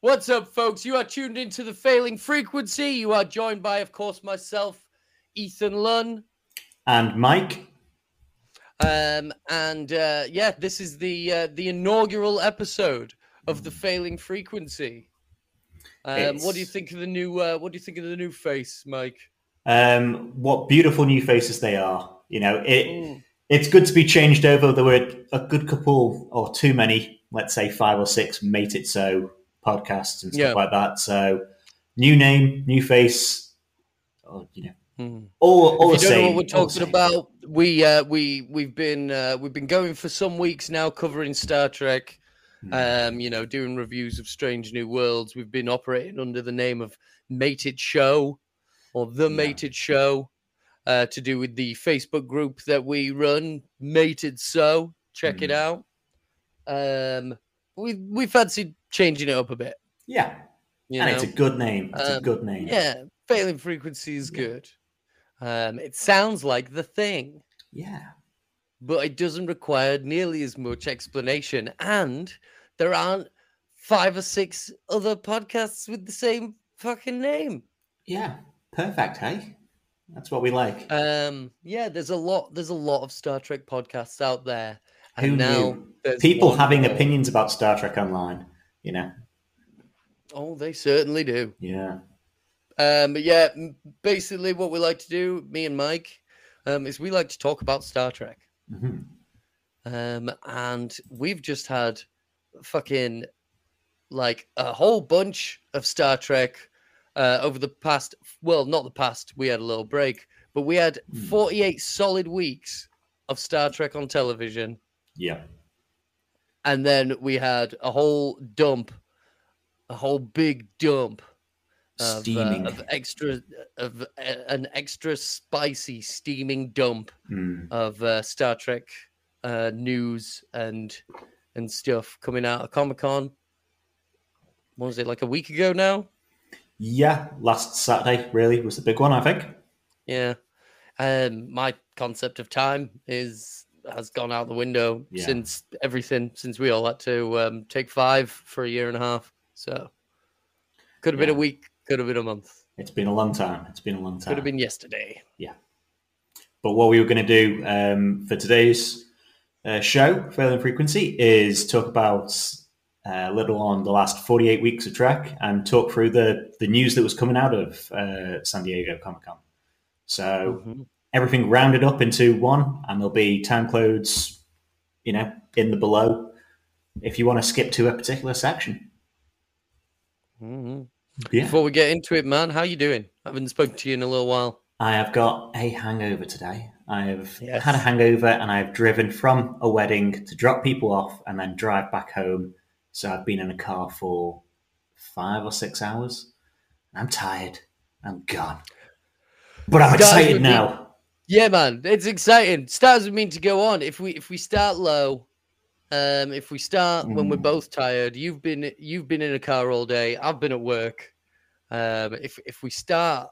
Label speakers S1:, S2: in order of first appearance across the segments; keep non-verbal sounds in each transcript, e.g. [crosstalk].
S1: What's up, folks? You are tuned into the Failing Frequency. You are joined by, of course, myself, Ethan Lunn.
S2: And Mike.
S1: Um, and uh, yeah, this is the uh, the inaugural episode of the Failing Frequency. Um, what do you
S2: It's-
S1: think of the new? Uh, what do you think of the new face, Mike?
S2: Um, what beautiful new faces they are. You know, it
S1: Mm.
S2: it's good to be changed over. There were a good couple or too many, let's say five or six, mate it so podcasts and stuff
S1: Yeah.
S2: like that. So new name, new face, or, you know,
S1: Hmm.
S2: all all
S1: if
S2: the
S1: you don't know what
S2: same.
S1: we're
S2: all the
S1: talking
S2: same.
S1: about, we uh, we we've been uh, we've been going for some weeks now covering Star Trek.
S2: Hmm. Mm.
S1: Um, you know, doing reviews of Strange New Worlds. We've been operating under the name of Mated Show or The
S2: Yeah.
S1: Mated Show, uh, to do with the Facebook group that we run, Mated So. Check it
S2: Mm.
S1: out. Um, we we fancied changing it up a bit.
S2: Yeah,
S1: You
S2: and
S1: know?
S2: it's a good name. It's a
S1: Um,
S2: good name.
S1: Yeah, failing frequency is
S2: Yeah.
S1: good. Um, it sounds like the thing,
S2: yeah.
S1: but it doesn't require nearly as much explanation. And there aren't five or six other podcasts with the same fucking name.
S2: Yeah. Perfect. Hey, that's what we like.
S1: Um, yeah, there's a lot. There's a lot of Star Trek podcasts out there, and
S2: Who
S1: now
S2: knew?
S1: there's
S2: People
S1: one
S2: having
S1: more.
S2: opinions about Star Trek Online. You know.
S1: Oh, they certainly do.
S2: Yeah.
S1: Um, but yeah, m- basically, what we like to do, me and Mike, um, is we like to talk about Star Trek.
S2: hmm
S1: Um, and we've just had fucking like a whole bunch of Star Trek uh, over the past, well, not the past, we had a little break, but we had
S2: Hmm.
S1: 48 solid weeks of Star Trek on television.
S2: Yeah.
S1: And then we had a whole dump, a whole big dump of, uh,
S2: Steaming.
S1: of extra, of uh, an extra spicy steaming dump
S2: Mm.
S1: of uh, Star Trek uh, news and and stuff coming out of Comic Con. What was it like a week ago now?
S2: Yeah. Last Saturday really was the big one. I think.
S1: Yeah, um, my concept of time is has gone out the window
S2: Yeah.
S1: since everything since we all had to um, take five for a year and a half. So could have been
S2: Yeah.
S1: a week, could have been a month,
S2: It's been a long time. It's been a long time.
S1: could have been yesterday.
S2: But what we were going to do um, for today's uh, show, Failing Frequency, is talk about uh, a little on the last 48 weeks of Trek and talk through the, the news that was coming out of uh, San Diego Comic Con. So
S1: Mhm.
S2: everything rounded up into one, and there'll be time codes, you know, in the below if you want to skip to a particular section.
S1: Mhm.
S2: Yeah.
S1: Before we get into it, man, how you doing? I haven't spoken to you in a little while.
S2: I have got a hangover today. I've
S1: Yes.
S2: had a hangover and I've driven from a wedding to drop people off and then drive back home. So I've been in a car for five or six hours. I'm tired. I'm gone. But I'm
S1: Guys,
S2: excited
S1: we-
S2: now.
S1: Yeah, man, it's exciting. Stars would mean to go on. If we if we start low, um, if we start when we're
S2: Mm.
S1: both tired, you've been you've been in a car all day. I've been at work. Um, if if we start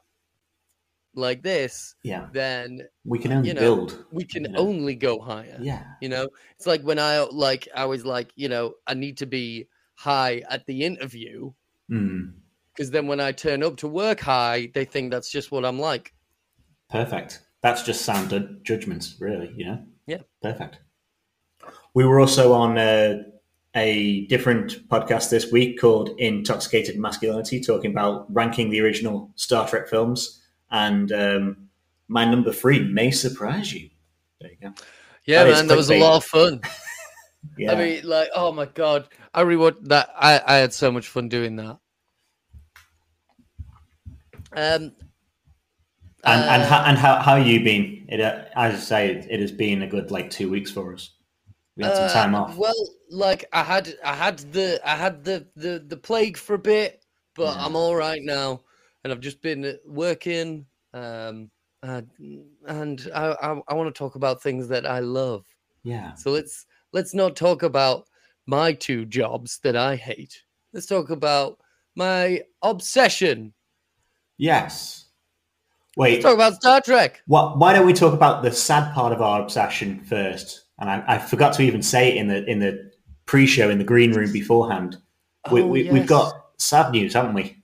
S1: like this,
S2: Yeah.
S1: then
S2: We can only
S1: You know,
S2: build.
S1: we can
S2: Yeah.
S1: only go higher.
S2: Yeah.
S1: You know, it's like when I like I was like, you know, I need to be high at the interview
S2: Mm,
S1: because then when I turn up to work high, they think that's just what I'm like.
S2: perfect. That's just sound ju- judgments, really, you know?
S1: Yeah.
S2: Perfect. We were also on uh, a different podcast this week called Intoxicated Masculinity, talking about ranking the original Star Trek films. And um, my number three may surprise you. There you go.
S1: Yeah,
S2: That is
S1: man, that was a
S2: clickbait.
S1: lot of fun.
S2: Yeah.
S1: I mean, like, oh my god, I rewatched that. I, I had so much fun doing that. Um,
S2: and and,
S1: uh,
S2: how, and how, how you been? It, uh, as I say, it, it has been a good like two weeks for us. We had some
S1: uh,
S2: time off.
S1: Well, like, I had, I had the, I had the, the, the plague for a bit, but
S2: Yeah.
S1: I'm all right now, and I've just been working. Um, uh, and I, I, I want to talk about things that I love.
S2: Yeah.
S1: So let's let's not talk about my two jobs that I hate. Let's talk about my obsession.
S2: Yes. Wait.
S1: Let's talk about Star Trek.
S2: What, why don't we talk about the sad part of our obsession first? And I, I forgot to even say it in the in the pre-show in the green room beforehand. We,
S1: Oh,
S2: we, We've
S1: yes.
S2: got sad news, haven't we?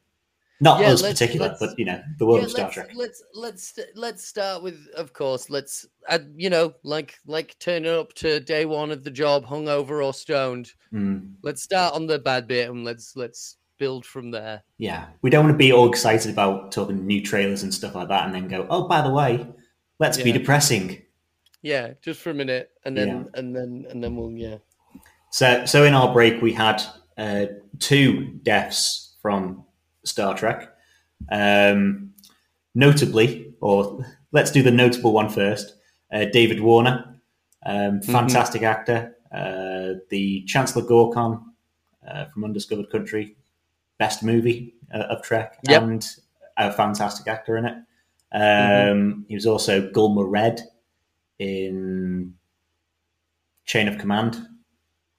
S2: Not
S1: Yeah,
S2: us
S1: let's-
S2: particular,
S1: let's-
S2: but you know, the world
S1: Yeah,
S2: of Star
S1: let's-
S2: Trek.
S1: Let's let's let's start with, of course, let's uh, you know, like like turning up to day one of the job, hungover or stoned.
S2: Mm,
S1: Let's start on the bad bit and let's let's build from there.
S2: yeah, we don't want to be all excited about talking new trailers and stuff like that, and then go, "Oh, by the way, let's be
S1: Yeah.
S2: depressing."
S1: Yeah, just for a minute, and then and then and then we'll yeah.
S2: So, so in our break, we had uh, two deaths from Star Trek. Um, notably, or let's do the notable one first. Uh, David Warner, um, fantastic actor, uh, the Chancellor Gorkon uh, from Undiscovered Country, best movie uh, of Trek,
S1: Yep.
S2: and a fantastic actor in it. Um,
S1: Mhm.
S2: He was also Gulma Red in Chain of Command.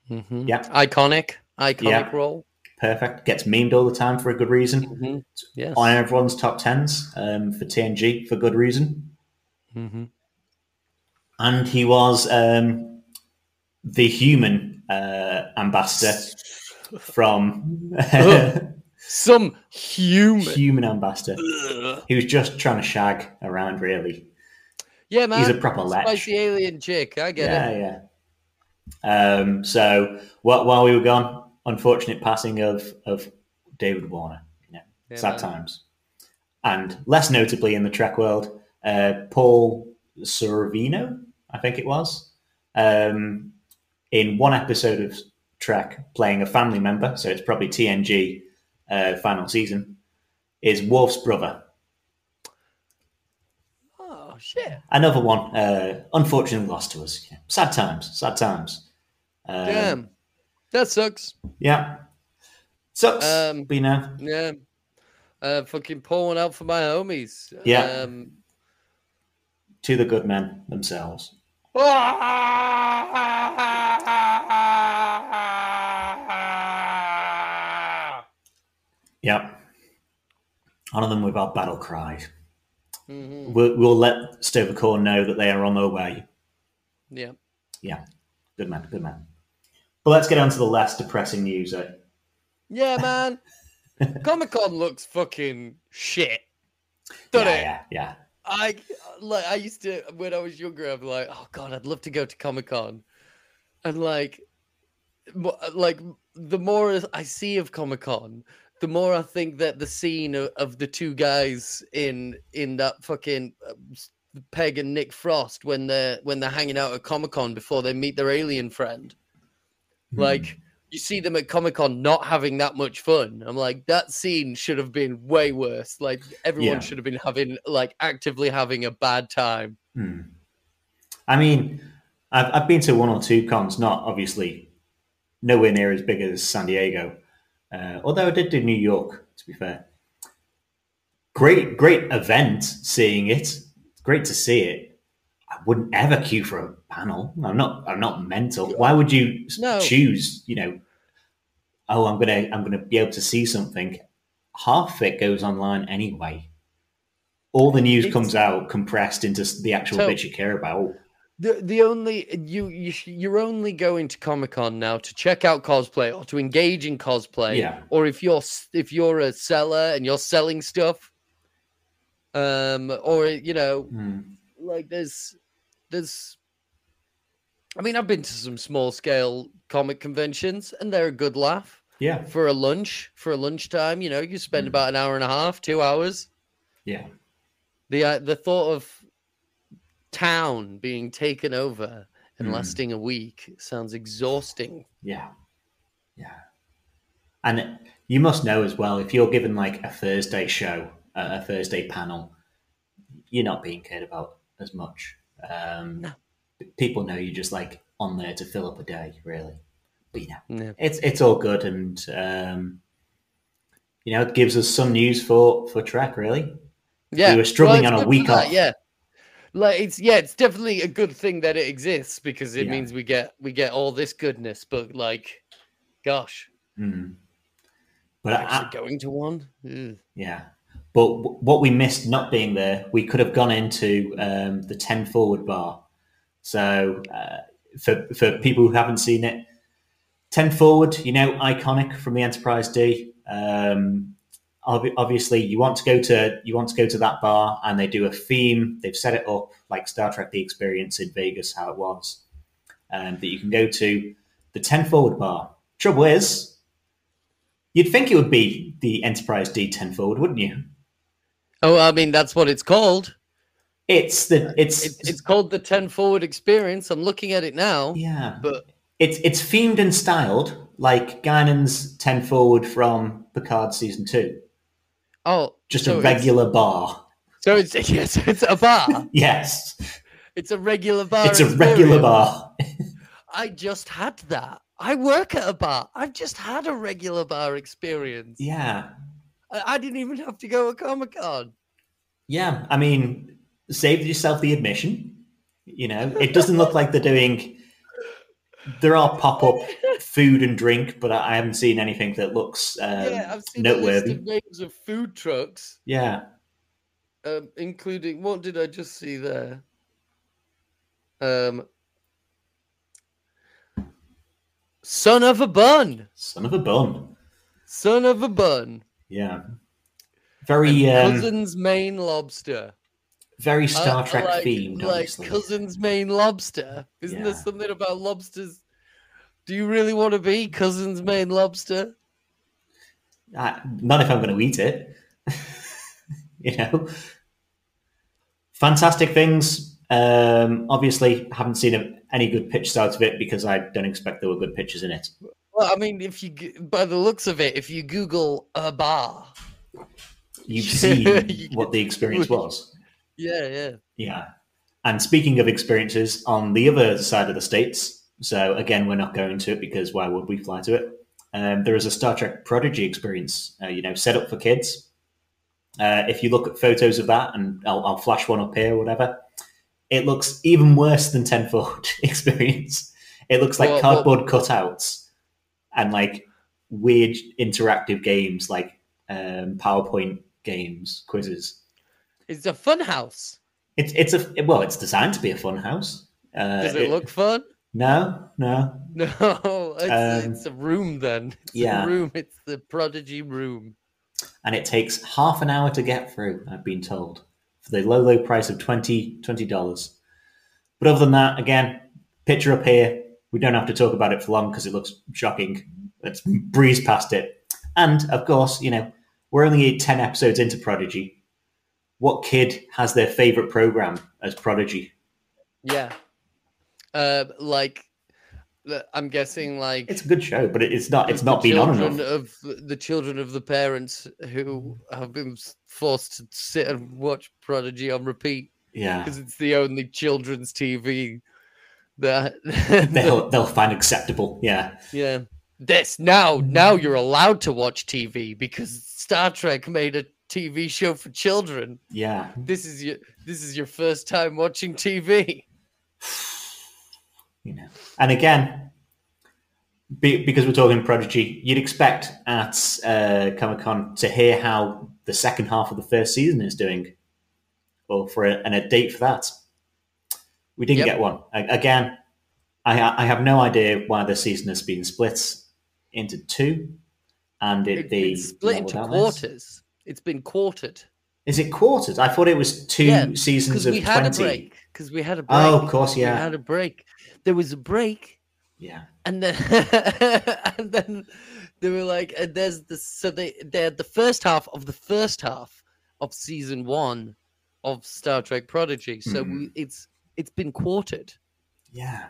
S1: Mhm.
S2: Yeah.
S1: iconic, iconic
S2: Yeah.
S1: role.
S2: perfect. Gets memed all the time for a good reason.
S1: Mm-hmm. Yes.
S2: On everyone's top tens um, for TNG for good reason.
S1: Mhm.
S2: And he was um, the human uh, ambassador
S1: [laughs]
S2: from [laughs]
S1: Some human.
S2: human ambassador.
S1: Ugh.
S2: He was just trying to shag around, really.
S1: Yeah, man.
S2: He's a proper lech.
S1: spicy alien chick. I get it.
S2: Yeah, yeah. Um, so while, while we were gone, unfortunate passing of of David Warner. You know,
S1: Yeah,
S2: sad
S1: man.
S2: times. And less notably in the Trek world, uh, Paul Sorvino, I think it was, um, in one episode of Trek playing a family member, so it's probably TNG uh, final season, is Worf's brother.
S1: Oh shit.
S2: Another one, uh, unfortunately lost to us. Yeah. Sad times, sad times. Um,
S1: Damn. That sucks.
S2: Yeah. Sucks.
S1: Um,
S2: but you know,
S1: Yeah. Uh, fucking pour one out for my homies.
S2: Yeah.
S1: Um,
S2: [laughs] to the good men themselves. Yeah. Honor them with our battle cry.
S1: mhm.
S2: We'll, we'll let Stovercore know that they are on their way.
S1: Yeah.
S2: Yeah. Good man. Good man. But let's get on to the less depressing news. Eh?
S1: Yeah,
S2: [laughs]
S1: man. Comic Con looks fucking shit.
S2: Yeah,
S1: Doesn't it?
S2: yeah, yeah.
S1: I like I used to when I was younger. I'm like, oh god, I'd love to go to Comic Con, and like, mo- like the more I see of Comic Con, the more I think that the scene of, of the two guys in in that fucking uh, s- Peg and Nick Frost when they're when they're hanging out at Comic Con before they meet their alien friend, like. You see them at Comic Con not having that much fun. I'm like, that scene should have been way worse. Like everyone
S2: Yeah.
S1: should have been having, like, actively having a bad time.
S2: Hmm. I mean, I've, I've been to one or two cons, not obviously nowhere near as big as San Diego, uh, although I did do New York, to be fair. Great, great event seeing it. Great to see it. I wouldn't ever queue for a panel. I'm not. I'm not mental. Why would you s-
S1: No.
S2: choose? You know, oh, I'm gonna, I'm gonna be able to see something. Half of it goes online anyway. All the news
S1: It's-
S2: comes out compressed into s- the actual
S1: So-
S2: bits you care about.
S1: The the only you, you sh- you're only going to Comic Con now to check out cosplay or to engage in cosplay,
S2: Yeah.
S1: or if you're s- if you're a seller and you're selling stuff, um, or you know,
S2: Hmm.
S1: like there's there's I mean, I've been to some small scale comic conventions and they're a good laugh.
S2: Yeah,
S1: for a lunch for a lunchtime you know you spend
S2: Mm.
S1: about an hour and a half two hours
S2: yeah,
S1: the uh, the thought of town being taken over and
S2: Mm.
S1: lasting a week sounds exhausting
S2: yeah, yeah. And you must know as well if you're given like a Thursday show, uh, a Thursday panel, you're not being cared about as much. Um,
S1: No.
S2: People know you're just like on there to fill up a day, really. But you know,
S1: yeah
S2: it's it's all good, and um, you know, it gives us some news for for Trek, really.
S1: yeah
S2: were struggling
S1: it's
S2: on a
S1: good for
S2: week
S1: that,
S2: off.
S1: yeah like it's yeah it's definitely a good thing that it exists because it
S2: Yeah.
S1: means we get we get all this goodness but like gosh
S2: Mm. But I,
S1: actually going to one Ugh.
S2: Yeah. But w- what we missed not being there, we could have gone into um, the 10 forward bar. So uh, for, for people who haven't seen it, 10 forward, you know, iconic from the Enterprise D, Um, ob- obviously, you want to go to you want to go to that bar, and they do a theme. They've set it up like Star Trek: The Experience in Vegas, how it was, um, that you can go to the Ten Forward Bar. Trouble is, you'd think it would be the Enterprise D Ten Forward, wouldn't you?
S1: Oh, I mean that's what it's called.
S2: It's the it's
S1: It, it's called the Ten Forward Experience. I'm looking at it now.
S2: yeah,
S1: But
S2: it's it's themed and styled like Guinan's Ten Forward from Picard season two.
S1: oh,
S2: Just
S1: so
S2: a
S1: it's-
S2: regular bar.
S1: So it's [laughs] yes, it's a bar.
S2: Yes,
S1: It's a regular bar.
S2: it's a regular
S1: experience.
S2: bar.
S1: I just had that. I work at a bar. I've just had a regular bar experience.
S2: Yeah,
S1: I, I didn't even have to go to Comic Con.
S2: Yeah, I mean, save yourself the admission. You know, it doesn't look like they're doing. There are pop up food and drink, but I I haven't seen anything that looks um,
S1: yeah, I've seen a list
S2: noteworthy.
S1: of names of food trucks,
S2: Yeah,
S1: um, including what did I just see there? Um, son of a bun,
S2: son of a bun.
S1: son of a bun,
S2: Yeah, very um,
S1: cousin's main lobster.
S2: very Star
S1: Uh,
S2: Trek
S1: like,
S2: themed,
S1: Like
S2: obviously.
S1: cousins main lobster. Isn't there
S2: Yeah.
S1: something about lobsters? Do you really want to be cousins main lobster?
S2: Uh, not if I'm going to eat it. [laughs] you know, fantastic things. Um, obviously, haven't seen a- any good pictures out of it because I don't expect there were good pictures in it.
S1: Well, I mean, if you g- by the looks of it, if you Google a bar, [laughs]
S2: You've
S1: You
S2: seen what the experience
S1: would.
S2: was.
S1: yeah, yeah.
S2: Yeah. And speaking of experiences on the other side of the states, so again, we're not going to it because why would we fly to it? Um, there is a Star Trek Prodigy experience, uh, you know, set up for kids. Uh, if you look at photos of that, and I'll, I'll flash one up here or whatever, it looks even worse than Tenfold [laughs] experience. It looks like
S1: Well, well-
S2: cardboard cutouts and like weird interactive games like um, PowerPoint games, quizzes.
S1: It's a fun house.
S2: It's it's a well, it's designed to be a fun house. Uh,
S1: Does it look fun? [laughs]
S2: No, no.
S1: No, it's, a-
S2: Um,
S1: it's a room then. [laughs] It's
S2: yeah.
S1: a room. It's the prodigy room.
S2: And it takes half an hour to get through. I've been told for the low low price of 20 dollars. But other than that, again, picture up here. We don't have to talk about it for long because it looks shocking. Let's breeze past it. And of course, you know, we're only ten episodes into Prodigy. What kid has their favorite program as Prodigy?
S1: Yeah. Uh, like, the- I'm guessing like
S2: It's a good show, but it- it's not. It's
S1: of
S2: not
S1: the
S2: been on
S1: children
S2: enough.
S1: of the children of the parents who have been s- forced to sit and watch Prodigy on repeat
S2: Yeah.
S1: because it's the only children's TV that [laughs]
S2: they'll they'll find acceptable. Yeah,
S1: yeah this now now you're allowed to watch TV because Star Trek made a TV show for children
S2: yeah.
S1: this is your this is your first time watching TV
S2: You know, and again, be, because we're talking Prodigy, you'd expect at uh, Comic Con to hear how the second half of the first season is doing, or for a, and a date for that. We didn't
S1: Yep.
S2: get one. A- again, I ha- I have no idea why the season has been split into two, and it,
S1: It-
S2: the
S1: it's split
S2: leveled
S1: into
S2: out less.
S1: quarters it's been quartered
S2: Is it quarters? I thought it was two
S1: Yeah,
S2: seasons
S1: because
S2: of
S1: we had
S2: twenty.
S1: a break because we had a break
S2: Oh, of course,
S1: we
S2: yeah,
S1: had a break there was a break
S2: yeah.
S1: and then [laughs] and then they were like and there's the so they they had the first half of the first half of season one of star trek prodigy so
S2: Mhm.
S1: we, it's it's been quartered
S2: Yeah.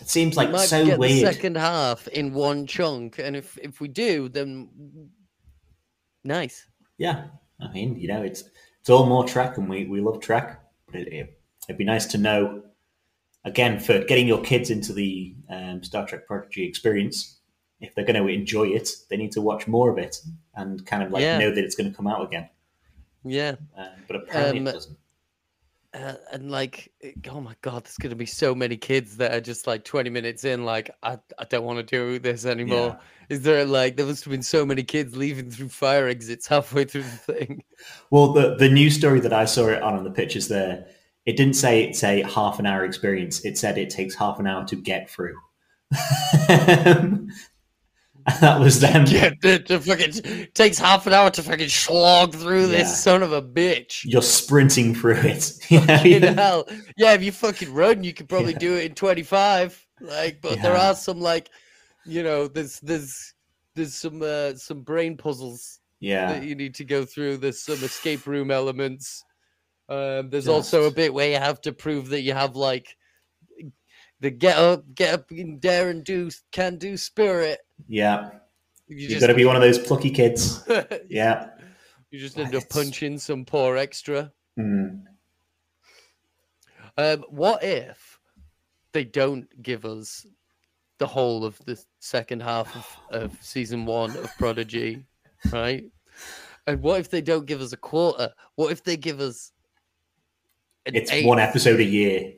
S2: It seems
S1: we
S2: like
S1: might
S2: so
S1: get
S2: weird.
S1: the second half in one chunk and if if we do then nice
S2: Yeah. I mean, you know, it's it's all more track and we, we love track. But it, it, it'd be nice to know, again, for getting your kids into the um, Star Trek Prodigy experience, if they're going to enjoy it, they need to watch more of it and kind of like
S1: Yeah.
S2: know that it's going to come out again.
S1: yeah
S2: Uh, but apparently
S1: Um,
S2: it doesn't.
S1: uh, and like it- oh my god there's going to be so many kids that are just like 20 minutes in like i, I don't want to do this anymore is there like there must have been so many kids leaving through fire exits halfway through the thing
S2: [laughs] Well, the, the news story that I saw it on on the pictures there, it didn't say it's a half an hour experience. It said it takes half an hour to get through. [laughs] that was then.
S1: [laughs] Yeah, it, it fucking takes half an hour to fucking slog through
S2: Yeah.
S1: this son of a bitch.
S2: You're sprinting through it. [laughs] You know,
S1: In
S2: you-
S1: hell, yeah. If you fucking run, you could probably
S2: Yeah.
S1: do it in twenty five. Like, but there
S2: Yeah.
S1: are some like, you know, there's there's there's some uh, some brain puzzles that
S2: yeah.
S1: you need to go through. There's some escape room elements. Um, there's also a
S2: Just-
S1: bit where you have to prove that you have like the get up, get up, and dare and do, can do spirit.
S2: Yeah.
S1: You
S2: You've
S1: just-
S2: got to be one of those
S1: [laughs]
S2: plucky kids. Yeah.
S1: You just end
S2: Like,
S1: up
S2: it's-
S1: punching some poor extra.
S2: Mm.
S1: Um, what if they don't give us the whole of the second half of, of season one of Prodigy, right? And what if they don't give us a quarter? What if they give us an
S2: It's
S1: eighth?
S2: one episode a year.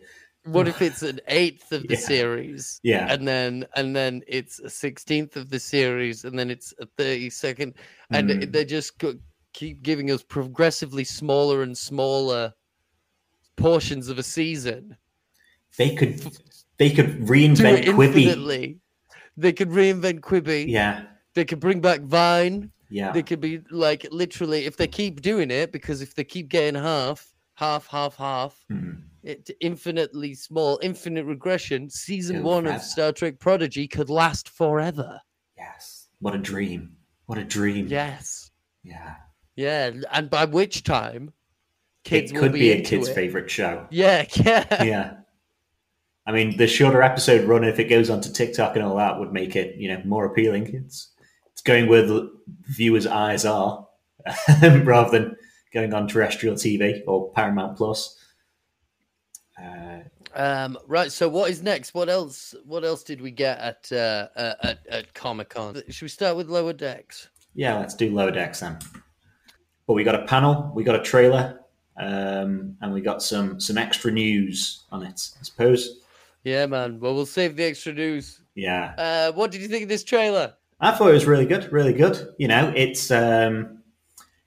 S1: What if it's an eighth of the
S2: Mm. Yeah.
S1: series?
S2: Yeah.
S1: And then and then it's a sixteenth of the series, and then it's a thirty second, and
S2: Mm.
S1: they just go- keep giving us progressively smaller and smaller portions of a season.
S2: They could they could
S1: do
S2: reinvent
S1: it
S2: Quibi.
S1: infinitely. They could reinvent Quibi.
S2: Yeah.
S1: They could bring back Vine.
S2: Yeah.
S1: They could be like literally if they keep doing it because if they keep getting half, half, half, half,
S2: Mm.
S1: it eh, infinitely small, infinite regression. Season
S2: Go
S1: one
S2: forever.
S1: of Star Trek Prodigy could last forever.
S2: Yes. What a dream. What a dream.
S1: Yes,
S2: Yeah.
S1: yeah, and by which time, kids
S2: it
S1: will
S2: could
S1: be,
S2: be a
S1: into
S2: kid's
S1: it. [laughs]
S2: favorite show.
S1: Yeah, yeah,
S2: yeah. I mean, the shorter episode run, if it goes onto TikTok and all that, would make it you know more appealing. It's it's going where the viewers' eyes are, [laughs] rather than going on terrestrial TV or Paramount Plus. Uh,
S1: Um, right. So, what is next? What else? What else did we get at uh, uh, at, at Comic Con? Should we start with Lower Decks?
S2: yeah, let's do Lower Decks then. But we got a panel, we got a trailer, um, and we got some some extra news on it, I suppose.
S1: Yeah, man. Well, we'll save the extra news.
S2: Yeah,
S1: Uh, what did you think of this trailer?
S2: I thought it was really good, really good. You know, it's um,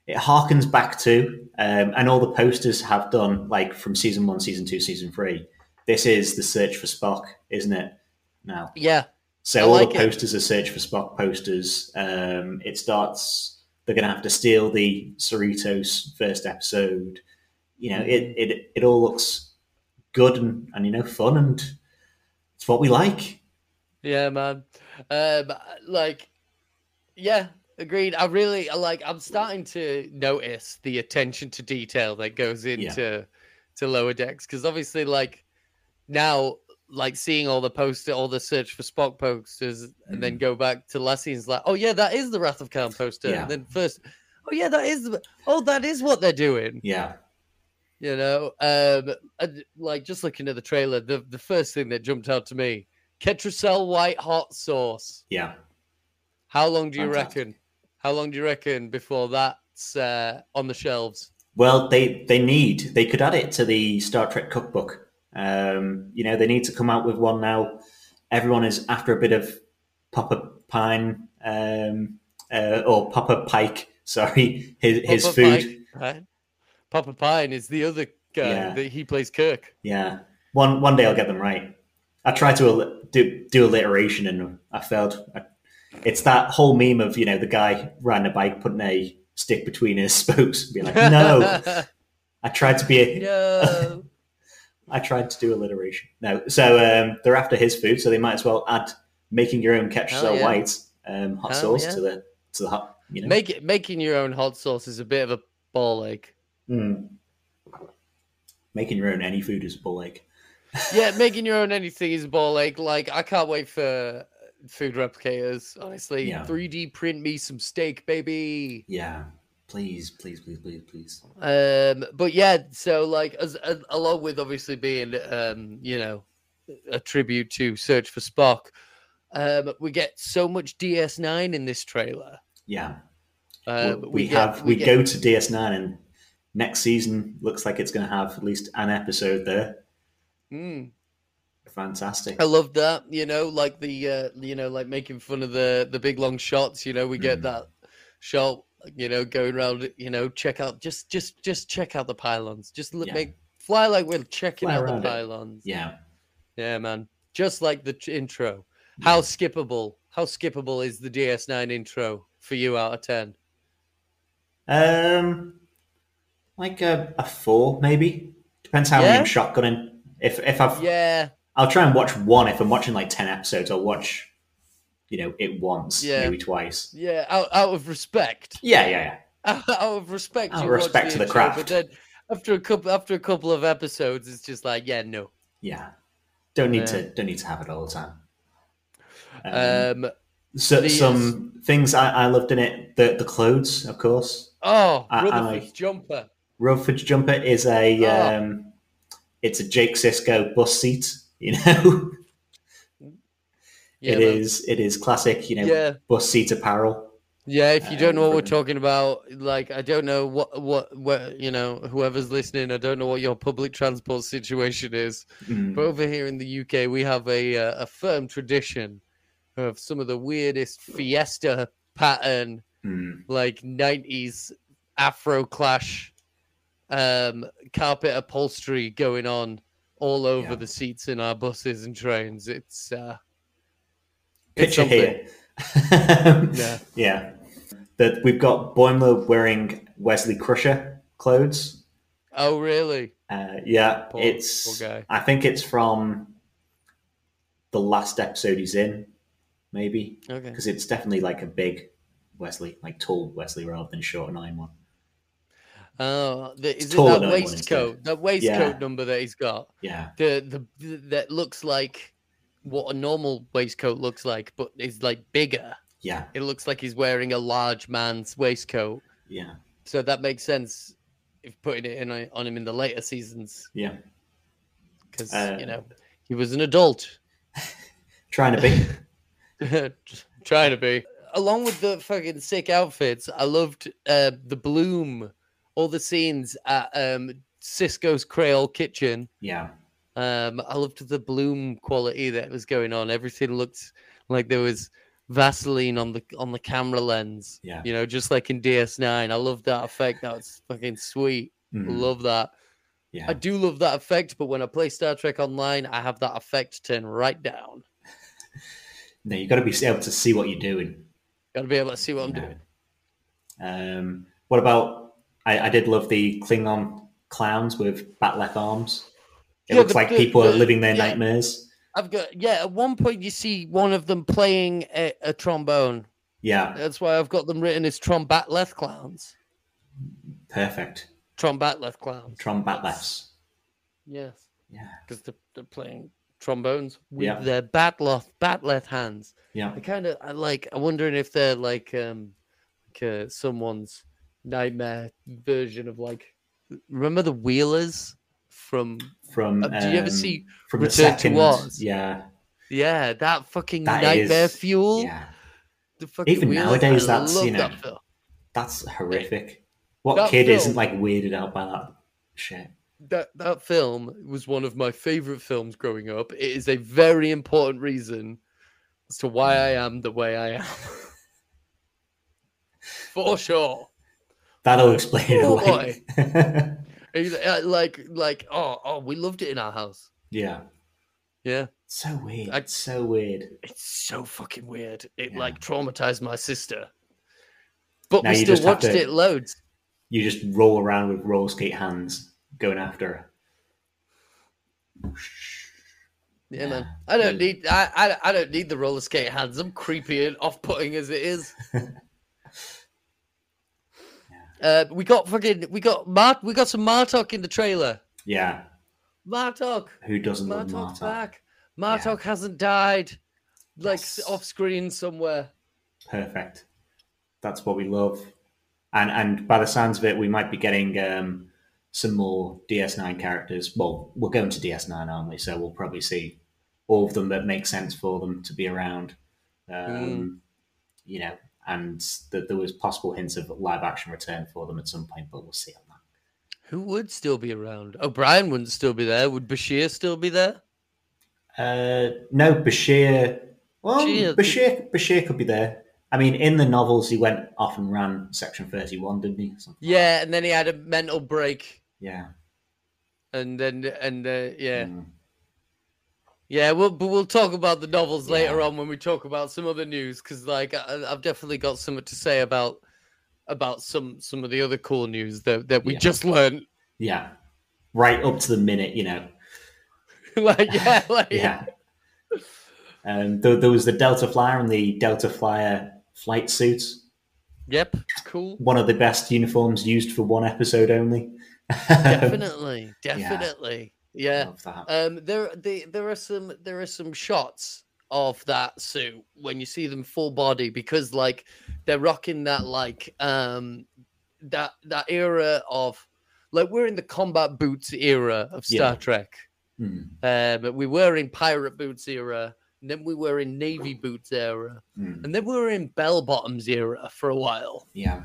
S2: it harkens back to, um, and all the posters have done like from season one, season two, season three. This is the search for Spock, isn't it? Now,
S1: Yeah, I
S2: so all
S1: like
S2: the
S1: it.
S2: posters are search for Spock posters. Um, it starts. They're going to have to steal the Cerritos first episode. You know, it it it all looks good and, and you know fun and it's what we like.
S1: yeah, man. Um, like, yeah, agreed. I really I like. I'm starting to notice the attention to detail that goes into to Lower Decks because obviously, like, now, like seeing all the poster, all the search for Spock posters, and then go back to last season's like, oh yeah, that is the Wrath of Khan poster.
S2: Yeah.
S1: And then first, oh yeah, that is. the- Oh, that is what they're doing.
S2: Yeah,
S1: You know, um, and, like just looking at the trailer, the the first thing that jumped out to me: Ketracel white hot sauce.
S2: yeah.
S1: How long do you
S2: Fantastic.
S1: reckon? How long do you reckon before that's uh, on the shelves?
S2: Well, they they need they could add it to the Star Trek cookbook. Um, you know, they need to come out with one now. Everyone is after a bit of Papa Pine um, uh, or Papa Pike. [laughs] Sorry, his his
S1: Papa
S2: food.
S1: Pine, right? Papa Pine is the other guy
S2: Yeah.
S1: that he plays Kirk.
S2: Yeah, one one day I'll get them right. I tried to al- do do alliteration and I failed. I, it's that whole meme of you know the guy riding a bike putting a stick between his [laughs] spokes, and being
S1: [laughs]
S2: like, "No." I tried to be a, [laughs]
S1: no.
S2: I tried to do alliteration. No, so um, they're after his food, so they might as well add making your own ketchup
S1: Hell
S2: cell
S1: yeah.
S2: white um, hot
S1: Hell
S2: sauce
S1: yeah.
S2: to the to the hot. You know,
S1: Make it, making your own hot sauce is a bit of a ball ache.
S2: Mm. making your own any food is a bull egg.
S1: Yeah, making your own anything is a ball ache. Like I can't wait for food replicators. Honestly,
S2: Yeah.
S1: 3D print me some steak, baby.
S2: Yeah, please, please, please, please, please.
S1: Um, but yeah, so like as, as along with obviously being um, you know, a tribute to Search for Spock, um, we get so much DS9 in this trailer.
S2: Yeah,
S1: Um,
S2: we, we
S1: get-
S2: have we,
S1: get-
S2: go to DS9 and next season looks like it's going to have at least an episode there.
S1: Mm.
S2: Fantastic.
S1: I love that. You know, like the uh, you know, like making fun of the the big long shots. You know, we get
S2: Mm.
S1: that shot. You know, going around. You know, check out just just just check out the pylons. Just look,
S2: Yeah.
S1: make fly like we're checking
S2: Fly
S1: out the
S2: around it.
S1: pylons.
S2: Yeah,
S1: Yeah. man. Just like the ch- intro. How skippable How skippable is the DS9 intro for you out of 10?
S2: Um, like a, a four, maybe. Depends how
S1: Yeah?
S2: I'm shotgunning. If if I've,
S1: Yeah,
S2: I'll try and watch one. If I'm watching like ten episodes, I'll watch, you know, it once,
S1: Yeah.
S2: maybe twice.
S1: yeah, out, out of respect. [laughs]
S2: Yeah, yeah, yeah.
S1: Out of respect.
S2: Out of
S1: you watch
S2: respect to the
S1: intro,
S2: craft.
S1: But then after a couple after a couple of episodes, it's just like, yeah, no.
S2: Yeah. Don't need
S1: Yeah.
S2: to don't need to have it all the time. Um,
S1: Um,
S2: so
S1: the- uh,
S2: some things I, I loved in it. The the clothes, of course.
S1: oh,
S2: I- I
S1: Rutherford's
S2: like-
S1: jumper.
S2: Rutherford's jumper is a
S1: Oh.
S2: um, it's a Jake Cisco bus seat. [laughs] You know,
S1: Yeah,
S2: it
S1: man.
S2: is it is classic. You know,
S1: Yeah.
S2: bus seat apparel.
S1: Yeah, if you don't know what we're
S2: Um,
S1: talking about, like I don't know what what what you know, whoever's listening, I don't know what your public transport situation is.
S2: Mm.
S1: But over here in the UK, we have a uh, a firm tradition of some of the weirdest fiesta pattern,
S2: Mm.
S1: like '90s Afro Clash um, carpet upholstery going on all over
S2: Yeah.
S1: the seats in our buses and trains. It's uh, it's
S2: Picture
S1: something.
S2: here. [laughs]
S1: Yeah.
S2: yeah. That we've got Boimler wearing Wesley Crusher clothes.
S1: Oh, really?
S2: Uh, yeah,
S1: Poor-
S2: it's.
S1: poor guy.
S2: I think it's from the last episode he's in, maybe
S1: Okay.
S2: because it's definitely like a big Wesley, like tall Wesley rather than short nine one.
S1: Oh, the, is it
S2: taller
S1: that
S2: than one instead.
S1: waistcoat? That waistcoat
S2: Yeah.
S1: number that he's got.
S2: Yeah,
S1: The, the the that looks like what a normal waistcoat looks like, but is like bigger.
S2: yeah,
S1: It looks like he's wearing a large man's waistcoat.
S2: yeah,
S1: So that makes sense if putting it in uh, on him in the later seasons
S2: yeah.
S1: because
S2: Uh,
S1: you know he was an adult. [laughs]
S2: Trying to be.
S1: trying to be. Along with the fucking sick outfits, I loved uh, the bloom, all the scenes at um, Cisco's Creole Kitchen.
S2: yeah,
S1: Um, I loved the bloom quality that was going on. Everything looked like there was Vaseline on the on the camera lens.
S2: Yeah.
S1: You know, just like in DS9. I love that effect. That was fucking sweet.
S2: mm,
S1: Love that.
S2: yeah.
S1: I do love that effect, but when I play Star Trek Online, I have that effect turned right down.
S2: No, you got to be able to see what you're doing.
S1: Gotta be able to see what I'm
S2: you know.
S1: doing.
S2: Um, what about? I, I did love the Klingon clowns with batlek arms. It
S1: Yeah,
S2: looks
S1: the-
S2: like
S1: the-
S2: people are
S1: the-
S2: living their
S1: yeah.
S2: nightmares.
S1: I've got yeah. At one point, you see one of them playing a, a trombone.
S2: Yeah,
S1: That's why I've got them written as Trombatleth clowns.
S2: perfect.
S1: Trombatleth clowns.
S2: Tron batleks.
S1: Yes,
S2: Yeah,
S1: because they're, they're playing trombones with
S2: Yeah.
S1: their batleth batleth hands.
S2: yeah.
S1: I kind of I like. I'm wondering if they're like um like uh, someone's nightmare version of like. Remember the Wheelers from?
S2: from
S1: Uh, do you ever
S2: um,
S1: see
S2: from the
S1: Return to
S2: second
S1: Oz?
S2: yeah
S1: Yeah, that fucking
S2: That
S1: nightmare
S2: is-
S1: fuel.
S2: yeah
S1: The fucking
S2: Even
S1: Wheelers,
S2: nowadays,
S1: I
S2: that's, you
S1: love
S2: know,
S1: that film.
S2: that's horrific what
S1: That
S2: kid
S1: film-
S2: isn't like weirded out by that shit
S1: that that film was one of my favorite films growing up. It is a very important reason as to why I am the way I am. [laughs] For sure.
S2: that'll explain it
S1: Oh,
S2: away
S1: It's, uh, Like like oh oh we loved it in our house.
S2: [laughs] yeah
S1: Yeah.
S2: so weird
S1: I-
S2: it's so weird
S1: It's so fucking weird. It
S2: Yeah.
S1: like traumatized my sister. But
S2: Now
S1: we
S2: you
S1: still
S2: just have
S1: watched
S2: to-
S1: it loads.
S2: you just roll around with roller skate hands going after her
S1: Yeah, man.
S2: Yeah.
S1: I don't
S2: Mm.
S1: need I, I I don't need the roller skate hands. I'm creepy and off putting as it
S2: [laughs]
S1: is. uh, we got fucking we got Mart we got some Martok in the trailer.
S2: yeah
S1: Martok,
S2: who doesn't love
S1: Martok's
S2: Martok?
S1: back. Martok hasn't died, like s
S2: Yes.
S1: off screen somewhere.
S2: perfect that's what we love and and by the sounds of it we might be getting um some more ds9 characters well we're going to ds9 aren't we so we'll probably see all of them that make sense for them to be around um you know and that there was possible hints of live action return for them at some point but we'll see on that
S1: Who would still be around? O'Brien wouldn't still be there. Would Bashir still be there?
S2: Uh, no, Bashir. Well,
S1: Bashir-
S2: Bashir, Bashir could be there. I mean, in the novels, he went off and ran Section Thirty-One, didn't he? Something like
S1: Yeah, and then he had a mental break,
S2: that. yeah.
S1: and then and uh, yeah,
S2: Mm.
S1: Yeah, we'll but we'll talk about the novels later on when we talk about some other news because like I, I've definitely got something to say about about some some of the other cool news that that we
S2: Yeah.
S1: just learned. [laughs]
S2: Yeah, right up to the minute, you know.
S1: like
S2: [laughs]
S1: yeah, like
S2: Yeah. Um, there, there was the Delta Flyer and the Delta Flyer flight suit.
S1: yep, cool.
S2: [laughs] One of the best uniforms used for one episode only. [laughs]
S1: definitely, definitely. Yeah.
S2: Love that.
S1: Um there the, there are some there are some shots of that suit when you see them full body because like they're rocking that like um that that era of like we're in the combat boots era of Star
S2: Yeah.
S1: Trek.
S2: Hmm,
S1: Um we were in pirate boots era, and then we were in navy boots era,
S2: hmm,
S1: and then we were in bell bottoms era for a while
S2: yeah.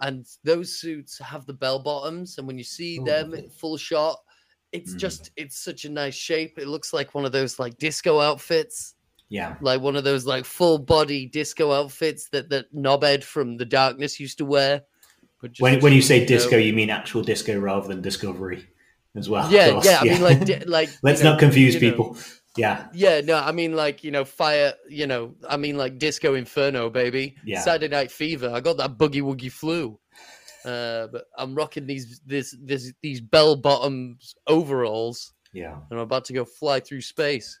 S1: and those suits have the bell bottoms and when you see
S2: Oh,
S1: them
S2: lovely.
S1: in full shot it's
S2: Mm.
S1: just it's such a nice shape it looks like one of those like disco outfits
S2: Yeah.
S1: like one of those like full body disco outfits that that knobhead from the darkness used to wear but just
S2: When, when you say
S1: know-
S2: disco, you mean actual disco rather than discovery as well. of
S1: yeah
S2: course.
S1: yeah i mean
S2: [laughs]
S1: like di- like you
S2: Let's
S1: know,
S2: not confuse
S1: you know.
S2: people. Yeah.
S1: yeah no i mean like you know fire you know i mean like disco inferno baby
S2: Yeah.
S1: saturday night fever i got that boogie woogie flu uh but i'm rocking these this this these bell bottoms overalls
S2: Yeah.
S1: and i'm about to go fly through space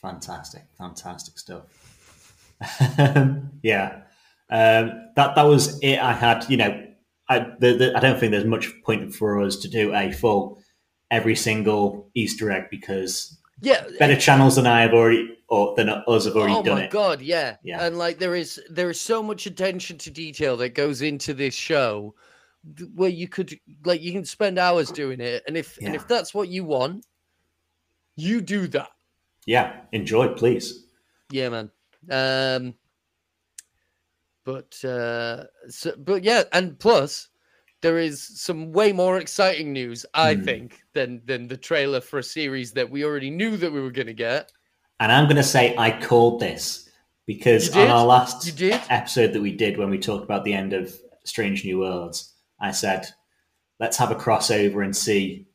S2: Fantastic, fantastic stuff. [laughs] yeah, um, that that was it. I had, you know, I the, the, I don't think there's much point for us to do a full every single Easter egg because
S1: yeah
S2: better channels than I have already or than us have already
S1: oh
S2: done
S1: my
S2: it.
S1: god yeah
S2: Yeah.
S1: and like there is there is so much attention to detail that goes into this show th- where you could like you can spend hours doing it and if and
S2: Yeah.
S1: if that's what you want you do that
S2: Yeah, enjoy, please.
S1: Yeah, man. Um, but uh, so, but yeah, and plus, there is some way more exciting news, I
S2: Hmm.
S1: think, than than the trailer for a series that we already knew that we were gonna get.
S2: And I'm going to say I called this because
S1: You
S2: on
S1: did?
S2: our last
S1: You did?
S2: episode that we did when we talked about the end of Strange New Worlds, I said, let's have a crossover and see,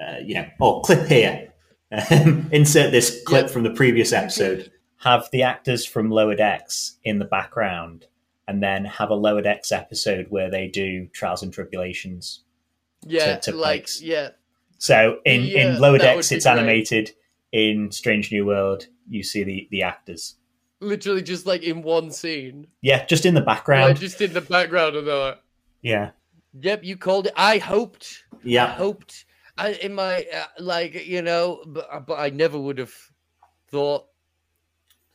S2: uh, you know, oh, clip here. Um, [laughs] Insert this clip
S1: Yep.
S2: from the previous episode. Have the actors from Lower Decks in the background and then have a Lower Decks episode where they do Trials and Tribulations.
S1: Yeah,
S2: to
S1: like
S2: Pikes.
S1: yeah,
S2: So
S1: in- in Yeah, Lower that Decks, would be it's great. animated.
S2: In Strange New World, you see the, the actors.
S1: literally just like in one scene,
S2: Yeah, just in the
S1: like,
S2: background.
S1: just in the background of that.
S2: yeah.
S1: Yep, you called it. I hoped I
S2: Yeah.
S1: hoped I, in my uh, like you know, uh, but, but I never would have thought.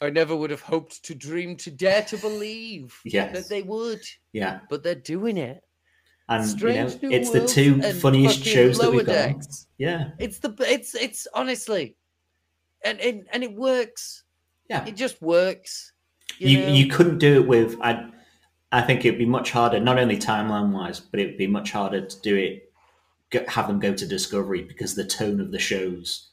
S1: I never would have hoped to dream to dare to believe
S2: Yes.
S1: that they would,
S2: Yeah.
S1: but they're doing it.
S2: And
S1: Strange
S2: you
S1: New
S2: know, it's the
S1: Worlds
S2: two
S1: and
S2: funniest
S1: fucking
S2: shows that
S1: Lower
S2: we've got. on.
S1: Decks.
S2: Yeah.
S1: It's the it's it's honestly, and and and it works.
S2: Yeah.
S1: It just works. You
S2: You
S1: know?
S2: you couldn't do it with I I think it'd be much harder, not only timeline wise, but it would be much harder to do it go, have them go to Discovery because the tone of the shows.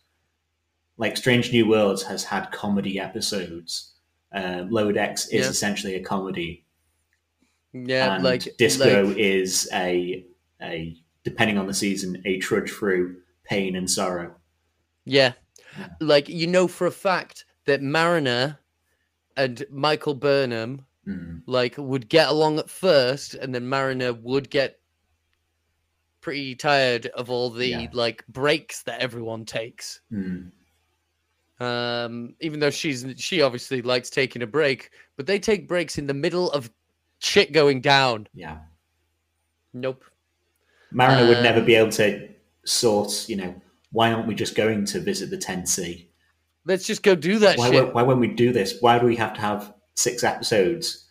S2: Like Strange New Worlds has had comedy episodes. Um, Lower Decks is
S1: Yeah.
S2: essentially a comedy,
S1: yeah,
S2: and
S1: like
S2: Disco
S1: like-
S2: is a a depending on the season a trudge through pain and sorrow.
S1: Yeah. Like you know for a fact that Mariner and Michael Burnham
S2: Mm.
S1: like would get along at first and then Mariner would get pretty tired of all the
S2: Yeah.
S1: like breaks that everyone takes.
S2: Mm.
S1: Um even though she's she obviously likes taking a break, but they take breaks in the middle of shit going down.
S2: Yeah.
S1: Nope.
S2: Mariner would never
S1: Um,
S2: be able to sort, you know, why aren't we just going to visit the 10C?
S1: Let's just go do that
S2: Why,
S1: Oh, shit.
S2: won't- why won't we do this? Why do we have to have six episodes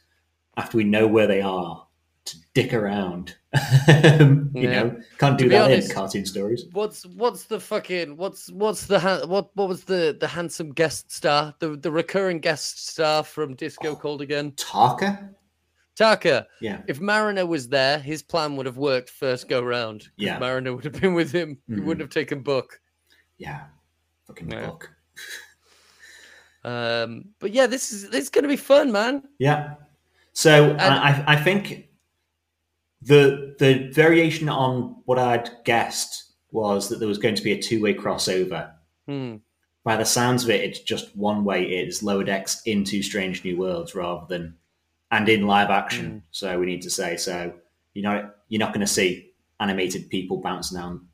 S2: after we know where they are to dick around? [laughs] you
S1: Yeah.
S2: know, can't
S1: To
S2: do
S1: be
S2: that
S1: honest-
S2: in cartoon stories.
S1: What's what's the fucking what's what's the ha- what what was the the handsome guest star the the recurring guest star from
S2: [gasps]
S1: Disco Cold again
S2: Tarka?
S1: Taka
S2: Yeah.
S1: if Mariner was there his plan would have worked first go round 'cause
S2: Yeah.
S1: Mariner would have been with him he
S2: Mhm.
S1: wouldn't have taken book
S2: Yeah. Fucking
S1: Yeah.
S2: book.
S1: um but yeah this is this is gonna be fun man
S2: Yeah. So
S1: And-
S2: I, I think the the variation on what I'd guessed was that there was going to be a two way crossover.
S1: Hmm.
S2: by the sounds of it, it's just one way. It's lower decks into Strange New Worlds rather than and in live
S1: Hmm.
S2: action. So we need to say so. You know, you're not going to see animated people bouncing down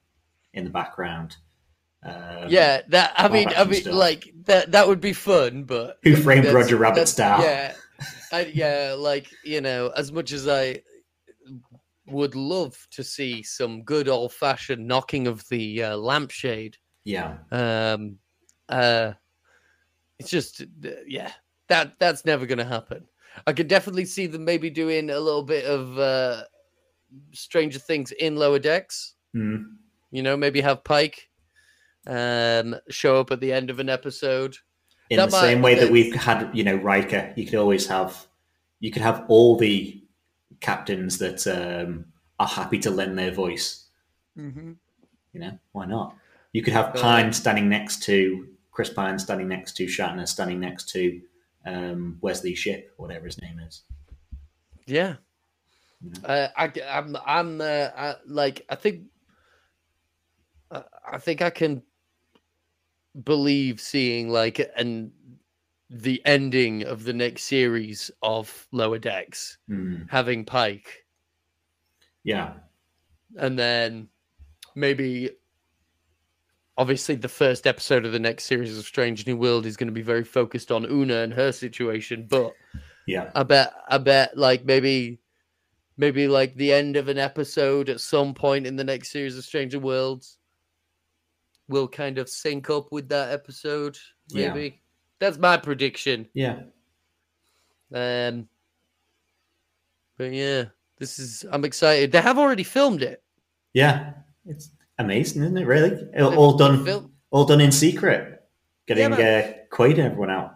S2: in the background. Um,
S1: yeah, that I
S2: live
S1: mean, I
S2: action
S1: mean,
S2: stuff.
S1: like that that would be fun, but
S2: Oh, Who framed
S1: that's-
S2: Roger Rabbit's
S1: that's-
S2: down?
S1: Yeah, I- yeah, like you know, as much as I would love to see some good old fashioned knocking of the uh, lampshade,
S2: Yeah.
S1: um, uh, it's just uh, yeah, that that's never going to happen. I could definitely see them maybe doing a little bit of uh, Stranger Things in lower decks.
S2: Mm.
S1: You know, maybe have Pike um, show up at the end of an episode.
S2: In
S1: That
S2: the same
S1: might-
S2: way that
S1: that's-
S2: we've had, you know, Riker, you could always have, you could have all the captains that um, are happy to lend their voice.
S1: Mm-hmm.
S2: You know, why not? You could have
S1: Uh,
S2: Pine standing next to Chris Pine, standing next to Shatner, standing next to um, Wesley Ship, whatever his name is.
S1: Yeah.
S2: Mhm.
S1: Uh, I, am I'm, uh, I, like, I think, I I think I can believe seeing like an the ending of the next series of Lower Decks
S2: Hmm.
S1: having Pike,
S2: Yeah,
S1: and then maybe, obviously, the first episode of the next series of Strange New World is going to be very focused on Una and her situation, but
S2: yeah,
S1: I bet I bet like maybe maybe like the end of an episode at some point in the next series of Stranger Worlds will kind of sync up with that episode.
S2: Yeah.
S1: Maybe that's my prediction.
S2: yeah.
S1: Um, but yeah, this is I'm excited. They have already filmed it.
S2: Yeah, it's amazing, isn't it? Really, It-
S1: They've-
S2: all
S1: they've
S2: done,
S1: film-
S2: all done in secret. Getting
S1: but-
S2: uh, Quaid and everyone out.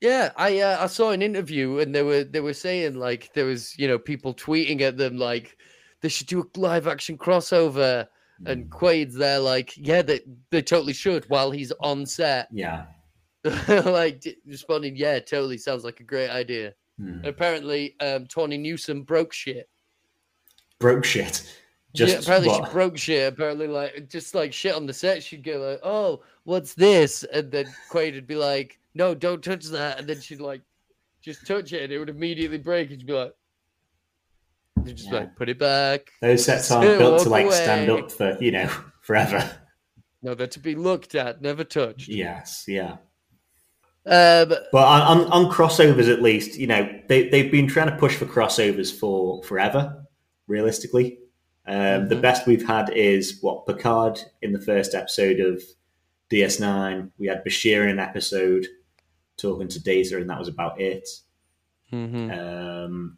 S1: Yeah, I uh, I saw an interview and they were they were saying like there was you know people tweeting at them like they should do a live action crossover
S2: Hmm. Mm.
S1: and Quaid's there like yeah they they totally should while he's on set [laughs]
S2: Yeah,
S1: like d- responding yeah totally sounds like a great idea.
S2: Hmm.
S1: And apparently um, Tawny Newsom broke shit.
S2: broke shit.
S1: Yeah,
S2: Just
S1: apparently
S2: what?
S1: she broke shit. Apparently like just like shit on the set she'd go like oh what's this and then Quaid would be like no don't touch that and then she'd like just touch it and it would immediately break and she'd be like. They're just
S2: Yeah.
S1: like put it back.
S2: Those sets aren't
S1: Still
S2: built
S1: walk
S2: to like stand
S1: away.
S2: up for you know [laughs] forever.
S1: No, they're to be looked at, never touched.
S2: yes, yeah.
S1: Um,
S2: But on, on, on crossovers, at least, you know, they, they've been trying to push for crossovers for forever, realistically. Um, The
S1: Mhm.
S2: best we've had is what Picard in the first episode of DS9. We had Bashir in an episode talking to Data, and that was about it. Mm-hmm.
S1: Mm.
S2: Um,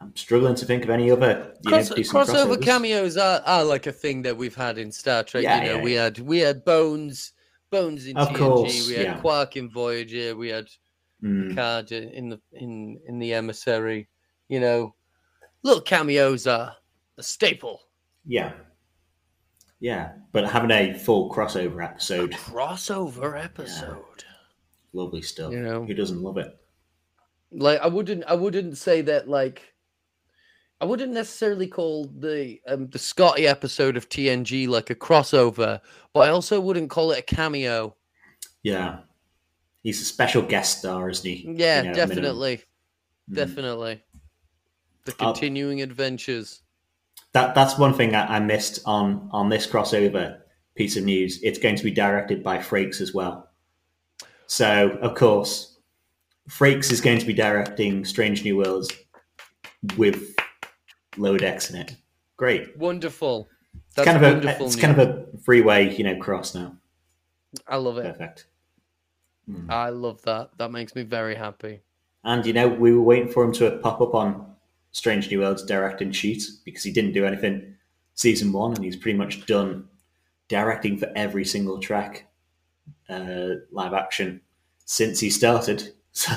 S2: I'm struggling to think of any other you know,
S1: Cross-
S2: decent
S1: crossover
S2: crossovers.
S1: cameos are, are like a thing that we've had in Star Trek.
S2: Yeah,
S1: you know,
S2: yeah,
S1: we had we had Bones, Bones in
S2: Of
S1: TNG.
S2: course,
S1: we had
S2: yeah.
S1: Quark in Voyager. We had
S2: Mm,
S1: Card in the in in the Emissary. You know, little cameos are a staple.
S2: yeah. Yeah. But having a full crossover episode,
S1: Crossover episode.
S2: lovely stuff.
S1: You know.
S2: Who doesn't love it?
S1: like i wouldn't i wouldn't say that like i wouldn't necessarily call the um the scotty episode of tng like a crossover but i also wouldn't call it a cameo
S2: Yeah. He's a special guest star, isn't he?
S1: yeah
S2: You know, at minimum.
S1: definitely
S2: Mm.
S1: definitely the
S2: I'll-
S1: continuing adventures
S2: That that's one thing I, I missed on on this crossover piece of news. It's going to be directed by Frakes as well. So of course, Frakes is going to be directing Strange New Worlds with Lower Decks in it. Great.
S1: wonderful
S2: It's
S1: that's
S2: kind of a
S1: wonderful
S2: it's
S1: news.
S2: kind of a freeway, you know, cross now.
S1: i love it
S2: Perfect. Mm.
S1: i love that that makes me very happy
S2: And you know, we were waiting for him to pop up on Strange New Worlds directing sheet because he didn't do anything season one, and he's pretty much done directing for every single track, uh, live action since he started. [laughs] So,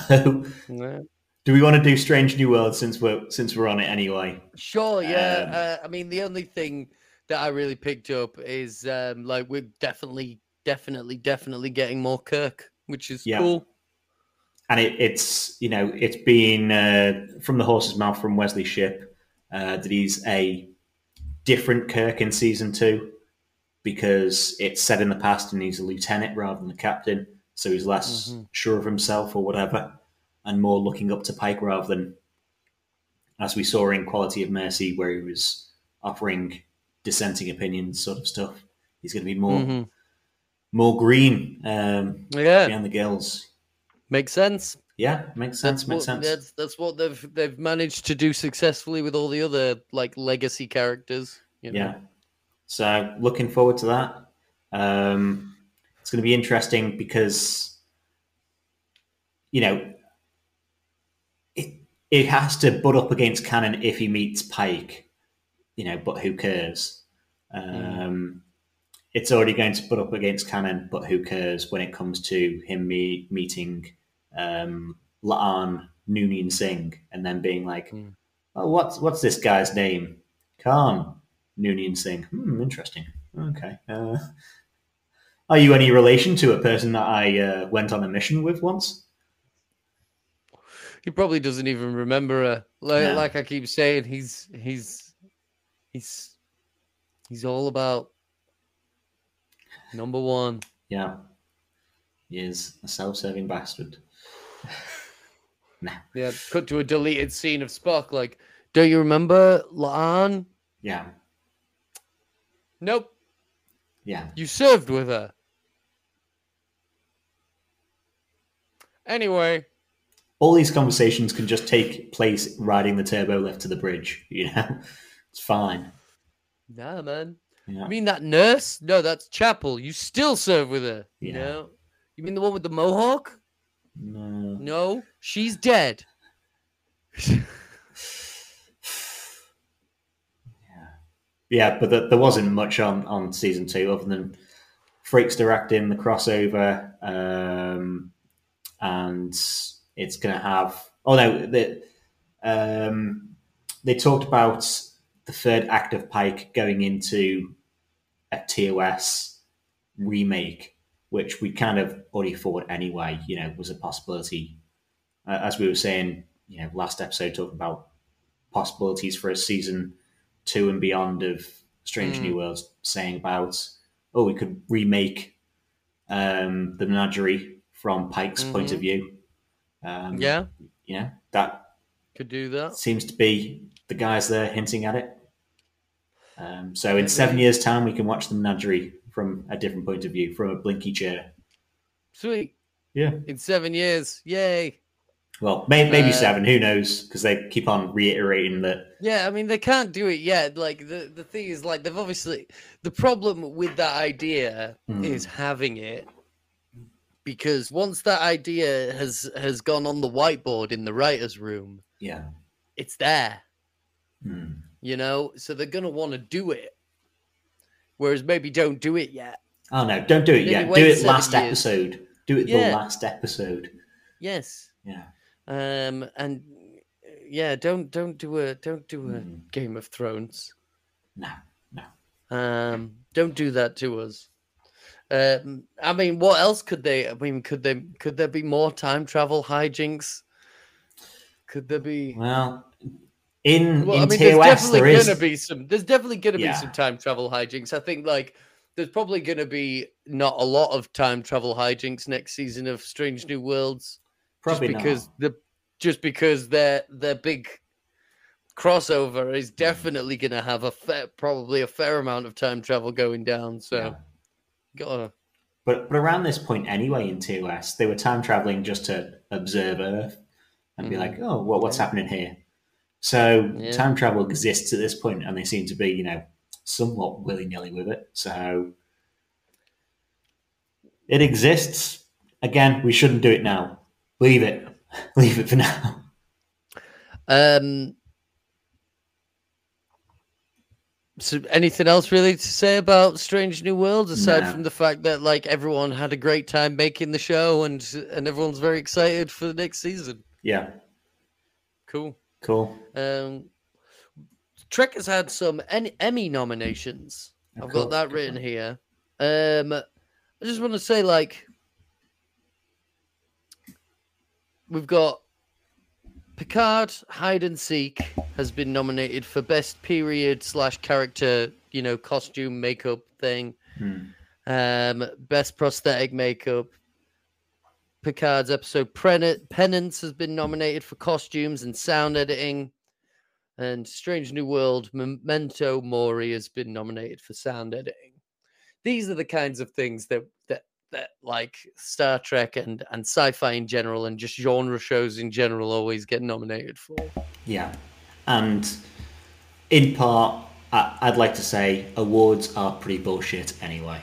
S1: yeah.
S2: do we want to do Strange New Worlds since we're since we're on it anyway?
S1: Sure,
S2: Um,
S1: yeah. uh, I mean, the only thing that I really picked up is um, like we're definitely, definitely, definitely getting more Kirk, which is
S2: Yeah.
S1: cool.
S2: and it, it's you know it's been uh, from the horse's mouth from Wesley Ship uh, that he's a different Kirk in season two. because it's said in the past and he's a lieutenant rather than a captain, so he's less
S1: Mhm.
S2: sure of himself or whatever, and more looking up to Pike rather than, as we saw in Quality of Mercy, where he was offering dissenting opinions, sort of stuff. He's going to be more
S1: Mhm.
S2: more green um,
S1: Yeah,
S2: behind the girls.
S1: makes sense.
S2: Yeah, makes sense.
S1: That's
S2: Makes
S1: what,
S2: sense.
S1: that's that's what they've they've managed to do successfully with all the other like legacy characters. You know?
S2: Yeah. So looking forward to that. Um, it's going to be interesting because, you know, it, it has to butt up against Cannon if he meets Pike, you know, but who cares? Um, It's already going to butt up against Cannon, but who cares when it comes to him me- meeting um, Laan, Noonan Singh, and then being like,
S1: Hmm.
S2: oh, what's, what's this guy's name? Khan. Noonien Singh. Hmm, interesting. Okay. Uh, are you any relation to a person that I uh, went on a mission with once?
S1: He probably doesn't even remember her. Like,
S2: No.
S1: like I keep saying, he's he's he's he's all about number one.
S2: Yeah. He is a self serving bastard.
S1: Yeah, cut to a deleted scene of Spock. Like, don't you remember Laan?
S2: Yeah.
S1: Nope,
S2: Yeah.
S1: you served with her. Anyway,
S2: All these conversations can just take place riding the turbo lift to the bridge, [laughs] you know? It's fine.
S1: nah, man.
S2: Yeah.
S1: You mean that nurse? No, that's Chapel. You still serve with her. You
S2: Yeah.
S1: know? You mean the one with the mohawk?
S2: No.
S1: No, she's dead.
S2: Yeah, but th there wasn't much on on season two other than Freaks directing the crossover, um, and it's going to have. Oh no, the, um, they talked about the third act of Pike going into a TOS remake, which we kind of already thought anyway. You know, was a possibility. Uh, as we were saying, you know, last episode talking about possibilities for a season two and beyond of Strange
S1: Mm.
S2: New Worlds, saying about oh, we could remake um, the menagerie from Pike's point of view. Um,
S1: Mm-hmm. yeah,
S2: you know that
S1: could do that.
S2: seems to be the guys there hinting at it. Um, so in
S1: Yeah,
S2: seven
S1: maybe.
S2: years' time, we can watch the menagerie from a different point of view, from a blinky chair.
S1: Sweet.
S2: Yeah.
S1: In seven years. Yay.
S2: Well, may, maybe
S1: Uh,
S2: seven. Who knows? Because they keep on reiterating that.
S1: Yeah, I mean they can't do it yet. Like the, the thing is like they've obviously the problem with that idea
S2: Mm.
S1: is having it because once that idea has has gone on the whiteboard in the writer's room,
S2: Yeah.
S1: it's there.
S2: Hmm.
S1: you know so they're going to want to do it whereas maybe don't do it yet
S2: Oh no! Don't do it
S1: Maybe
S2: yet.
S1: wait
S2: Do it
S1: seven
S2: last
S1: years.
S2: episode. Do it the
S1: Yeah.
S2: last episode.
S1: yes
S2: Yeah.
S1: um and uh, yeah don't don't do a don't do a
S2: Mm.
S1: game of thrones
S2: No. No.
S1: um don't do that to us um i mean what else could they i mean could they could there be more time travel hijinks could there be
S2: Well, in
S1: Well,
S2: in
S1: I mean, there's
S2: TOS
S1: definitely
S2: there is.
S1: gonna be some. There's definitely gonna
S2: Yeah.
S1: be some time travel hijinks. I think like there's probably gonna be not a lot of time travel hijinks next season of Strange New Worlds,
S2: probably
S1: just because
S2: not.
S1: the just because their their big crossover is definitely gonna have a fair, probably a fair amount of time travel going down. So
S2: Yeah.
S1: gotta
S2: But but around this point anyway in TOS, they were time traveling just to observe Earth and be
S1: Mhm.
S2: like, oh, what, what's
S1: Yeah.
S2: happening here? So
S1: Yeah.
S2: time travel exists at this point, and they seem to be, you know, somewhat willy nilly with it. So it exists. Again, we shouldn't do it now. Leave it. [laughs] Leave it for now. [laughs]
S1: um. So, anything else really to say about Strange New Worlds aside
S2: No.
S1: from the fact that like everyone had a great time making the show and and everyone's very excited for the next season?
S2: Yeah.
S1: Cool.
S2: Cool.
S1: Um, Trek has had some en- Emmy nominations.
S2: Of
S1: I've
S2: course,
S1: got that
S2: good
S1: written
S2: one.
S1: here. Um, I just want to say like we've got Picard Hide and Seek has been nominated for best period slash character, you know, costume makeup thing.
S2: Hmm.
S1: Um, best prosthetic makeup. Picard's episode Pren- Penance has been nominated for costumes and sound editing. And Strange New World Memento Mori has been nominated for sound editing. These are the kinds of things that that that like Star Trek and and sci-fi in general and just genre shows in general always get nominated for.
S2: Yeah. And in part, I, I'd like to say awards are pretty bullshit anyway.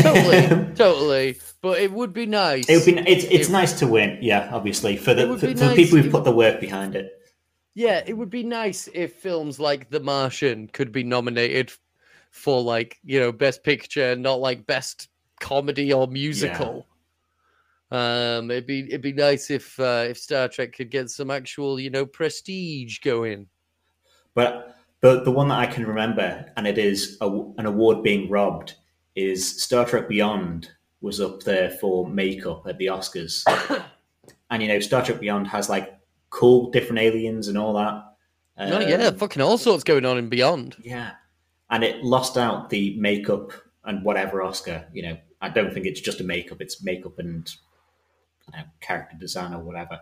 S1: Totally, totally. But it would be nice.
S2: It would be it's it's
S1: It-
S2: nice to win, yeah, obviously for
S1: It
S2: the
S1: would
S2: for,
S1: be
S2: for the
S1: nice
S2: people who
S1: if-
S2: put the work behind it.
S1: Yeah, it would be nice if films like The Martian could be nominated f- for like, you know, best picture, not like best comedy or musical. Um it'd be it'd be nice if uh, if Star Trek could get some actual, you know, prestige going.
S2: But but the one that I can remember, and it is a, an award being robbed, is Star Trek Beyond was up there for makeup at
S1: [coughs]
S2: the Oscars, and you know Star Trek Beyond has like cool different aliens and all that.
S1: no, Oh, yeah,
S2: Um,
S1: fucking all sorts going on and beyond.
S2: yeah, and it lost out the makeup and whatever Oscar. You know, I don't think it's just a makeup; it's makeup and I don't know, character design or whatever.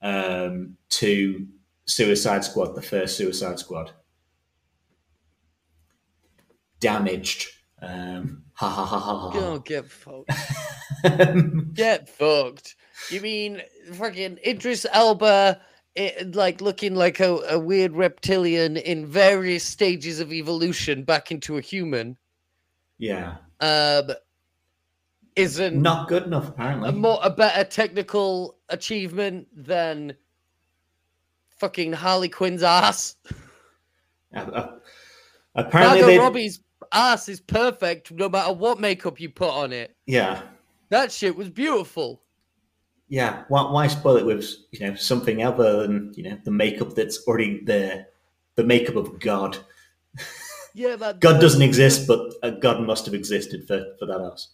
S2: Um, to Suicide Squad, the first Suicide Squad, damaged. Um, [laughs] ha ha ha ha ha.
S1: Oh,
S2: ha.
S1: get fucked. get fucked. You mean fucking Idris Elba, eh, like looking like a, a weird reptilian in various stages of evolution back into a human?
S2: [laughs] yeah,
S1: Um, isn't
S2: not good enough apparently.
S1: a more a better technical achievement than fucking Harley Quinn's ass?
S2: Uh, uh, apparently,
S1: Margot
S2: they,
S1: Robbie's ass is perfect no matter what makeup you put on it.
S2: yeah,
S1: That shit was beautiful.
S2: yeah, why, why spoil it with you know something other than you know the makeup that's already there, the makeup of God.
S1: Yeah, but
S2: God doesn't exist, but a God must have existed for for that house.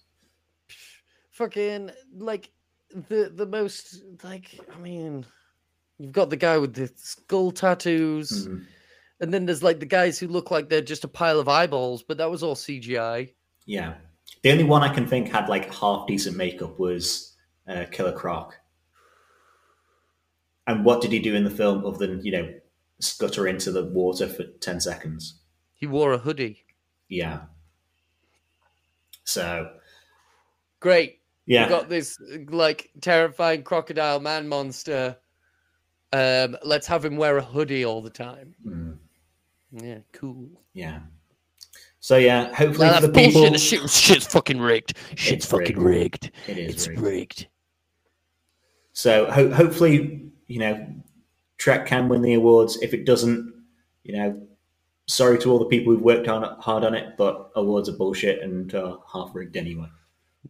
S1: fucking like the the most like I mean, you've got the guy with the skull tattoos,
S2: Mm.
S1: and then there's like the guys who look like they're just a pile of eyeballs, but that was all CGI.
S2: Yeah, the only one I can think had like half decent makeup was uh, Killer Croc. And what did he do in the film other than you know scutter into the water for ten seconds?
S1: He wore a hoodie.
S2: Yeah. So
S1: Great.
S2: yeah,
S1: We've got this like terrifying crocodile man monster. Um, let's have him wear a hoodie all the time.
S2: Mm,
S1: Yeah, cool.
S2: yeah. So yeah, hopefully
S1: Now
S2: for
S1: that's
S2: the people.
S1: bullshit. The shit, shit's fucking rigged. Shit's
S2: It's
S1: fucking rigged.
S2: It is
S1: It's
S2: rigged.
S1: rigged.
S2: So ho- hopefully, you know, Trek can win the awards. If it doesn't, you know, sorry to all the people who've worked on hard on it, but awards are bullshit and uh, half rigged anyway.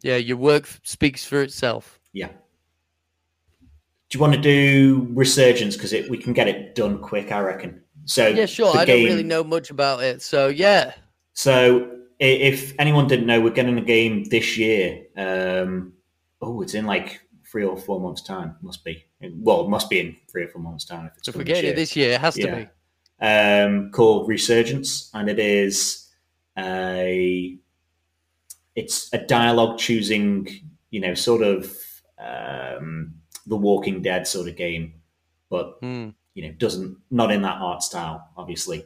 S1: Yeah, your work f- speaks for itself.
S2: Yeah. Do you want to do resurgence because we can get it done quick? I reckon. So
S1: Yeah, sure.
S2: the
S1: I
S2: game-
S1: don't really know much about it, so yeah.
S2: So i- if anyone didn't know, we're getting a game this year. Um, oh, it's in like three or four months' time. Must be. Well, it must be in three or four months' time. If, it's
S1: So if we
S2: coming
S1: get
S2: year.
S1: it this year, it has to
S2: Yeah.
S1: be.
S2: um, called Resurgence, and it is a it's a dialogue choosing, you know, sort of um, the Walking Dead sort of game, but
S1: Hmm.
S2: you know, doesn't not in that art style, obviously.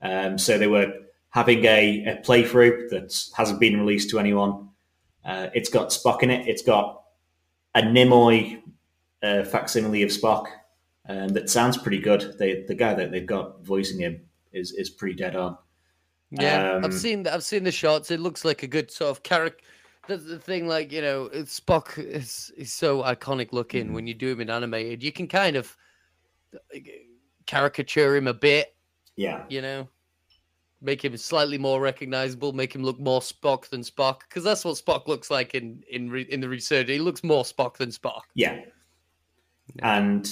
S2: Um, so they were having a, a playthrough that hasn't been released to anyone. Uh, it's got Spock in it. It's got a Nimoy uh, facsimile of Spock um, that sounds pretty good. They, the guy that they've got voicing him is is pretty dead on.
S1: Yeah,
S2: Um,
S1: I've seen that. I've seen the shots. It looks like a good sort of character. That's the thing, like you know, it's- Spock is is so iconic looking.
S2: Mhm.
S1: When you do him in animated, you can kind of like, caricature him a bit.
S2: Yeah,
S1: You know, make him slightly more recognizable. Make him look more Spock than Spock, because that's what Spock looks like in in re- in the research. He looks more Spock than Spock.
S2: yeah, and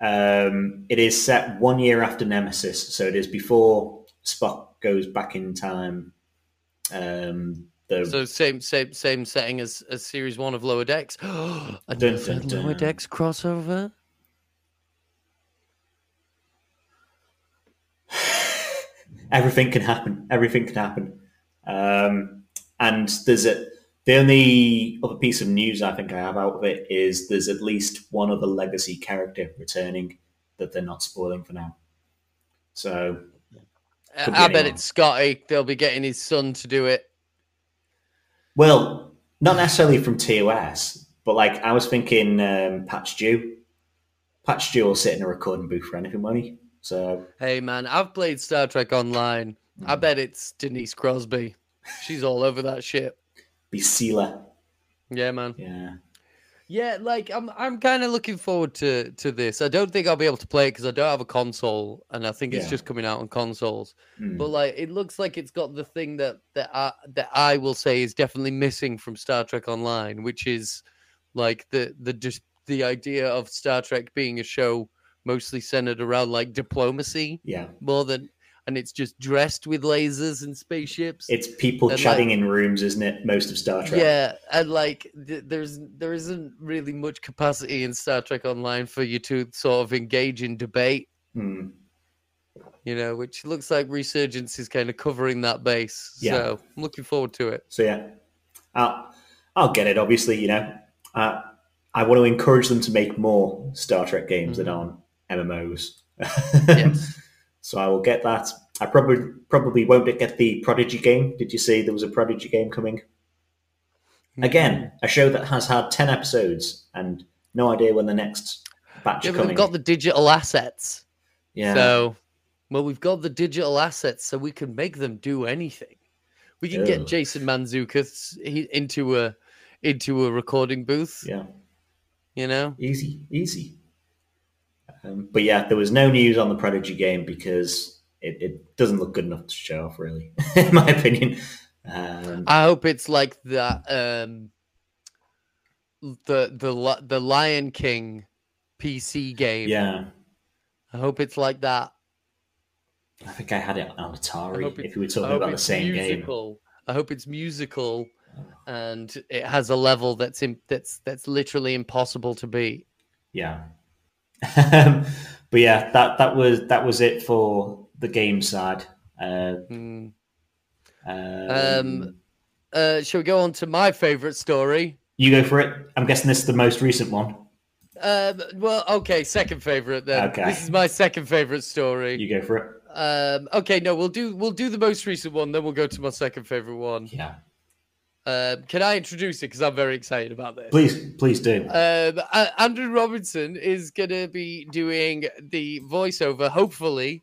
S2: um, it is set one year after Nemesis, so it is before Spock goes back in time. Um, the
S1: So same same same setting as, as series one of Lower Decks. [gasps] Another
S2: dun,
S1: Lower
S2: dun.
S1: Decks crossover.
S2: everything can happen. Everything can happen. Um, And there's a the only other piece of news I think I have out of it is there's at least one other legacy character returning that they're not spoiling for now. So
S1: I,
S2: Could be
S1: I bet
S2: anyone.
S1: it's Scotty. They'll be getting his son to do it.
S2: Well, not necessarily from TOS, but like I was thinking um, Patch Dew. Patch Dew will sit in a recording booth for anything money. So
S1: Hey man, I've played Star Trek Online.
S2: Hmm.
S1: I bet it's Denise Crosby. She's all over that shit.
S2: be Sealer.
S1: Yeah, man.
S2: Yeah.
S1: Yeah, like I'm, I'm kind of looking forward to to this. I don't think I'll be able to play it because I don't have a console, and I think it's
S2: Yeah.
S1: just coming out on consoles.
S2: Mm.
S1: But like, it looks like it's got the thing that that I, that I will say is definitely missing from Star Trek Online, which is like the the just the idea of Star Trek being a show mostly centered around like diplomacy
S2: yeah.
S1: more than, and it's just dressed with lasers and spaceships.
S2: It's people
S1: And,
S2: chatting in rooms, isn't it? Most of Star Trek.
S1: Yeah, and like th- there's there isn't really much capacity in Star Trek Online for you to sort of engage in debate,
S2: Mm.
S1: you know, which looks like Resurgence is kind of covering that base.
S2: Yeah.
S1: So I'm looking forward to it.
S2: So yeah, I'll, I'll get it. Obviously, you know, uh, I want to encourage them to make more Star Trek games that aren't MMOs.
S1: Mm-hmm. Yes.
S2: [laughs] So I will get that. I probably probably won't get the Prodigy game. Did you see there was a Prodigy game coming?
S1: Mm-hmm.
S2: Again, a show that has had ten episodes and no idea when the next batch
S1: yeah,
S2: are
S1: but
S2: coming.
S1: we've got the digital assets.
S2: yeah,
S1: So, well, we've got the digital assets, so we can make them do anything. We can
S2: Yeah.
S1: get Jason Manzukas into a into a recording booth.
S2: yeah,
S1: You know,
S2: easy, easy. Um, but yeah, there was no news on the Prodigy game because it, it doesn't look good enough to show off, really, [laughs] in my opinion. Um,
S1: I hope it's like that. Um, the the Li- the Lion King PC game.
S2: yeah,
S1: I hope it's like that.
S2: I think I had it on
S1: I
S2: Atari.
S1: hope it-
S2: If we were
S1: I
S2: talking
S1: hope
S2: about the
S1: it's
S2: same game,
S1: musical. I hope it's musical, and it has a level that's in, that's that's literally impossible to beat.
S2: Yeah. [laughs] Um, but yeah, that that was that was it for the game side. Uh,
S1: Mm.
S2: um,
S1: Um, Uh, shall we go on to my favorite story?
S2: you go for it. I'm guessing this is the most recent one.
S1: Um, well, okay, second favorite then.
S2: Okay.
S1: This is my second favorite story.
S2: You go for it.
S1: Um, okay, no, we'll do we'll do the most recent one, then we'll go to my second favorite one.
S2: Yeah,
S1: Um, can I introduce it? Because I'm very excited about this.
S2: please, please do.
S1: Um, A- Andrew Robinson is gonna be doing the voiceover, hopefully,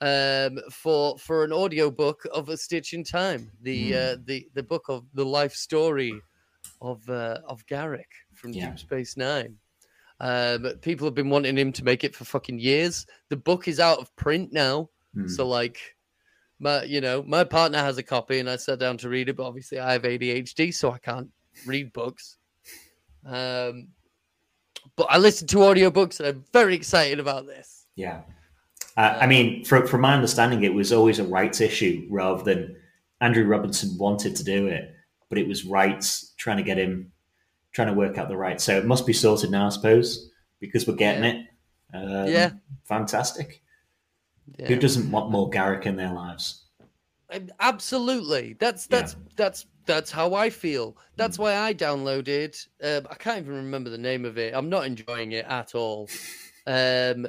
S1: um, for for an audiobook of A Stitch in Time, the uh, the the book of the life story of uh, of Garrick from
S2: Yeah.
S1: Deep Space Nine. Um, people have been wanting him to make it for fucking years. The book is out of print now.
S2: Hmm.
S1: So like my you know, my partner has a copy and I sat down to read it, but obviously I have ADHD, so I can't read books. Um but I listen to audiobooks and I'm very excited about this.
S2: Yeah. Uh, I mean, from, from my understanding, it was always a rights issue rather than Andrew Robinson wanted to do it, but it was rights trying to get him, trying to work out the rights. So it must be sorted now, I suppose, because we're getting
S1: Yeah.
S2: it. Um,
S1: Yeah.
S2: Fantastic. Who
S1: Yeah.
S2: doesn't want more Garrick in their lives?
S1: Um, Absolutely. That's
S2: Yeah.
S1: that's that's that's how I feel. That's why I downloaded um, I can't even remember the name of it. I'm not enjoying it at all. Um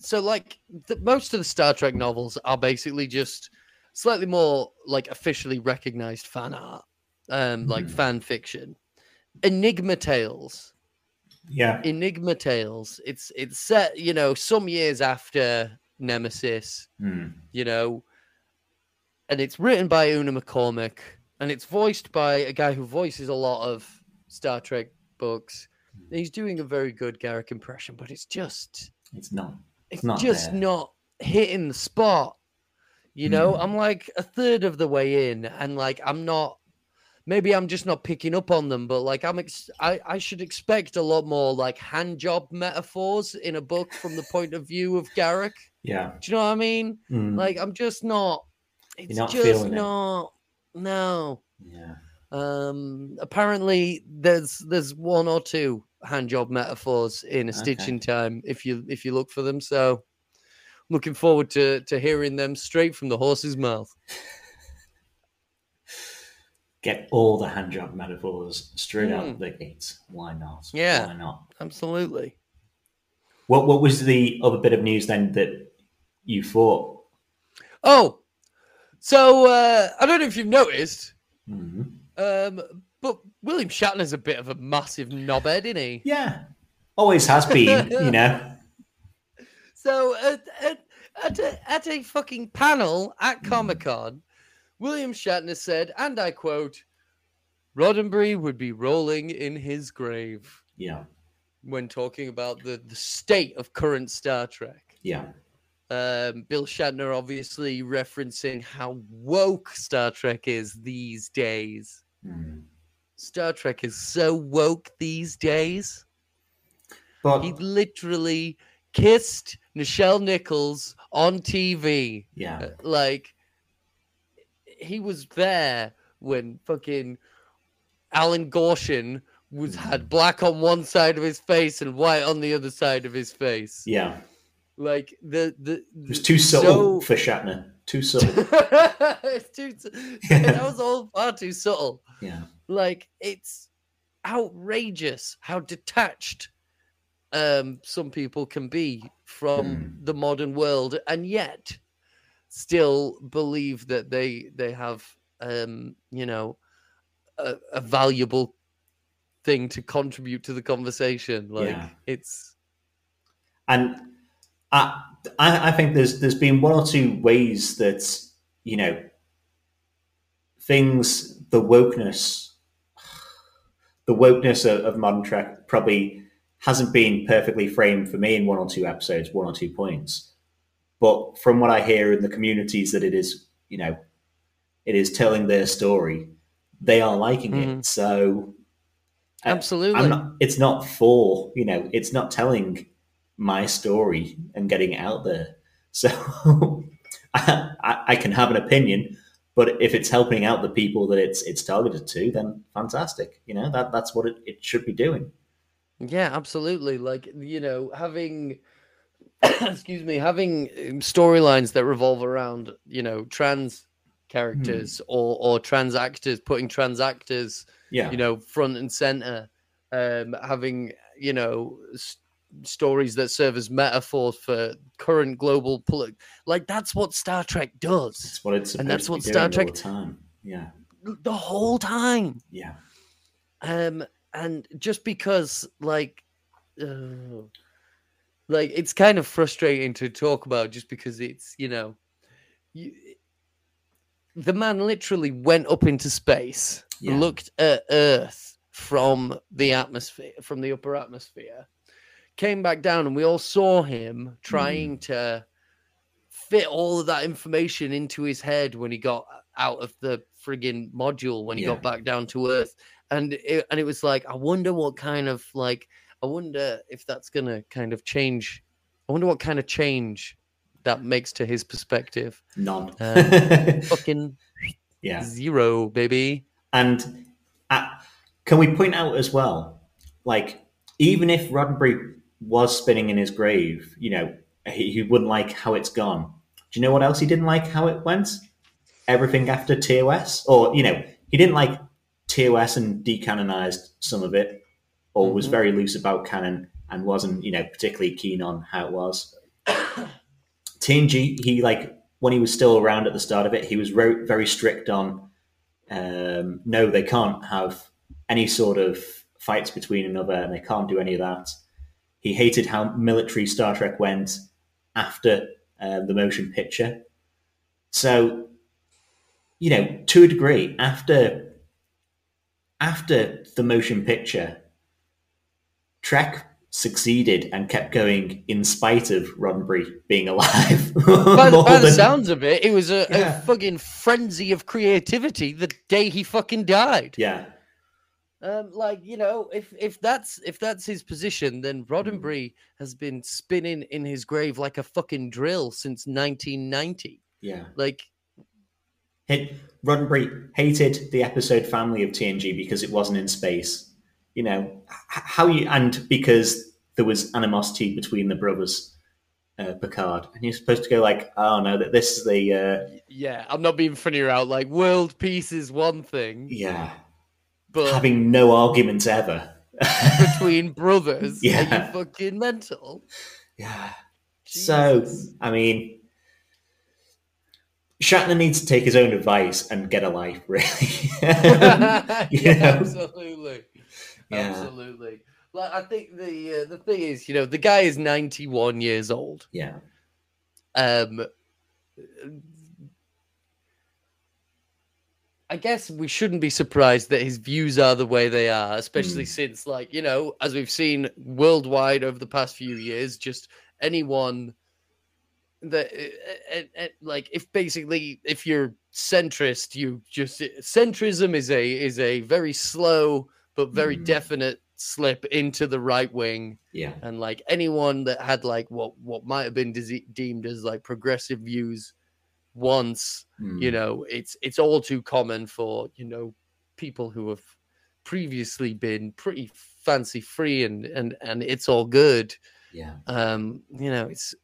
S1: so like the, most of the Star Trek novels are basically just slightly more like officially recognized fan art, um, like
S2: Mhm.
S1: fan fiction. Enigma Tales,
S2: Yeah.
S1: Enigma Tales. It's it's set, you know, some years after Nemesis,
S2: Hmm.
S1: you know, and it's written by Una McCormick, and it's voiced by a guy who voices a lot of Star Trek books.
S2: Hmm.
S1: And he's doing a very good Garrick impression, but it's just
S2: It's not.
S1: it's
S2: not
S1: just
S2: there. Hmm.
S1: not hitting the spot. You know, I'm like a third of the way in, and like I'm not. Maybe I'm just not picking up on them, but like I'm, ex- I I should expect a lot more like hand job metaphors in a book from the point of view of Garrick.
S2: Yeah.
S1: Do you know what I mean?
S2: Hmm.
S1: Like I'm just not. It's
S2: not
S1: just
S2: feeling it.
S1: not. No.
S2: yeah.
S1: Um. Apparently, there's there's one or two hand job metaphors in a stitch
S2: Okay.
S1: in time if you if you look for them. So, looking forward to to hearing them straight from the horse's mouth.
S2: get all the hand job metaphors straight out the gate. Why not?
S1: Hmm. Yeah.
S2: Why not?
S1: Absolutely.
S2: What What was the other bit of news then that you thought?
S1: Oh, so uh, I don't know if you've noticed,
S2: Mhm.
S1: um, but William Shatner's a bit of a massive knobhead, isn't he?
S2: Yeah, always has been. [laughs] you know.
S1: So at, at, at, a, at a fucking panel at Comic Con, William Shatner said, and I quote, Roddenberry would be rolling in his grave
S2: Yeah.
S1: when talking about the, the state of current Star Trek.
S2: Yeah.
S1: Um, Bill Shatner obviously referencing how woke Star Trek is these days.
S2: Mm.
S1: Star Trek is so woke these days.
S2: But
S1: He literally kissed Nichelle Nichols on TV.
S2: yeah,
S1: Uh, [laughs] Like he was there when fucking Alan Gorshin was
S2: Mm.
S1: had black on one side of his face and white on the other side of his face.
S2: yeah,
S1: Like the the
S2: it was too
S1: So-
S2: subtle for Shatner. Too subtle.
S1: [laughs] it's too that was all far too subtle.
S2: [laughs] yeah.
S1: like it's outrageous how detached um some people can be from
S2: Hmm.
S1: the modern world and yet still believe that they they have um you know a, a valuable thing to contribute to the conversation like
S2: Yeah.
S1: it's
S2: and I, I I think there's there's been one or two ways that you know things the wokeness the wokeness of, of modern track probably hasn't been perfectly framed for me in one or two episodes one or two points but from what I hear in the communities that it is you know it is telling their story they are liking it so uh,
S1: absolutely
S2: I'm not, it's not for, you know, it's not telling my story and getting it out there. [laughs] So I, I I can have an opinion, but if it's helping out the people that it's it's targeted to, then fantastic. You know, that that's what it, it should be doing.
S1: Yeah, absolutely. Like, you know, having [clears throat] excuse me, having um, storylines that revolve around, you know, trans characters or or trans actors, putting trans actors,
S2: Yeah.
S1: you know, front and center, um having, you know, s- stories that serve as metaphors for current global polit- like that's what Star Trek does
S2: that's what it's
S1: and that's
S2: supposed to be
S1: what Star
S2: doing
S1: Trek-
S2: all the time. Yeah.
S1: the whole time.
S2: Yeah.
S1: um and just because like uh, like it's kind of frustrating to talk about just because it's you know you, the man literally went up into space
S2: Yeah.
S1: looked at earth from the atmosphere from the upper atmosphere came back down and we all saw him trying to fit all of that information into his head when he got out of the friggin module when he
S2: Yeah.
S1: got back down to earth and it, and it was like i wonder what kind of like i wonder if that's going to kind of change i wonder what kind of change that makes to his perspective
S2: None.
S1: Um, fucking
S2: [laughs] yeah.
S1: zero
S2: [laughs]
S1: baby
S2: And uh, can we point out as well, like, even if Roddenberry was spinning in his grave, you know, he, he wouldn't like how it's gone. Do you know what else he didn't like how it went? Everything after TOS? Or, you know, he didn't like TOS and decanonized some of it, or was
S1: Mhm.
S2: very loose about canon and wasn't, you know, particularly keen on how it was. [coughs] TNG, he, like, when he was still around at the start of it, he was very, very strict on um, no, they can't have any sort of fights between another, and they can't do any of that. He hated how military Star Trek went after um, the motion picture. So, you know, to a degree, after after the motion picture, Trek succeeded and kept going in spite of Roddenberry being alive. [laughs]
S1: by, the-
S2: More
S1: by the
S2: than-
S1: sounds of it, it was a,
S2: Yeah.
S1: a fucking frenzy of creativity the day he fucking died.
S2: yeah,
S1: Um, like you know, if if that's if that's his position, then Roddenberry has been spinning in his grave like a fucking drill since 1990.
S2: yeah.
S1: Like,
S2: Hit, Roddenberry hated the episode family of TNG because it wasn't in space. You know h- how you and because there was animosity between the brothers. uh, Picard, and you're supposed to go like, "Oh no, that this is the uh,
S1: Yeah, I'm not being funny out. Like world peace is one
S2: [laughs]
S1: thing,
S2: yeah
S1: but
S2: having no arguments ever."
S1: [laughs] between brothers, are
S2: Yeah.
S1: you fucking mental?
S2: Yeah. So [laughs]
S1: Jesus.
S2: I mean, Shatner needs to take his own advice and get a life, [laughs]
S1: [laughs]
S2: really.
S1: yeah,
S2: you know?
S1: absolutely,
S2: Yeah.
S1: absolutely. Like I think the uh, the thing is, you know, the guy is 91 years old.
S2: yeah,
S1: Um, I guess we shouldn't be surprised that his views are the way they are, especially
S2: Hmm.
S1: since, like, you know, as we've seen worldwide over the past few years, just anyone that, uh, uh, uh, like, if basically if you're centrist, you just centrism is a is a very slow but very
S2: Hmm.
S1: definite slip into the right wing
S2: yeah,
S1: and like anyone that had like what what might have been dese- deemed as like progressive views once
S2: Mm.
S1: you know it's it's all too common for you know people who have previously been pretty fancy free and and and it's all good
S2: yeah,
S1: um you know it's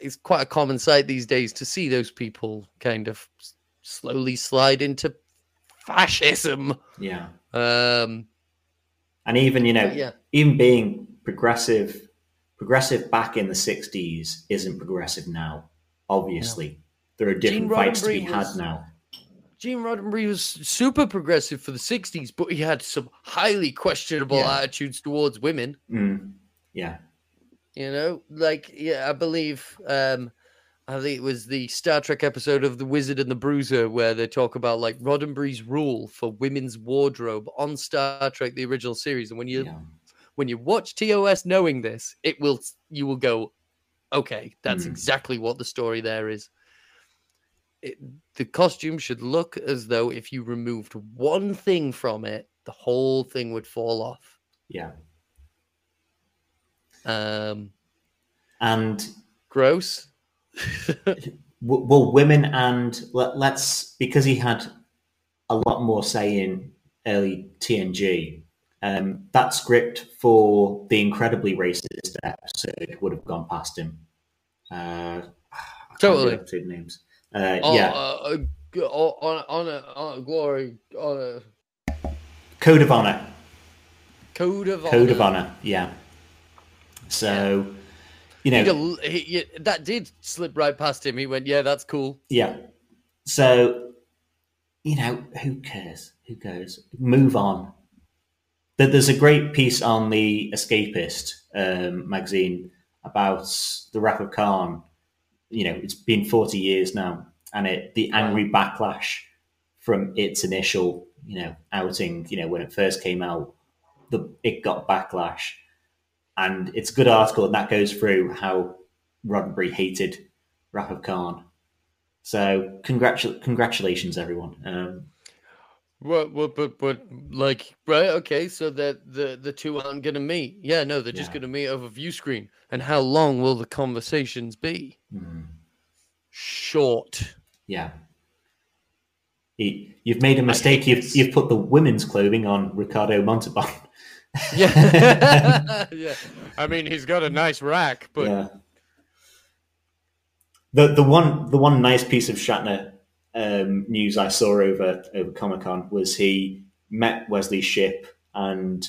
S1: it's quite a common sight these days to see those people kind of s- slowly slide into fascism
S2: yeah.
S1: um
S2: And even you know,
S1: but yeah
S2: even being progressive, progressive back in the '60s isn't progressive now. Obviously, there are
S1: Gene
S2: different fights to be
S1: Roddenberry
S2: had
S1: was-
S2: now.
S1: Gene Roddenberry was super progressive for the 60s, but he had some highly questionable
S2: Yeah.
S1: attitudes towards women.
S2: Mm. Yeah,
S1: You know, like, yeah, I believe, um, I think it was the Star Trek episode of The Wizard and the Bruiser where they talk about like Roddenberry's rule for women's wardrobe on Star Trek, the original series. And when you
S2: yeah,
S1: when you watch TOS knowing this, it will you will go, okay, that's
S2: Hmm.
S1: exactly what the story there is. It, the costume should look as though if you removed one thing from it, the whole thing would fall off.
S2: yeah.
S1: Um,
S2: And
S1: gross.
S2: w- well, women and let, let's because he had a lot more say in early TNG. Um, that script for the incredibly racist episode would have gone past him. Uh, I can't
S1: Totally.
S2: remember the episode names. Uh,
S1: Oh,
S2: yeah,
S1: uh, uh, g- oh, on, on, a, on a glory, on a
S2: Code of Honor.
S1: code of
S2: Code of
S1: honor.
S2: Honor. Yeah. So, you know,
S1: He'd a l- he- yeah, that did slip right past him. He went, "Yeah, that's cool."
S2: Yeah. So, you know, who cares? Who goes? Move on. But there's a great piece on the Escapist um, magazine about the Wrath of Khan. You know, it's been 40 years now, and it the angry backlash from its initial, you know, outing. You know, when it first came out, the it got backlash, and it's a good article, and that goes through how Roddenberry hated Wrath of Khan. So congratu- congratulations, everyone. Um,
S1: What, what, but, but, like, right? Okay, so that the the two aren't gonna meet. Yeah, no, they're just
S2: Yeah.
S1: gonna meet over view screen. And how long will the conversations be?
S2: mm,
S1: Short.
S2: yeah. You- You've made a mistake. You've,
S1: this.
S2: you've put the women's clothing on Ricardo Montalban.
S1: Yeah, [laughs] yeah. I mean, he's got a nice rack, but
S2: yeah. The the one the one nice piece of Shatner um, news I saw over over Comic Con was he met Wesley Ship and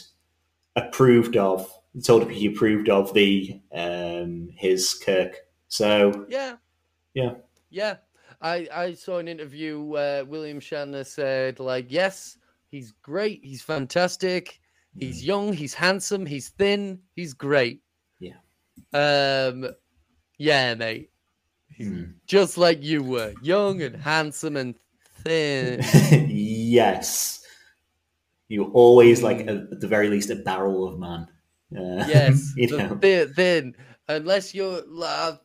S2: approved of told him he approved of the um, his Kirk. So
S1: yeah,
S2: Yeah.
S1: yeah. I I saw an interview where William Shatner said like, yes, he's great, he's fantastic,
S2: Mm.
S1: he's young, he's handsome, he's thin, he's great.
S2: Yeah.
S1: Um, yeah, mate. He's
S2: mm.
S1: just like you were, young and handsome and thin.
S2: [laughs] yes. You always like a, at the very least a barrel of man. Uh,
S1: Yes,
S2: [laughs] you
S1: the
S2: know.
S1: thi- thin. Unless you're uh,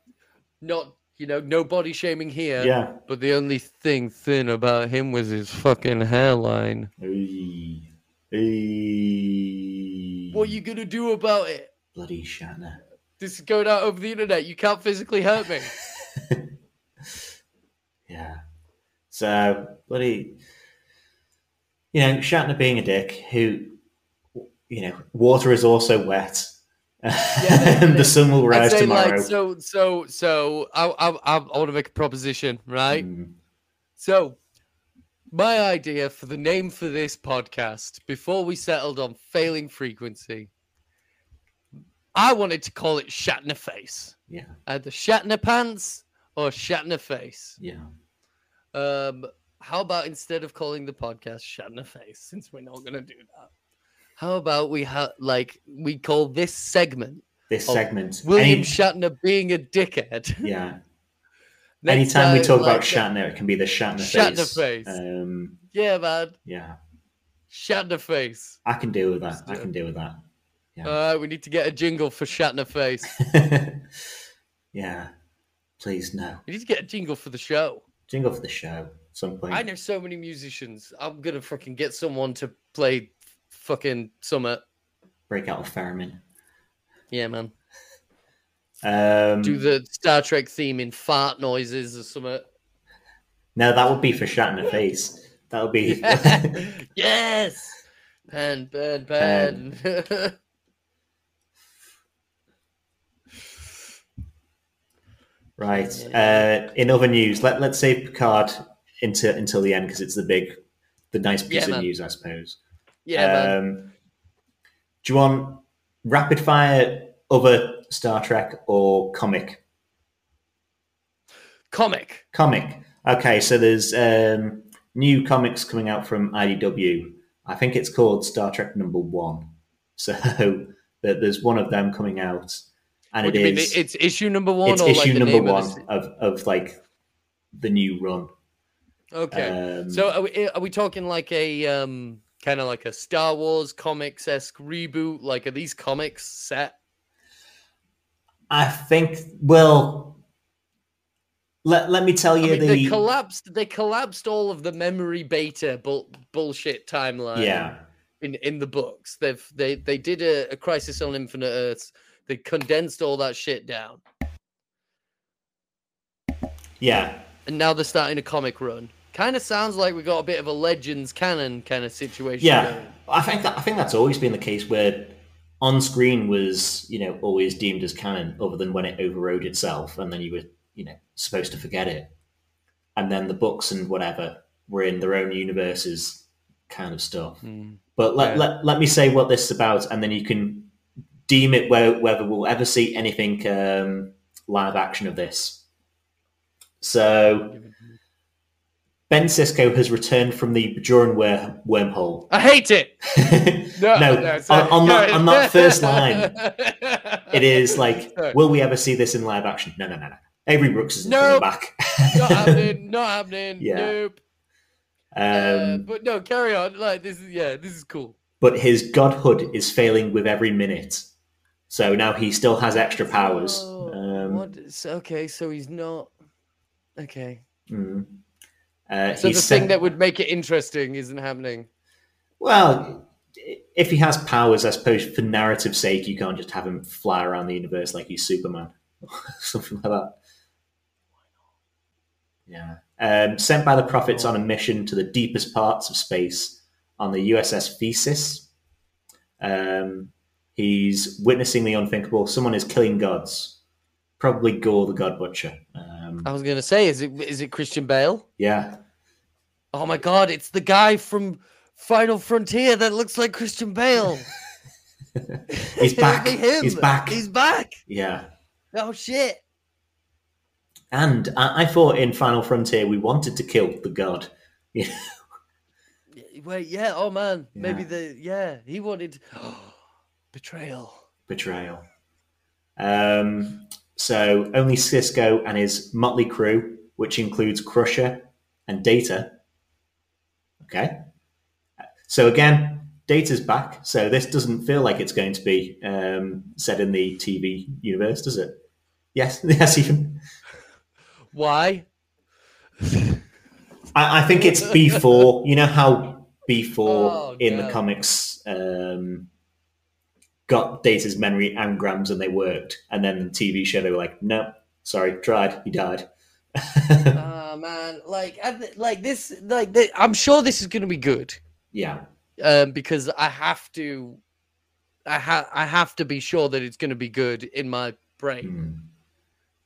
S1: not, you know, no body shaming here.
S2: Yeah.
S1: But the only thing thin about him was his fucking hairline.
S2: Oy. Oy.
S1: What are you gonna do about it?
S2: bloody Shatner?
S1: This is going out over the internet. You can't physically hurt me.
S2: Yeah. So bloody, you know, Shatner being a dick who, you know, water is also wet. Yeah, [laughs] the sun will rise
S1: I'd say,
S2: tomorrow.
S1: Like, so, so, so I, I, I, I want to make a proposition, right?
S2: Mm.
S1: So, my idea for the name for this podcast, before we settled on failing frequency, I wanted to call it Shatner Face.
S2: Yeah,
S1: Either Shatner Pants or Shatner Face.
S2: yeah.
S1: Um, how about instead of calling the podcast Shatner Face, since we're not going to do that, how about we have like we call this segment
S2: This
S1: Oh,
S2: segment.
S1: William
S2: Any-
S1: Shatner being a dickhead?
S2: yeah.
S1: [laughs] Next
S2: Anytime we
S1: time,
S2: talk about
S1: like,
S2: Shatner, it can be the Shatner,
S1: Shatner
S2: face.
S1: face.
S2: Um,
S1: Yeah, man.
S2: yeah,
S1: Shatner face.
S2: I can deal with that.
S1: Let's
S2: I
S1: do
S2: can deal with that. Yeah.
S1: All right, Uh, we need to get a jingle for Shatner face.
S2: [laughs] yeah. Please no.
S1: we need to get a jingle for the show.
S2: Jingle for the show. at Some point.
S1: I know so many musicians. I'm gonna fucking get someone to play fucking Summit.
S2: Break out of Fermin.
S1: Yeah, man.
S2: Um,
S1: Do the Star Trek theme in fart noises or
S2: [laughs]
S1: something.
S2: no, that would be
S1: [laughs]
S2: for Shatner face. That would be.
S1: yes. Pen, pen, pen.
S2: [laughs] Right. Uh, in other news, let let's save Picard into until the end because it's the big, the nice piece
S1: Yeah,
S2: of
S1: man.
S2: news, I suppose.
S1: [laughs] yeah, man.
S2: Um, do you want rapid fire other Star Trek or comic?
S1: Comic.
S2: Comic. Okay, so there's um, new comics coming out from IDW. I think it's called Star Trek Number One. [laughs] So there- there's one of them coming out, and
S1: What do
S2: it
S1: you mean?
S2: is
S1: It's issue number one
S2: it's
S1: or
S2: issue
S1: like the
S2: number
S1: name
S2: one
S1: of the...
S2: of, of like the new run.
S1: Okay.
S2: Um,
S1: So are we, are we talking like a um kind of like a Star Wars comics esque reboot? Like are these comics set?
S2: I think well let, let me tell
S1: I
S2: you
S1: mean,
S2: the
S1: they collapsed. They collapsed all of the memory beta bull, bullshit timeline.
S2: yeah
S1: In, in the books, they've they they did a, a Crisis on Infinite Earths. They condensed all that shit down,
S2: yeah
S1: and now they're starting a comic run. Kind of sounds like we got a bit of a Legends canon kind of situation.
S2: yeah.
S1: going.
S2: I think that, I think that's always been the case where on screen was you know always deemed as canon other than when it overrode itself and then you were you know supposed to forget it and then the books and whatever were in their own universes kind of stuff. But let,
S1: Yeah.
S2: let, let me say what this is about, and then you can deem it whe- whether we'll ever see anything um, live action of this.
S1: Hmm.
S2: So, Ben Sisko has returned from the Bajoran wor- wormhole. [laughs]
S1: I hate it. No,
S2: No,
S1: that's
S2: on-
S1: it.
S2: on that-
S1: No,
S2: on
S1: it-
S2: that
S1: [laughs]
S2: first line, it is like,
S1: Sorry.
S2: will we ever see this in live action? No, no, no, no. Avery Brooks isn't
S1: No.
S2: coming back.
S1: not happening. Not happening.
S2: [laughs] Yeah.
S1: Nope. Uh,
S2: um,
S1: but no, carry on. Like this is yeah, this is cool.
S2: but his godhood is failing with every minute. So now he still has extra powers.
S1: So,
S2: Um,
S1: Oh, what is- okay, so he's not. Okay.
S2: mm. Uh,
S1: So the
S2: he's
S1: thing
S2: sent-
S1: that would make it interesting isn't happening.
S2: Well, if he has powers, I suppose for narrative sake, you can't just have him fly around the universe like he's Superman, [laughs] something like that. Yeah. Um, sent by the prophets on a mission to the deepest parts of space on the USS Thesis. Um, he's witnessing the unthinkable. Someone is killing gods, probably Gore the God Butcher. Um,
S1: I was gonna say, is it is it Christian Bale?
S2: yeah,
S1: Oh my god, it's the guy from Final Frontier that looks like Christian Bale.
S2: [laughs] he's
S1: [laughs]
S2: back.
S1: It'll be him.
S2: He's back.
S1: He's back.
S2: Yeah.
S1: Oh shit.
S2: And I, I thought in Final Frontier we wanted to kill the god.
S1: Y- Wait, yeah. Oh man, maybe
S2: Yeah.
S1: the yeah he wanted [gasps] betrayal.
S2: Betrayal. Um, so only Cisco and his motley crew, which includes Crusher and Data. Okay. So again, Data's back. So this doesn't feel like it's going to be um, said in the TV universe, does it? Yes, [laughs] yes, even.
S1: Why?
S2: I, I think
S1: [laughs]
S2: it's B4. You know how B4
S1: Oh,
S2: in the
S1: no.
S2: comics um, got Data's memory and Grams and they worked. And then the TV show, they were like, no, sorry, tried, he died. [laughs]
S1: Ah man, like I th- like this, like th- I'm sure this is gonna be good
S2: Yeah.
S1: um, because I have to, I ha- I have to be sure that it's going to be good in my brain.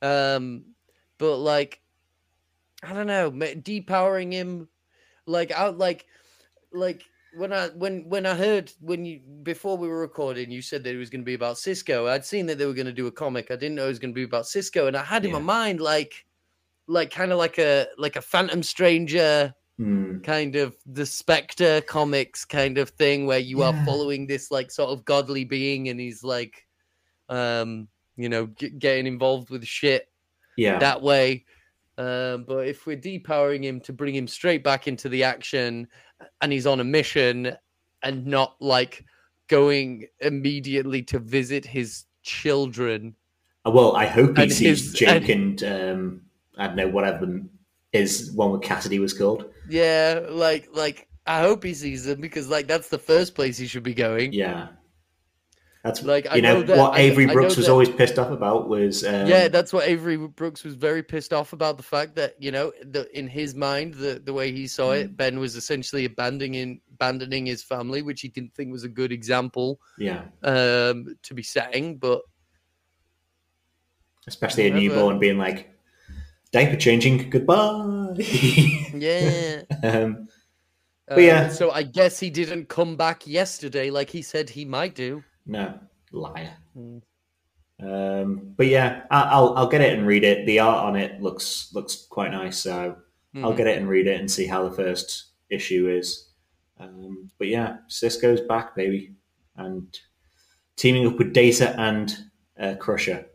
S2: Mm.
S1: Um, but like, I don't know, ma- depowering him, like out, like, like when I when when I heard when you before we were recording, you said that it was going to be about Cisco. I'd seen that they were going to do a comic. I didn't know it was going to be about Cisco, and I had in my
S2: Yeah.
S1: mind like, like kind of like a like a Phantom Stranger
S2: Mm.
S1: kind of the Spectre comics kind of thing where you
S2: Yeah.
S1: are following this like sort of godly being and he's like um you know g- getting involved with shit
S2: Yeah.
S1: that way um but if we're depowering him to bring him straight back into the action and he's on a mission and not like going immediately to visit his children
S2: Uh, well, I hope he
S1: And
S2: sees
S1: his-
S2: Jake and, um, I don't know whatever his one with Cassidy was called.
S1: yeah like like i hope he sees them because like that's the first place he should be going
S2: Yeah. That's
S1: Like,
S2: you
S1: I
S2: know,
S1: know that-
S2: what
S1: I-
S2: Avery
S1: I know
S2: Brooks was
S1: that-
S2: always pissed off about was um,
S1: yeah, that's what Avery Brooks was very pissed off about the fact that you know, the, in his mind, the the way he saw
S2: Mm.
S1: it, Ben was essentially abandoning abandoning his family, which he didn't think was a good example
S2: yeah,
S1: um, to be setting. But
S2: especially a
S1: Whatever.
S2: newborn being like diaper changing goodbye. [laughs]
S1: yeah,
S2: um,
S1: uh,
S2: yeah.
S1: So I guess he didn't come back yesterday, like he said he might do.
S2: no, liar.
S1: Mm.
S2: Um, but yeah, I, I'll I'll get it and read it. The art on it looks looks quite nice, so I'll
S1: Mm.
S2: get it and read it and see how the first issue is. Um, but yeah, Cisco's back, baby, and teaming up with Data and uh, Crusher.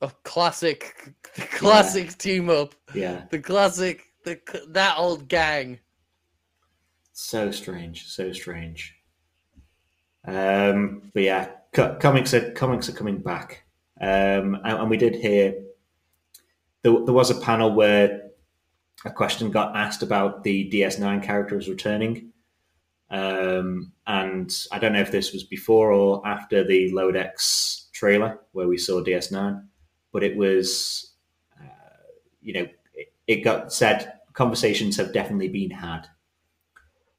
S1: a Oh, classic, [laughs] the classic team up,
S2: Yeah.
S1: the classic, the c- that old gang.
S2: So strange, so strange. Um, but yeah, co- comics are comics are coming back, um, and, and we did hear there, there was a panel where a question got asked about the DS9 characters returning, um, and I don't know if this was before or after the Lodex trailer where we saw DS9, but it was, uh, you know, it, it got said conversations have definitely been had.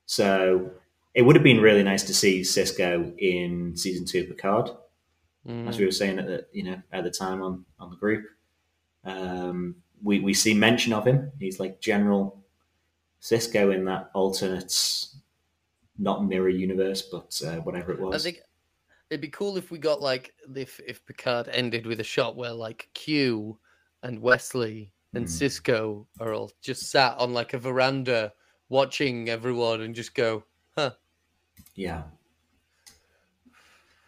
S2: So it would have been really nice to see Cisco in season two of Picard, as
S1: Mm.
S2: we were saying at the you know at the time on on the group. Um, we we see mention of him. He's like General Cisco in that alternate, not mirror universe, but uh, whatever it
S1: I
S2: was.
S1: think it'd be cool if we got like if if Picard ended with a shot where like Q and Wesley and
S2: Mm.
S1: Cisco are all just sat on like a veranda watching everyone and just go,
S2: yeah,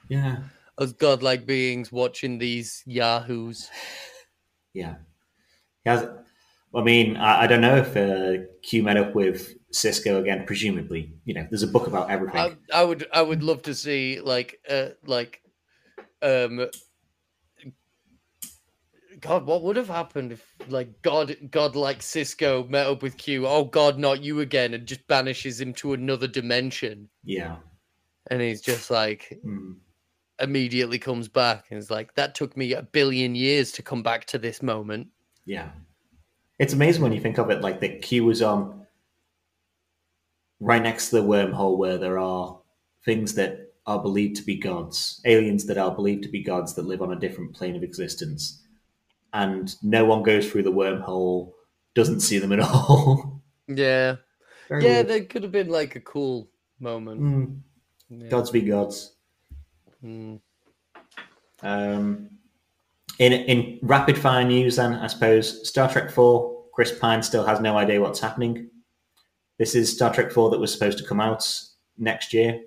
S2: yeah,
S1: as godlike beings watching these yahoos.
S2: yeah. He has. I mean, I, I don't know if uh, Q met up with Cisco again. Presumably, you know, there's a book about everything.
S1: I, I would I would love to see like uh like um God, what would have happened if like God God like Cisco met up with Q, oh God, not you again, and just banishes him to another dimension.
S2: yeah.
S1: and he's just like
S2: Mm.
S1: immediately comes back and is like that took me a billion years to come back to this moment
S2: Yeah. It's amazing when you think of it like the Q was on right next to the wormhole where there are things that are believed to be gods, aliens that are believed to be gods that live on a different plane of existence. And no one goes through the wormhole, doesn't see them at all. [laughs]
S1: yeah
S2: Very
S1: yeah
S2: weird.
S1: there could have been like a cool moment
S2: Mm,
S1: yeah.
S2: gods be gods.
S1: Mm.
S2: Um, in in rapid fire news, then I suppose Star Trek Four. Chris Pine still has no idea what's happening. This is Star Trek Four that was supposed to come out next year,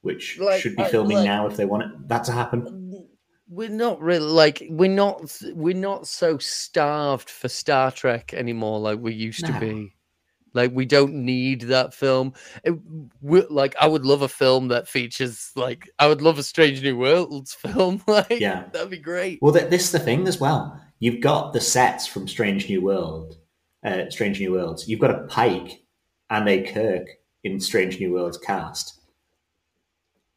S2: which
S1: Like,
S2: should be
S1: uh,
S2: filming
S1: like-
S2: now if they want it, that to happen.
S1: we're not really like we're not we're not so starved for star trek anymore like we used
S2: No.
S1: to be like we don't need that film It- we- like i would love a film that features like i would love a strange new worlds [laughs] film like
S2: Yeah.
S1: that'd be great
S2: Well, th- this is the thing as well. You've got the sets from Strange New World, uh, Strange New Worlds. You've got a Pike and a Kirk in Strange New Worlds cast.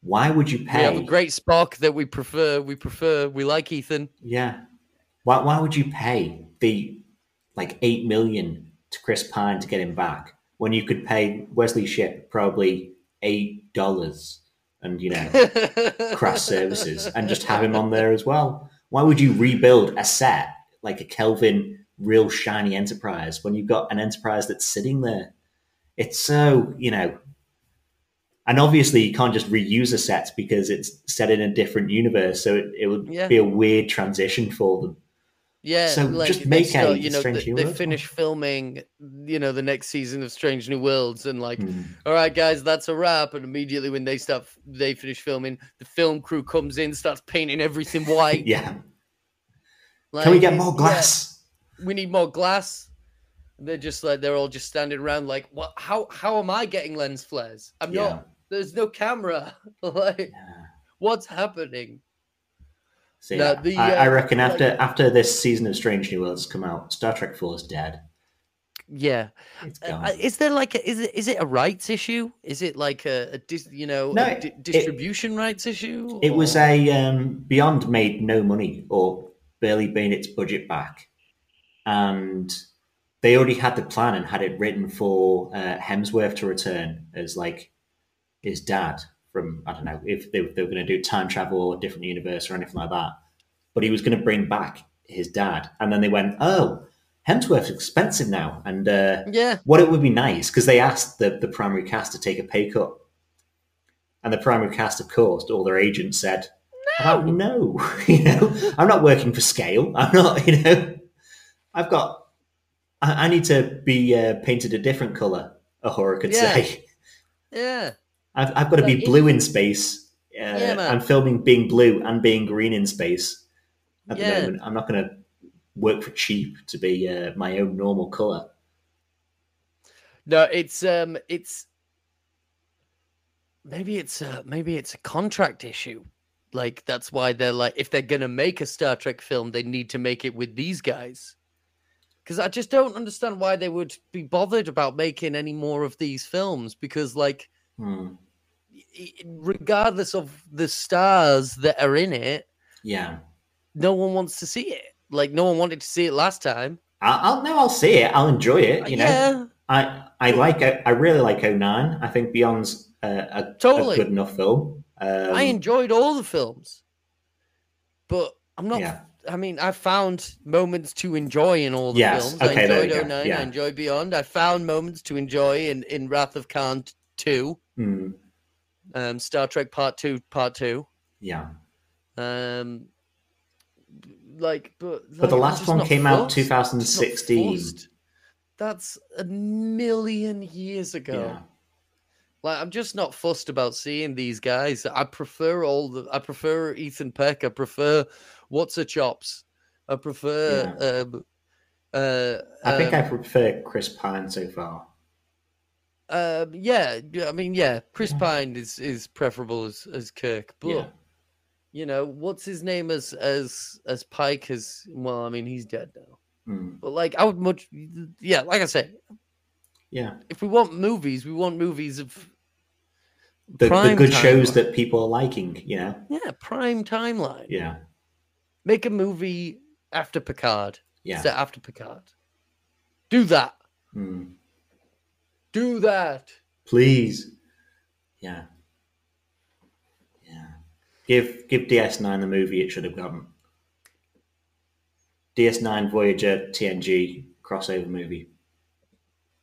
S2: Why would you pay?
S1: We have a great Spock that we prefer. We prefer. We like Ethan. [laughs]
S2: Yeah. Why, why would you pay the like eight million to Chris Pine to get him back when you could pay Wesley Ship probably eight dollars and you know crass services and just have him on there as well. Why would you rebuild a set like a Kelvin real shiny enterprise when you've got an enterprise that's sitting there? It's so, you know, and obviously you can't just reuse a set because it's set in a different universe. So it, it would
S1: Yeah.
S2: be a weird transition for them.
S1: Yeah,
S2: So
S1: like
S2: just
S1: they
S2: make
S1: start,
S2: a
S1: you know,
S2: Strange
S1: they,
S2: New
S1: they
S2: Worlds
S1: finish filming, you know, the next season of Strange New Worlds, and like,
S2: Hmm.
S1: all right, guys, that's a wrap. And immediately when they start, they finish filming, the film crew comes in, starts painting everything white.
S2: [laughs] Yeah.
S1: like,
S2: Can we get
S1: it's-
S2: more
S1: yeah,
S2: glass?
S1: we need more glass. They're just like they're all just standing around, like, what? How how am I getting lens flares? I'm
S2: Yeah.
S1: not. There's no camera. [laughs] like,
S2: Yeah.
S1: what's happening?
S2: So
S1: No,
S2: yeah,
S1: the,
S2: I, I
S1: uh,
S2: reckon
S1: like-
S2: after after this season of Strange New Worlds come out, Star Trek Four is dead.
S1: Yeah,
S2: It's
S1: Uh,
S2: gone.
S1: uh, is there like a, is it is it a rights issue? Is it like a, a dis, you know
S2: No,
S1: a
S2: it-
S1: di-
S2: it-
S1: distribution rights issue?
S2: It was
S1: or-
S2: a um, Beyond made no money or barely made its budget back, and they already had the plan and had it written for uh, Hemsworth to return as like his dad from I don't know if they, they were going to do time travel or a different universe or anything like that, but he was going to bring back his dad, and then they went, oh, Hemsworth's expensive now, and uh,
S1: yeah.
S2: what it would be nice because they asked the, the primary cast to take a pay cut and the primary cast of course all their agents said no, no. [laughs] you know i'm not working for scale i'm not [laughs] you know i've got i, I need to be uh, painted a different color a horror could
S1: Yeah.
S2: say [laughs]
S1: Yeah,
S2: I've, I've got to
S1: Like,
S2: be
S1: if-
S2: blue in space uh,
S1: Yeah, man.
S2: i'm filming being blue and being green in space at
S1: Yeah.
S2: the moment i'm not going to work for cheap to be uh, my own normal color
S1: no, it's um, it's maybe it's a maybe it's a contract issue. Like that's why they're like, if they're gonna make a Star Trek film, they need to make it with these guys. Because I just don't understand why they would be bothered about making any more of these films. Because like,
S2: Hmm.
S1: y- y- regardless of the stars that are in it,
S2: yeah
S1: no one wants to see it. Like no one wanted to see it last time.
S2: I- I'll no, I'll see it. I'll enjoy it. You know,
S1: yeah,
S2: I I like I really like 09. I think Beyond's a, a,
S1: Totally.
S2: a good enough film. Um,
S1: I enjoyed all the films, but I'm not.
S2: Yeah.
S1: I mean, I found moments to enjoy in all the
S2: Yes,
S1: films. I
S2: okay, there we
S1: enjoyed
S2: go,
S1: 09, I
S2: yeah.
S1: enjoyed Beyond. I found moments to enjoy in, in Wrath of Khan t- 2,
S2: mm,
S1: um, Star Trek Part 2, Part 2.
S2: yeah,
S1: Um, like, but
S2: but
S1: like,
S2: the
S1: I'm
S2: last
S1: just
S2: one
S1: not
S2: came out
S1: fussed. It's not
S2: 2016.
S1: forced. That's a million years ago.
S2: Yeah.
S1: Like I'm just not fussed about seeing these guys. I prefer all the I prefer Ethan Peck. I prefer what's a chops. I prefer um uh
S2: I think
S1: um,
S2: I prefer Chris Pine so far.
S1: um, yeah, yeah, I mean yeah, Chris
S2: Yeah.
S1: Pine is is preferable as as Kirk, but
S2: Yeah.
S1: you know, what's his name as as as Pike has well, I mean he's dead now.
S2: Mm,
S1: But like I would much yeah, like I say,
S2: yeah,
S1: if we want movies, we want movies of
S2: the, the
S1: Prime
S2: good
S1: time.
S2: shows that people are liking. You know,
S1: yeah, prime timeline.
S2: yeah,
S1: Make a movie after Picard.
S2: yeah.
S1: set after Picard. Do that.
S2: Mm,
S1: Do that.
S2: please, yeah, yeah. Give give DS9 the movie it should have gotten. DS9 Voyager TNG crossover movie.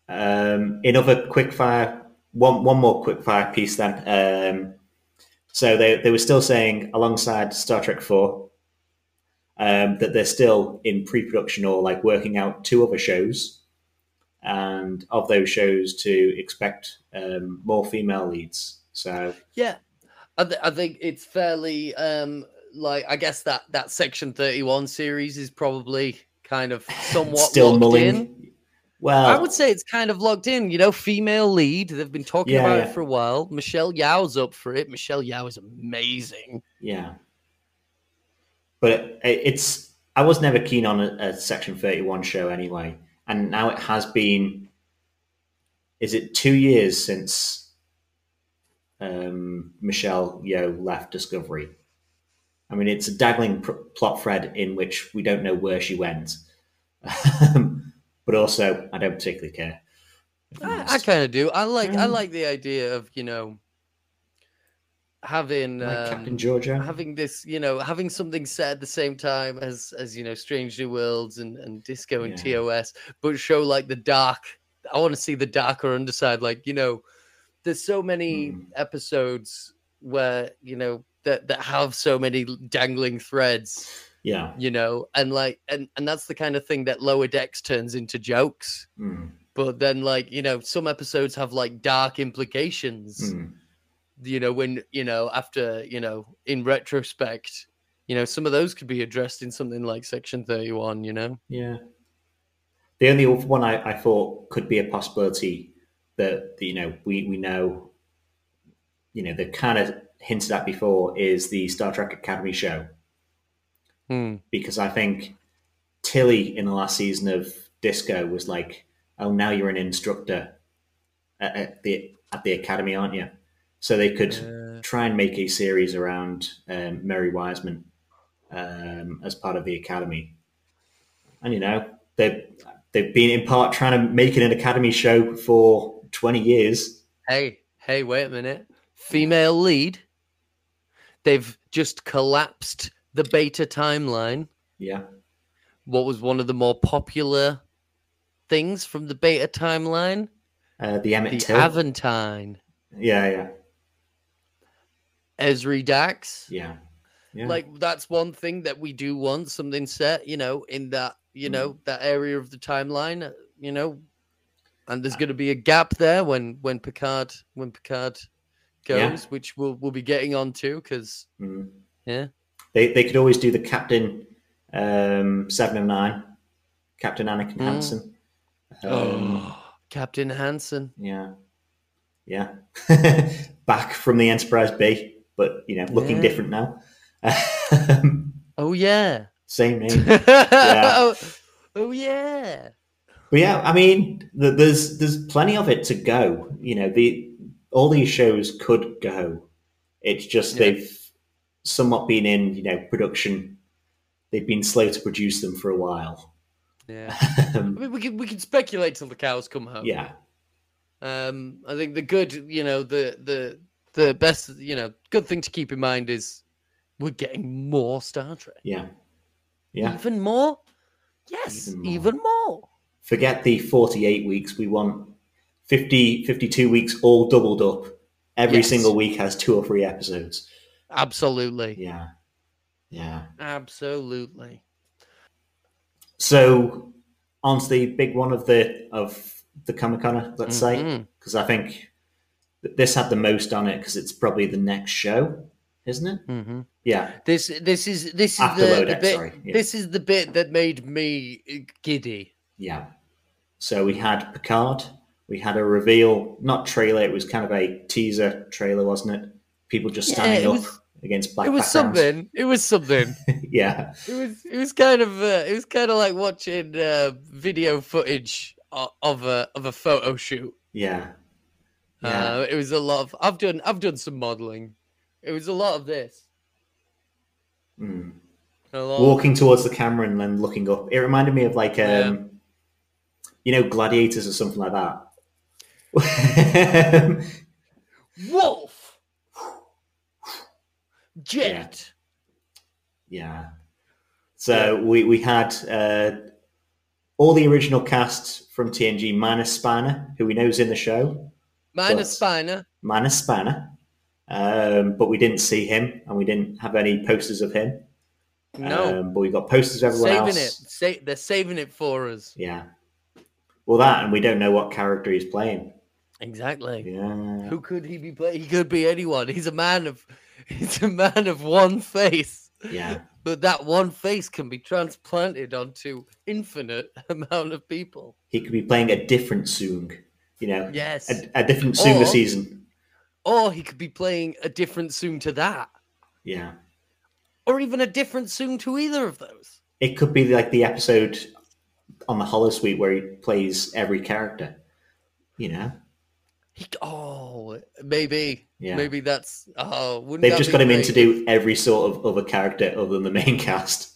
S2: Um, in other quickfire, one one more quickfire piece then. Um, so they they were still saying alongside Star Trek Four um, that they're still in pre-production or like working out two other shows, and of those shows to expect um, more female leads. So
S1: Yeah. I, th- I think it's fairly um like I guess that that section 31 series is probably kind
S2: [laughs]
S1: of somewhat
S2: still Uh,
S1: locked
S2: mulling.
S1: in.
S2: Well,
S1: I would say it's kind of locked in, you know, female lead. They've been talking
S2: Yeah,
S1: about it
S2: yeah.
S1: for a while. Michelle Yao's up for it. Michelle Yao is amazing.
S2: Yeah. But it, it's I was never keen on a, a Section 31 show anyway. And now it has been is it 2 years since um, Michelle Yeoh left Discovery. I mean, it's a daggling pr- plot thread in which we don't know where she went. [laughs] but also, I don't particularly care. if I'm
S1: Ah, I, I
S2: honest.
S1: kind of do. I like I
S2: Mm.
S1: like the idea of, you know, having um,
S2: Like Captain Georgia.
S1: having this, you know, having something set at the same time as as you know, Strange New Worlds and and Disco and
S2: Yeah.
S1: TOS, but show like the dark. I want to see the darker underside. Like you know, there's so many
S2: Mm.
S1: episodes where you know that that have so many dangling threads.
S2: yeah.
S1: You know, and like and and that's the kind of thing that Lower Decks turns into jokes.
S2: Mm,
S1: But then, like you know, some episodes have like dark implications
S2: mm,
S1: you know when you know after you know in retrospect you know some of those could be addressed in something like section 31 you know
S2: yeah. The only other one I, I thought could be a possibility that, that, you know we we know you know they kind of hinted at before is the Star Trek Academy show
S1: Hmm.
S2: because I think Tilly in the last season of Disco was like, "Oh, now you're an instructor at, at the at the academy, aren't you?" So they could
S1: Uh,
S2: try and make a series around um, Mary Wiseman um, as part of the academy. And you know they they've been in part trying to make it an academy show for twenty years.
S1: hey hey wait a minute female lead they've just collapsed the beta timeline
S2: Yeah,
S1: what was one of the more popular things from the beta timeline
S2: uh, the Emmett
S1: the
S2: Till.
S1: aventine
S2: yeah, yeah,
S1: esri dax
S2: yeah, yeah.
S1: like that's one thing that we do want something set you know in that you know
S2: Mm.
S1: that area of the timeline uh, you know and
S2: Uh.
S1: there's going to be a gap there when when picard when picard goes
S2: Yeah.
S1: which we'll we'll be getting on to because
S2: Mm.
S1: yeah
S2: They they could always do the Captain um, Seven of Nine, Captain Anakin
S1: Mm.
S2: Hansen. Um,
S1: oh, captain hansen
S2: Yeah, yeah. [laughs] Back from the Enterprise B, but you know, looking
S1: Yeah.
S2: different now. [laughs] Um,
S1: oh yeah,
S2: Same name.
S1: oh, [laughs] oh yeah
S2: But yeah, I mean, th- there's there's plenty of it to go. You know, the all these shows could go. It's just
S1: Yeah.
S2: they've somewhat been in you know production. They've been slow to produce them for a while. [laughs]
S1: yeah I
S2: Um,
S1: mean, we can we can speculate till the cows come home
S2: yeah,
S1: Um, I think the good, you know, the the the best, you know, good thing to keep in mind is we're getting more Star Trek.
S2: yeah, yeah.
S1: Even more. Yes,
S2: Even
S1: even
S2: more.
S1: more.
S2: Forget the 48 weeks. We want 50, 52 weeks all doubled up. Every
S1: Yes.
S2: single week has two or three episodes.
S1: Absolutely,
S2: Yeah. Yeah.
S1: absolutely.
S2: So on to the big one of the of the Comic Con, let's say,
S1: Mhm.
S2: because I think th- this had the most on it because it's probably the next show, isn't it?
S1: Mhm.
S2: Yeah.
S1: This this is this is
S2: After
S1: the,
S2: Lodex,
S1: the bit.
S2: sorry. Yeah.
S1: This is the bit that made me uh, giddy.
S2: Yeah. So we had Picard. We had a reveal, not trailer. It was kind of a teaser trailer, wasn't it? People just
S1: Yeah,
S2: standing
S1: it
S2: up
S1: was-
S2: against black.
S1: it was
S2: backgrounds.
S1: something. It was something.
S2: [laughs] yeah,
S1: it was it was kind of uh, it was kind of like watching uh, video footage o- of a of a photo shoot.
S2: yeah, yeah.
S1: Uh, it was a lot of I've done I've done some modeling. It was a lot of this.
S2: Mm.
S1: A lot of-
S2: Walking towards the camera and then looking up. It reminded me of like, um,
S1: oh. Yeah.
S2: you know, gladiators or something like that.
S1: Wolf. Jet.
S2: [laughs] yeah. So we we had uh, all the original cast from TNG minus Spiner, who we know is in the show,
S1: Minus
S2: Plus.
S1: Spiner.
S2: minus Spiner. Um, but we didn't see him, and we didn't have any posters of him.
S1: No.
S2: um, but we got posters of everyone
S1: saving
S2: else.
S1: it. Sa- they're saving it for us.
S2: Yeah. Well, that, and we don't know what character he's playing.
S1: Exactly.
S2: Yeah.
S1: Who could he be playing? He could be anyone. He's a man of [laughs] he's a man of one face.
S2: Yeah.
S1: But that one face can be transplanted onto infinite [laughs] amount of people.
S2: He could be playing a different Soong, you know,
S1: Yes.
S2: a, a different Soong
S1: Or-
S2: this season.
S1: Or he could be playing a different soon to that.
S2: Yeah.
S1: or even a different soon to either of those.
S2: It could be like the episode on the Hollow Suite where he plays every character, you know.
S1: He, c- oh, maybe,
S2: Yeah.
S1: maybe that's oh, wouldn't
S2: They've
S1: that
S2: just
S1: be
S2: got him in to
S1: great?
S2: do every sort of other character other than the main [laughs] cast.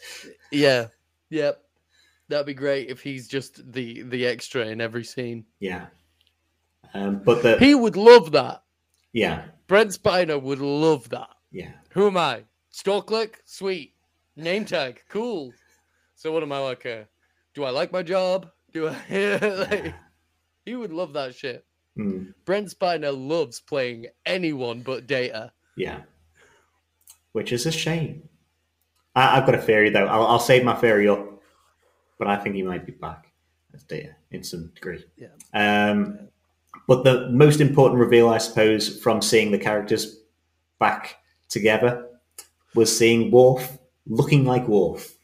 S1: Yeah, yep, that'd be great if he's just the the extra in every scene.
S2: Yeah. Um, but the,
S1: He would love that.
S2: yeah.
S1: Brent Spiner would love that.
S2: Yeah.
S1: Who am I? Store clerk? Sweet. Name tag? Cool. So what am I like? Uh, do I like my job? Do I? [laughs] like, he would love that shit.
S2: Uh, Mm,
S1: Brent Spiner loves playing anyone but Data.
S2: yeah. Which is a shame. I, I've got a theory though. I'll, I'll save my theory up, but I think he might be back as data in some degree.
S1: Yeah.
S2: Um, but the most important reveal, I suppose, from seeing the characters back together was seeing Worf looking like Worf.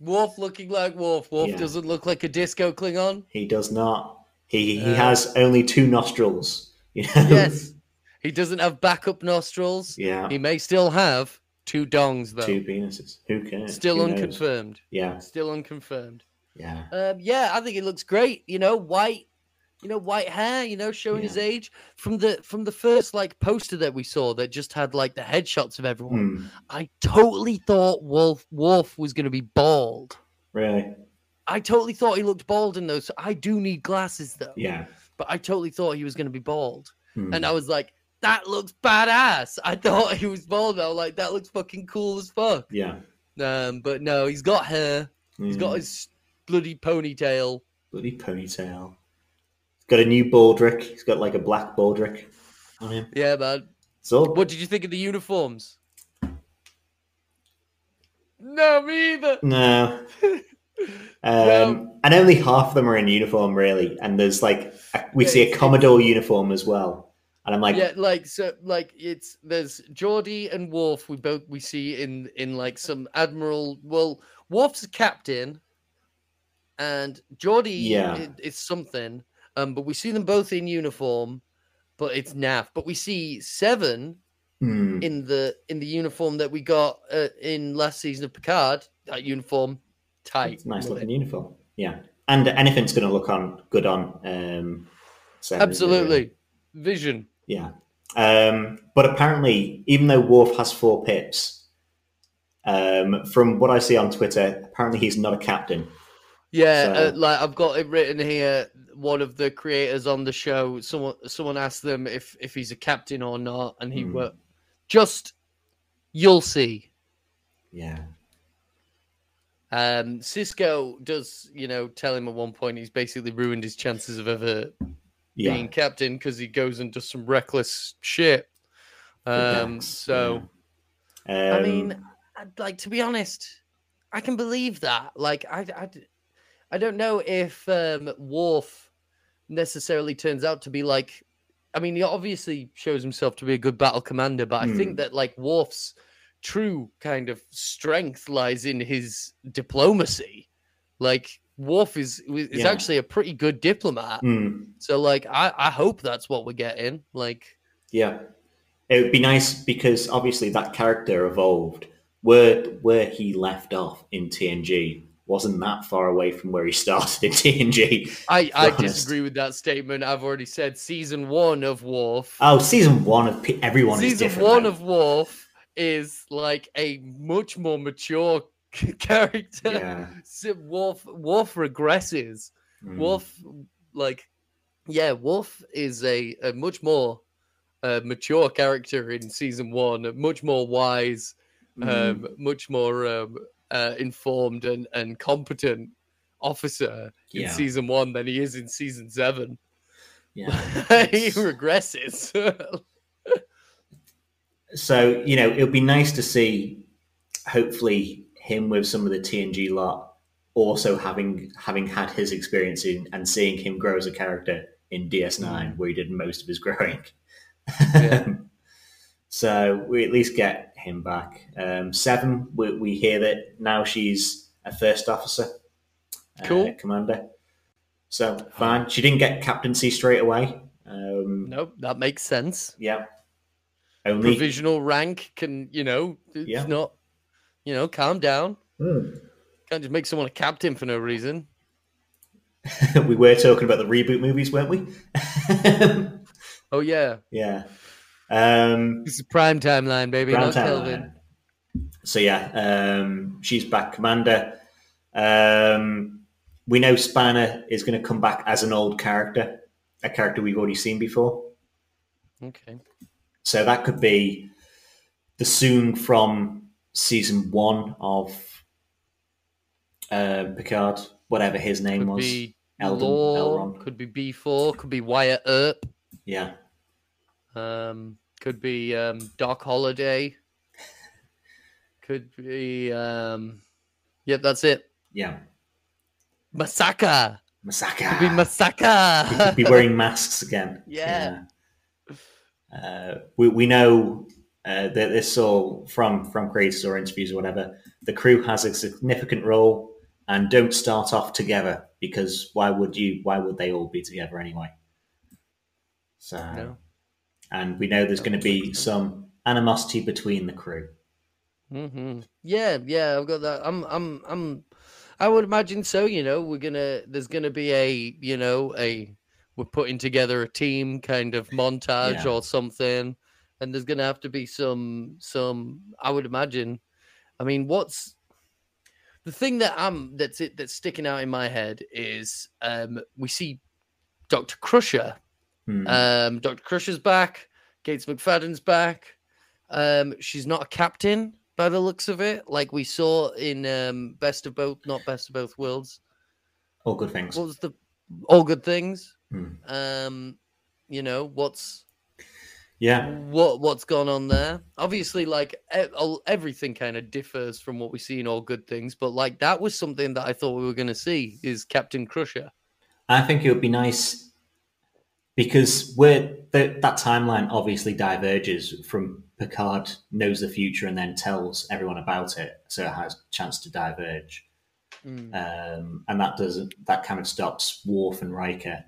S1: Worf looking like Worf. Worf
S2: Yeah.
S1: doesn't look like a disco Klingon.
S2: [laughs] He does not. He he
S1: Uh,
S2: has only two nostrils. You know?
S1: Yes. He doesn't have backup nostrils.
S2: [laughs] Yeah.
S1: He may still have two dongs though.
S2: Two penises. Who cares?
S1: Still
S2: Who knows?
S1: unconfirmed.
S2: Yeah.
S1: Still unconfirmed.
S2: Yeah.
S1: Um, yeah, I think it looks great. You know, white, you know, white hair. You know, showing his age from the from the first like poster that we saw that just had like the headshots of everyone.
S2: Hmm,
S1: I totally thought Wolf Wolf was going to be bald.
S2: really?
S1: I totally thought he looked bald in those. I do need glasses though,
S2: Yeah.
S1: but I totally thought he was going to be bald,
S2: Hmm.
S1: and uh, I was like, that looks badass. I thought he was bald. I was like, that looks fucking cool as fuck.
S2: Yeah.
S1: Um, but no, he's got hair. He's
S2: Hmm.
S1: got his bloody ponytail.
S2: bloody ponytail. He's got a new baldric. He's got like a black baldric on him.
S1: Yeah, man.
S2: It's all
S1: What did you think of the uniforms? No, me either. [laughs]
S2: No. Um,
S1: No.
S2: And only half of them are in uniform, really. And there's like a, we
S1: Yeah,
S2: see a
S1: it's-
S2: Commodore uniform as well. And I'm like,
S1: yeah, like so, like it's there's Geordie and Worf. We both we see in in like some admiral. Well, Worf's a captain, and Geordie
S2: Yeah.
S1: i- is something. Um, but we see them both in uniform, but it's naff. But we see Seven
S2: hmm,
S1: in the in the uniform that we got uh, in last season of Picard. That uniform, tight,
S2: it's a nice
S1: Love it.
S2: looking uniform. Yeah. And anything's going to look on good on. Um, Seven, isn't it, really?
S1: Absolutely. Vision.
S2: Yeah. Um, but apparently, even though Worf has four pips, um, from what I see on Twitter, apparently he's not a captain.
S1: Yeah, uh,
S2: So-
S1: like I've got it written here. One of the creators on the show, someone someone asked them if if he's a captain or not, and he
S2: Hmm.
S1: were just you'll see.
S2: Yeah.
S1: Um, Cisco does, you know, tell him at one point he's basically ruined his chances of ever
S2: Yeah.
S1: being captain because he goes and does some reckless shit.
S2: The
S1: Um,
S2: Dax,
S1: so
S2: yeah.
S1: I
S2: Um,
S1: mean, I'd like to be honest, I can believe that. Like, I, I, I don't know if um, Worf necessarily turns out to be like. I mean, he obviously shows himself to be a good battle commander, but I
S2: Hmm.
S1: think that like Worf's true kind of strength lies in his diplomacy. Like Worf is is
S2: Yeah.
S1: actually a pretty good diplomat,
S2: hmm,
S1: so like I I hope that's what we're getting. Like,
S2: yeah. It would be nice because obviously that character evolved. Where where he left off in TNG wasn't that far away from where he started in TNG.
S1: I I
S2: honest.
S1: disagree with that statement. I've already said season one of Worf.
S2: Oh, season one of P- everyone is
S1: season
S2: different.
S1: one
S2: now.
S1: of [laughs] Worf is like a much more mature [laughs] c- character.
S2: yeah.
S1: So Worf Worf regresses.
S2: mm,
S1: Worf like yeah, Worf is a, a much more uh, mature character in season one, much more wise,
S2: mm.
S1: um, much more um, uh, informed and, and competent officer
S2: Yeah.
S1: in season one than he is in season seven.
S2: yeah.
S1: [laughs] he regresses. [laughs]
S2: So you know, it'll be nice to see, hopefully, him with some of the TNG lot also having having had his experience in, and seeing him grow as a character in DS9, where he did most of his growing.
S1: Mm. Yeah.
S2: [laughs] so we at least get him back. Um, Seven, we, we hear that now she's a first officer, uh,
S1: Cool. Oh.
S2: commander. So fine, she didn't get captaincy straight away. Um,
S1: nope, that makes sense.
S2: Yeah, only
S1: provisional rank can you know it's
S2: Yeah.
S1: not you know calm down
S2: Hmm.
S1: can't just make someone a captain for no reason
S2: we were talking about the reboot movies, weren't we? [laughs]
S1: oh yeah
S2: yeah. Um,
S1: this is prime timeline baby
S2: Brown
S1: not
S2: Town
S1: kelvin
S2: Line. So yeah, um, she's back, Commander. Um, we know Spanner is going to come back as an old character, a character we've already seen before.
S1: okay
S2: So that could be the Soong from season one of uh, Picard, whatever his name
S1: Could
S2: was.
S1: be
S2: Eldon,
S1: Law,
S2: Elrond.
S1: could be B4, could be Wyatt Earp,
S2: Yeah.
S1: um, could be um, Doc Holiday, could be. Um, yep, that's it.
S2: Yeah.
S1: Masaka.
S2: Masaka.
S1: Could be
S2: He could
S1: Masaka.
S2: be wearing masks again.
S1: [laughs] Yeah.
S2: Yeah. Uh, we, we know uh, that this all from from creators or interviews or whatever. The crew has a significant role and don't start off together because why would you? Why would they all be together anyway? So
S1: [laughs] no.
S2: and we know there's going to be some animosity between the crew.
S1: hmm Yeah, yeah, I've got that. I'm, I'm, I'm. I would imagine so. You know, we're gonna. There's gonna be a, you know, a. We're putting together a team kind of montage
S2: Yeah.
S1: or something, and there's gonna have to be some, some. I would imagine. I mean, what's the thing that I'm that's it that's sticking out in my head is um we see Doctor Crusher
S2: Hmm.
S1: Um, Dr. Crusher's back. Gates McFadden's back. Um, she's not a captain by the looks of it, like we saw in um, Best of Both, not Best of Both Worlds.
S2: all good things.
S1: What was the All Good Things?
S2: Hmm.
S1: Um, you know what's
S2: Yeah.
S1: what what's gone on there? Obviously, like e- all- everything kind of differs from what we see in All Good Things, but like that was something that I thought we were going to see is Captain Crusher.
S2: I think it would be nice because we're th- that timeline obviously diverges from Picard knows the future and then tells everyone about it, so it has a chance to diverge,
S1: Mm.
S2: um, and that doesn't that kind of stops Worf and Riker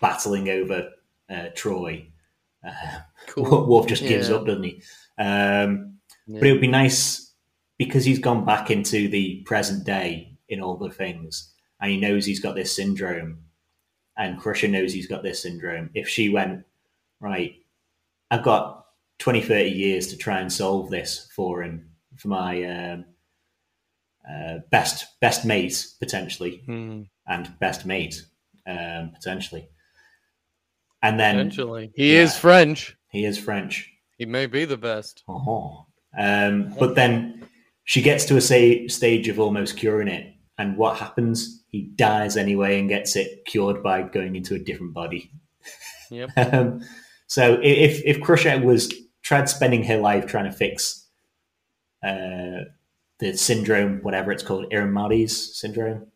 S2: battling over uh, Troy. [laughs] Uh,
S1: Cool.
S2: Worf just gives
S1: Yeah.
S2: up, doesn't he? Um, but it
S1: Yeah.
S2: would be nice because he's gone back into the present day in all the things, and he knows he's got this syndrome, and Crusher knows he's got this syndrome. If she went right, I've got 20, 30 years to try and solve this for him for my um, uh, best best mate potentially
S1: Mm.
S2: and best mate um, potentially, and then
S1: Potentially, he is
S2: yeah.
S1: French.
S2: he is French.
S1: He may be the best.
S2: Oh. Um, but then she gets to a say, stage of almost curing it. And what happens? He dies anyway and gets it cured by going into a different body. [laughs]
S1: Yep.
S2: Um, so i- if, if Crusher was tried spending her life trying to fix uh, the syndrome, whatever it's called, Aaron Marty's syndrome,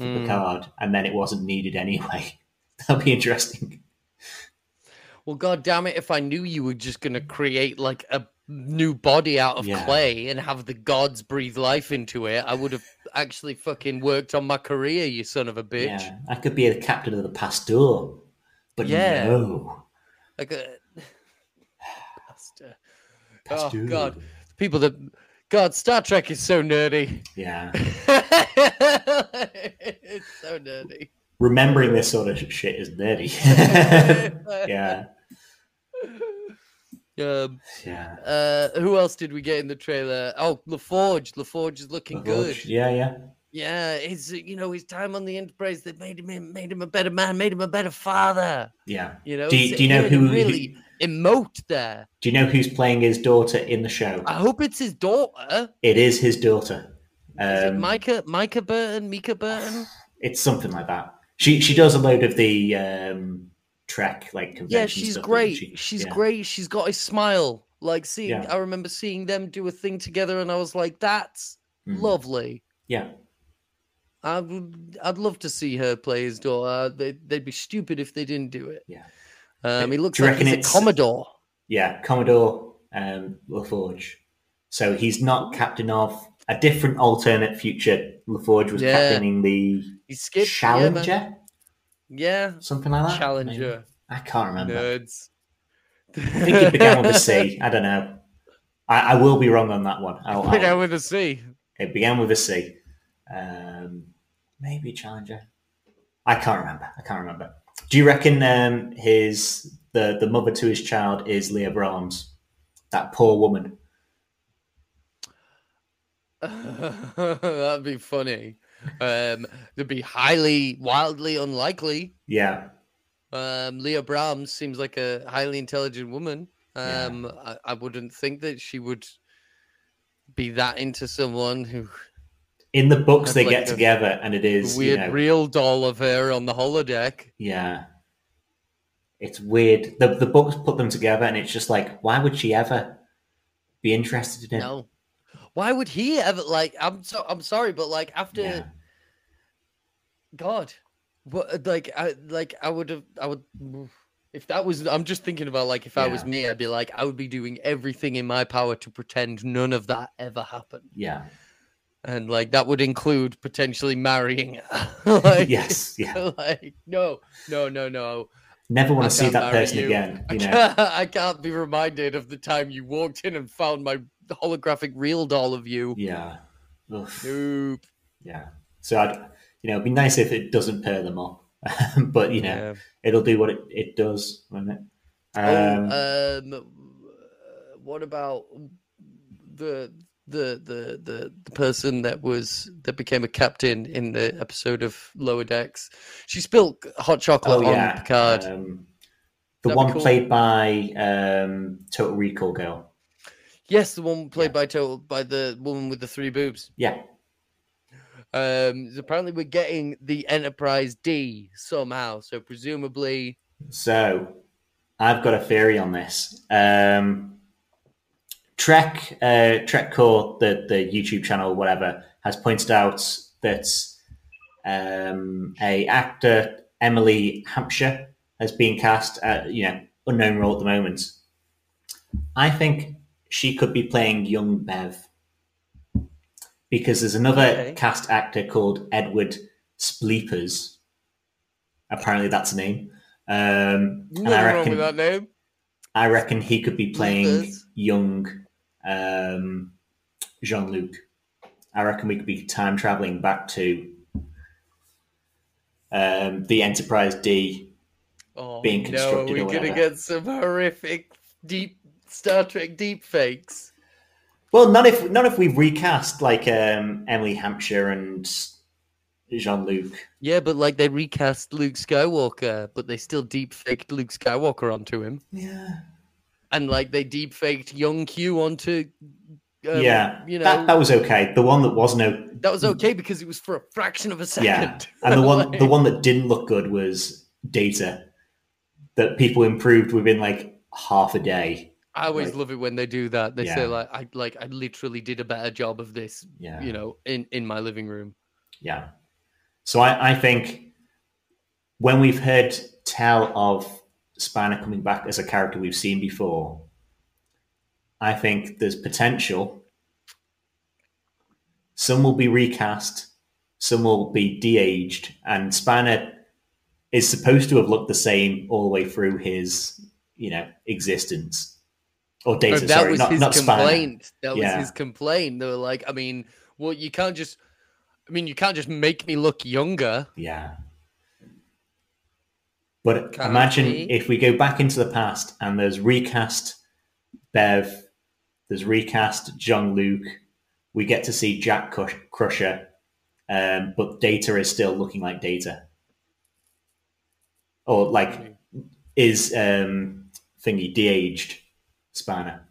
S1: Mm.
S2: Picard, and then it wasn't needed anyway, [laughs] that'd be interesting.
S1: Well, god damn it, if I knew you were just gonna create like a new body out of
S2: Yeah.
S1: clay and have the gods breathe life into it, I would have actually fucking worked on my career, you son of a bitch.
S2: Yeah, I could be the captain of the Pasteur, but
S1: Yeah. Oh,
S2: no.
S1: Like uh, [sighs] a Pastor. Oh god. People that God, Star Trek is so nerdy. [laughs]
S2: Yeah.
S1: it's so
S2: [laughs]
S1: nerdy.
S2: Remembering this sort of sh- shit is nerdy. [laughs] yeah.
S1: Um,
S2: Yeah.
S1: uh, who else did we get in the trailer? Oh, LaForge. LaForge is looking good.
S2: Yeah, yeah.
S1: Yeah, his you know his time on the Enterprise that made him made him a better man, made him a better father.
S2: Yeah.
S1: You know,
S2: Do you-
S1: so
S2: do you know
S1: hearing him
S2: who- who-
S1: really emote there?
S2: Do you know who's playing his daughter in the show?
S1: I hope it's his daughter.
S2: It is his daughter.
S1: Is it
S2: Um,
S1: Micah Micah Burton, Mika
S2: [sighs]
S1: Burton?
S2: it's something like that. She she does a load of the um, Trek like convention.
S1: Yeah, she's
S2: stuff, doesn't
S1: great.
S2: she?
S1: She's
S2: Yeah.
S1: great. She's got a smile. Like seeing,
S2: Yeah.
S1: I remember seeing them do a thing together, and I was like, "That's
S2: Mm.
S1: lovely."
S2: Yeah,
S1: I would, I'd love to see her play his daughter. They, they'd be stupid if they didn't do it.
S2: Yeah.
S1: um, he looks
S2: you
S1: like
S2: reckon
S1: he's a
S2: it's-
S1: commodore.
S2: yeah. Commodore um, LaForge. So he's not captain of a different alternate future. LaForge was
S1: Yeah.
S2: captaining the
S1: He skipped yeah, man.
S2: Challenger,
S1: Yeah,
S2: something like that. Maybe.
S1: Challenger
S2: I can't remember.
S1: nerds.
S2: I think it began with a
S1: [laughs]
S2: C. I don't know. I, I will be wrong on that one.
S1: [laughs]
S2: I'll, I'll-
S1: began with a C.
S2: it began with a C. Um, maybe Challenger. I can't remember. I can't remember. Do you reckon um, his the the mother to his child is Leah Brahms? That poor woman.
S1: That'd be funny. Um, it'd be highly, wildly unlikely.
S2: Yeah.
S1: Um, Leah Brahms seems like a highly intelligent woman. Um, I, I wouldn't think that she would be that into someone who
S2: In the books,
S1: That's
S2: they
S1: like
S2: get
S1: a
S2: together, and it is you
S1: weird
S2: know,
S1: real doll of her on the holodeck.
S2: yeah. It's weird. The the books put them together, and it's just like, why would she ever be interested in it?
S1: No, why would he ever like? I'm so I'm sorry, but like after
S2: Yeah.
S1: God, what uh, like I like I would have I would [sighs] if that was I'm just thinking about like if I was
S2: Yeah.
S1: me, I'd be like I would be doing everything in my power to pretend none of that ever happened,
S2: Yeah.
S1: and like that would include potentially marrying. her. [laughs] [laughs] like,
S2: yes. Yeah.
S1: like no, no, no, no.
S2: Never
S1: I
S2: want to see
S1: can't
S2: that
S1: marry
S2: person
S1: you.
S2: again.
S1: I
S2: You know.
S1: can't, [laughs] I can't be reminded of the time you walked in and found my holographic real doll of you.
S2: Yeah. Oof.
S1: Nope.
S2: Yeah. So I'd, you know, it'd be nice if it doesn't pair them up, [laughs] but you know,
S1: Yeah.
S2: it'll do what it, it does, won't it? Um,
S1: Oh, um, uh, what about the the the the the person that was that became a captain in the episode of Lower Decks? She spilled hot chocolate
S2: oh,
S1: on
S2: yeah.
S1: Picard.
S2: Um,
S1: That'd be
S2: the one
S1: cool.
S2: played by um, Total Recall girl.
S1: yes, the one played by total by the woman with the three boobs.
S2: Yeah.
S1: Um, apparently we're getting the Enterprise D somehow, so presumably
S2: So I've got a theory on this. Um, Trek, uh, Trek Core, the, the YouTube channel, whatever, has pointed out that um, a actor Emily Hampshire has been cast at you know unknown role at the moment. I think she could be playing young Bev because there's another
S1: Okay.
S2: cast actor called Edward Spleepers. Apparently, that's a name. Um, and
S1: nothing
S2: I
S1: wrong
S2: reckon
S1: with that name.
S2: I reckon he could be playing
S1: Spleepers.
S2: young um, Jean Luc. I reckon we could be time traveling back to um, the Enterprise D.
S1: Oh,
S2: being constructed
S1: no,
S2: or
S1: we're gonna
S2: whatever.
S1: get some horrific deep Star Trek deep fakes.
S2: Well, not if not if we recast like um, Emily Hampshire and Jean Luc.
S1: Yeah, but like they recast Luke Skywalker, but they still deep faked Luke Skywalker onto him,
S2: Yeah,
S1: and like they deep faked young Q onto. Um,
S2: yeah,
S1: you know
S2: that,
S1: that,
S2: that was okay. The one that was no,
S1: was okay because it was for a fraction of a second.
S2: Yeah, and the one the one that didn't look good was Data, that people improved within like half a day.
S1: I always
S2: like-
S1: love it when they do that. They
S2: Yeah.
S1: say like, I like I literally did a better job of this,
S2: Yeah,
S1: you know, in in my living room.
S2: Yeah. So I, I think when we've heard tell of Spiner coming back as a character we've seen before, I think there's potential. Some will be recast, some will be de aged, and Spiner is supposed to have looked the same all the way through his, you know, existence. Or
S1: Or
S2: data,
S1: that
S2: sorry,
S1: was
S2: not,
S1: his
S2: not Spiner.
S1: complaint. That
S2: Yeah.
S1: was his complaint. They were like, I mean, well, you can't just, I mean, you can't just make me look younger.
S2: Yeah. But
S1: Can't
S2: imagine
S1: be.
S2: if we go back into the past and there's recast Bev, there's recast John Luke, we get to see Jack Crush- Crusher, um, but Data is still looking like Data. Or
S1: Hmm.
S2: like, is um, thingy de aged Spanner?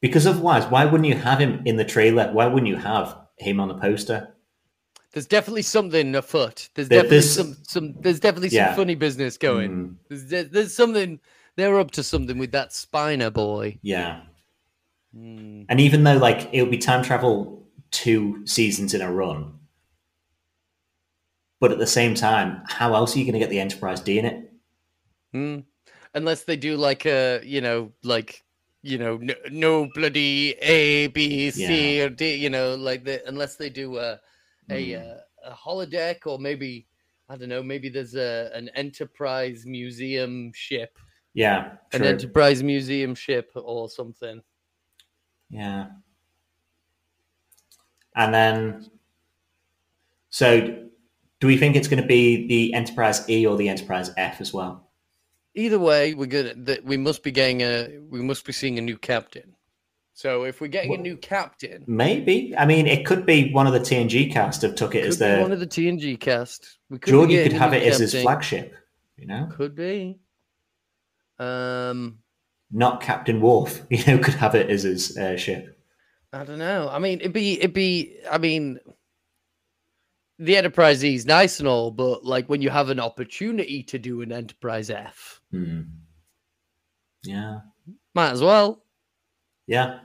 S2: Because otherwise, why wouldn't you have him in the trailer? Why wouldn't you have him on the poster?
S1: There's definitely something afoot. There's
S2: There-
S1: definitely
S2: there's-
S1: some, some, there's definitely some
S2: Yeah.
S1: funny business going.
S2: Mm,
S1: There's, there- there's something, they're up to something with that Spiner boy.
S2: yeah.
S1: Hmm.
S2: And even though like it would be time travel two seasons in a run, but at the same time, how else are you going to get the Enterprise D in it?
S1: Hmm. Unless they do like a, you know, like, you know, no, no bloody A, B, C, or D, you know, like the, unless they do a, a,
S2: Mm.
S1: uh, a holodeck or maybe, I don't know, maybe there's a, an enterprise museum ship,
S2: Yeah,
S1: an
S2: true.
S1: enterprise museum ship or something.
S2: yeah. And then, so do we think it's going to be the Enterprise E or the Enterprise F as well?
S1: Either way, we're gonna that we must be getting a we must be seeing a new captain. So if we're getting
S2: Wha-
S1: a new captain,
S2: Maybe. I mean, it could be one of the TNG cast have took it
S1: could
S2: as
S1: be
S2: their.
S1: one of the TNG cast. We be
S2: Geordi
S1: getting
S2: could
S1: a
S2: have
S1: new
S2: it as his
S1: captain.
S2: flagship. You know,
S1: Could be. Um,
S2: not Captain Wolf. [laughs] You know, could have it as his uh, ship.
S1: I don't know. I mean, it'd be it'd be. I mean, the Enterprise E is nice and all, but like when you have an opportunity to do an Enterprise F,
S2: Hmm. Yeah,
S1: might as well.
S2: yeah.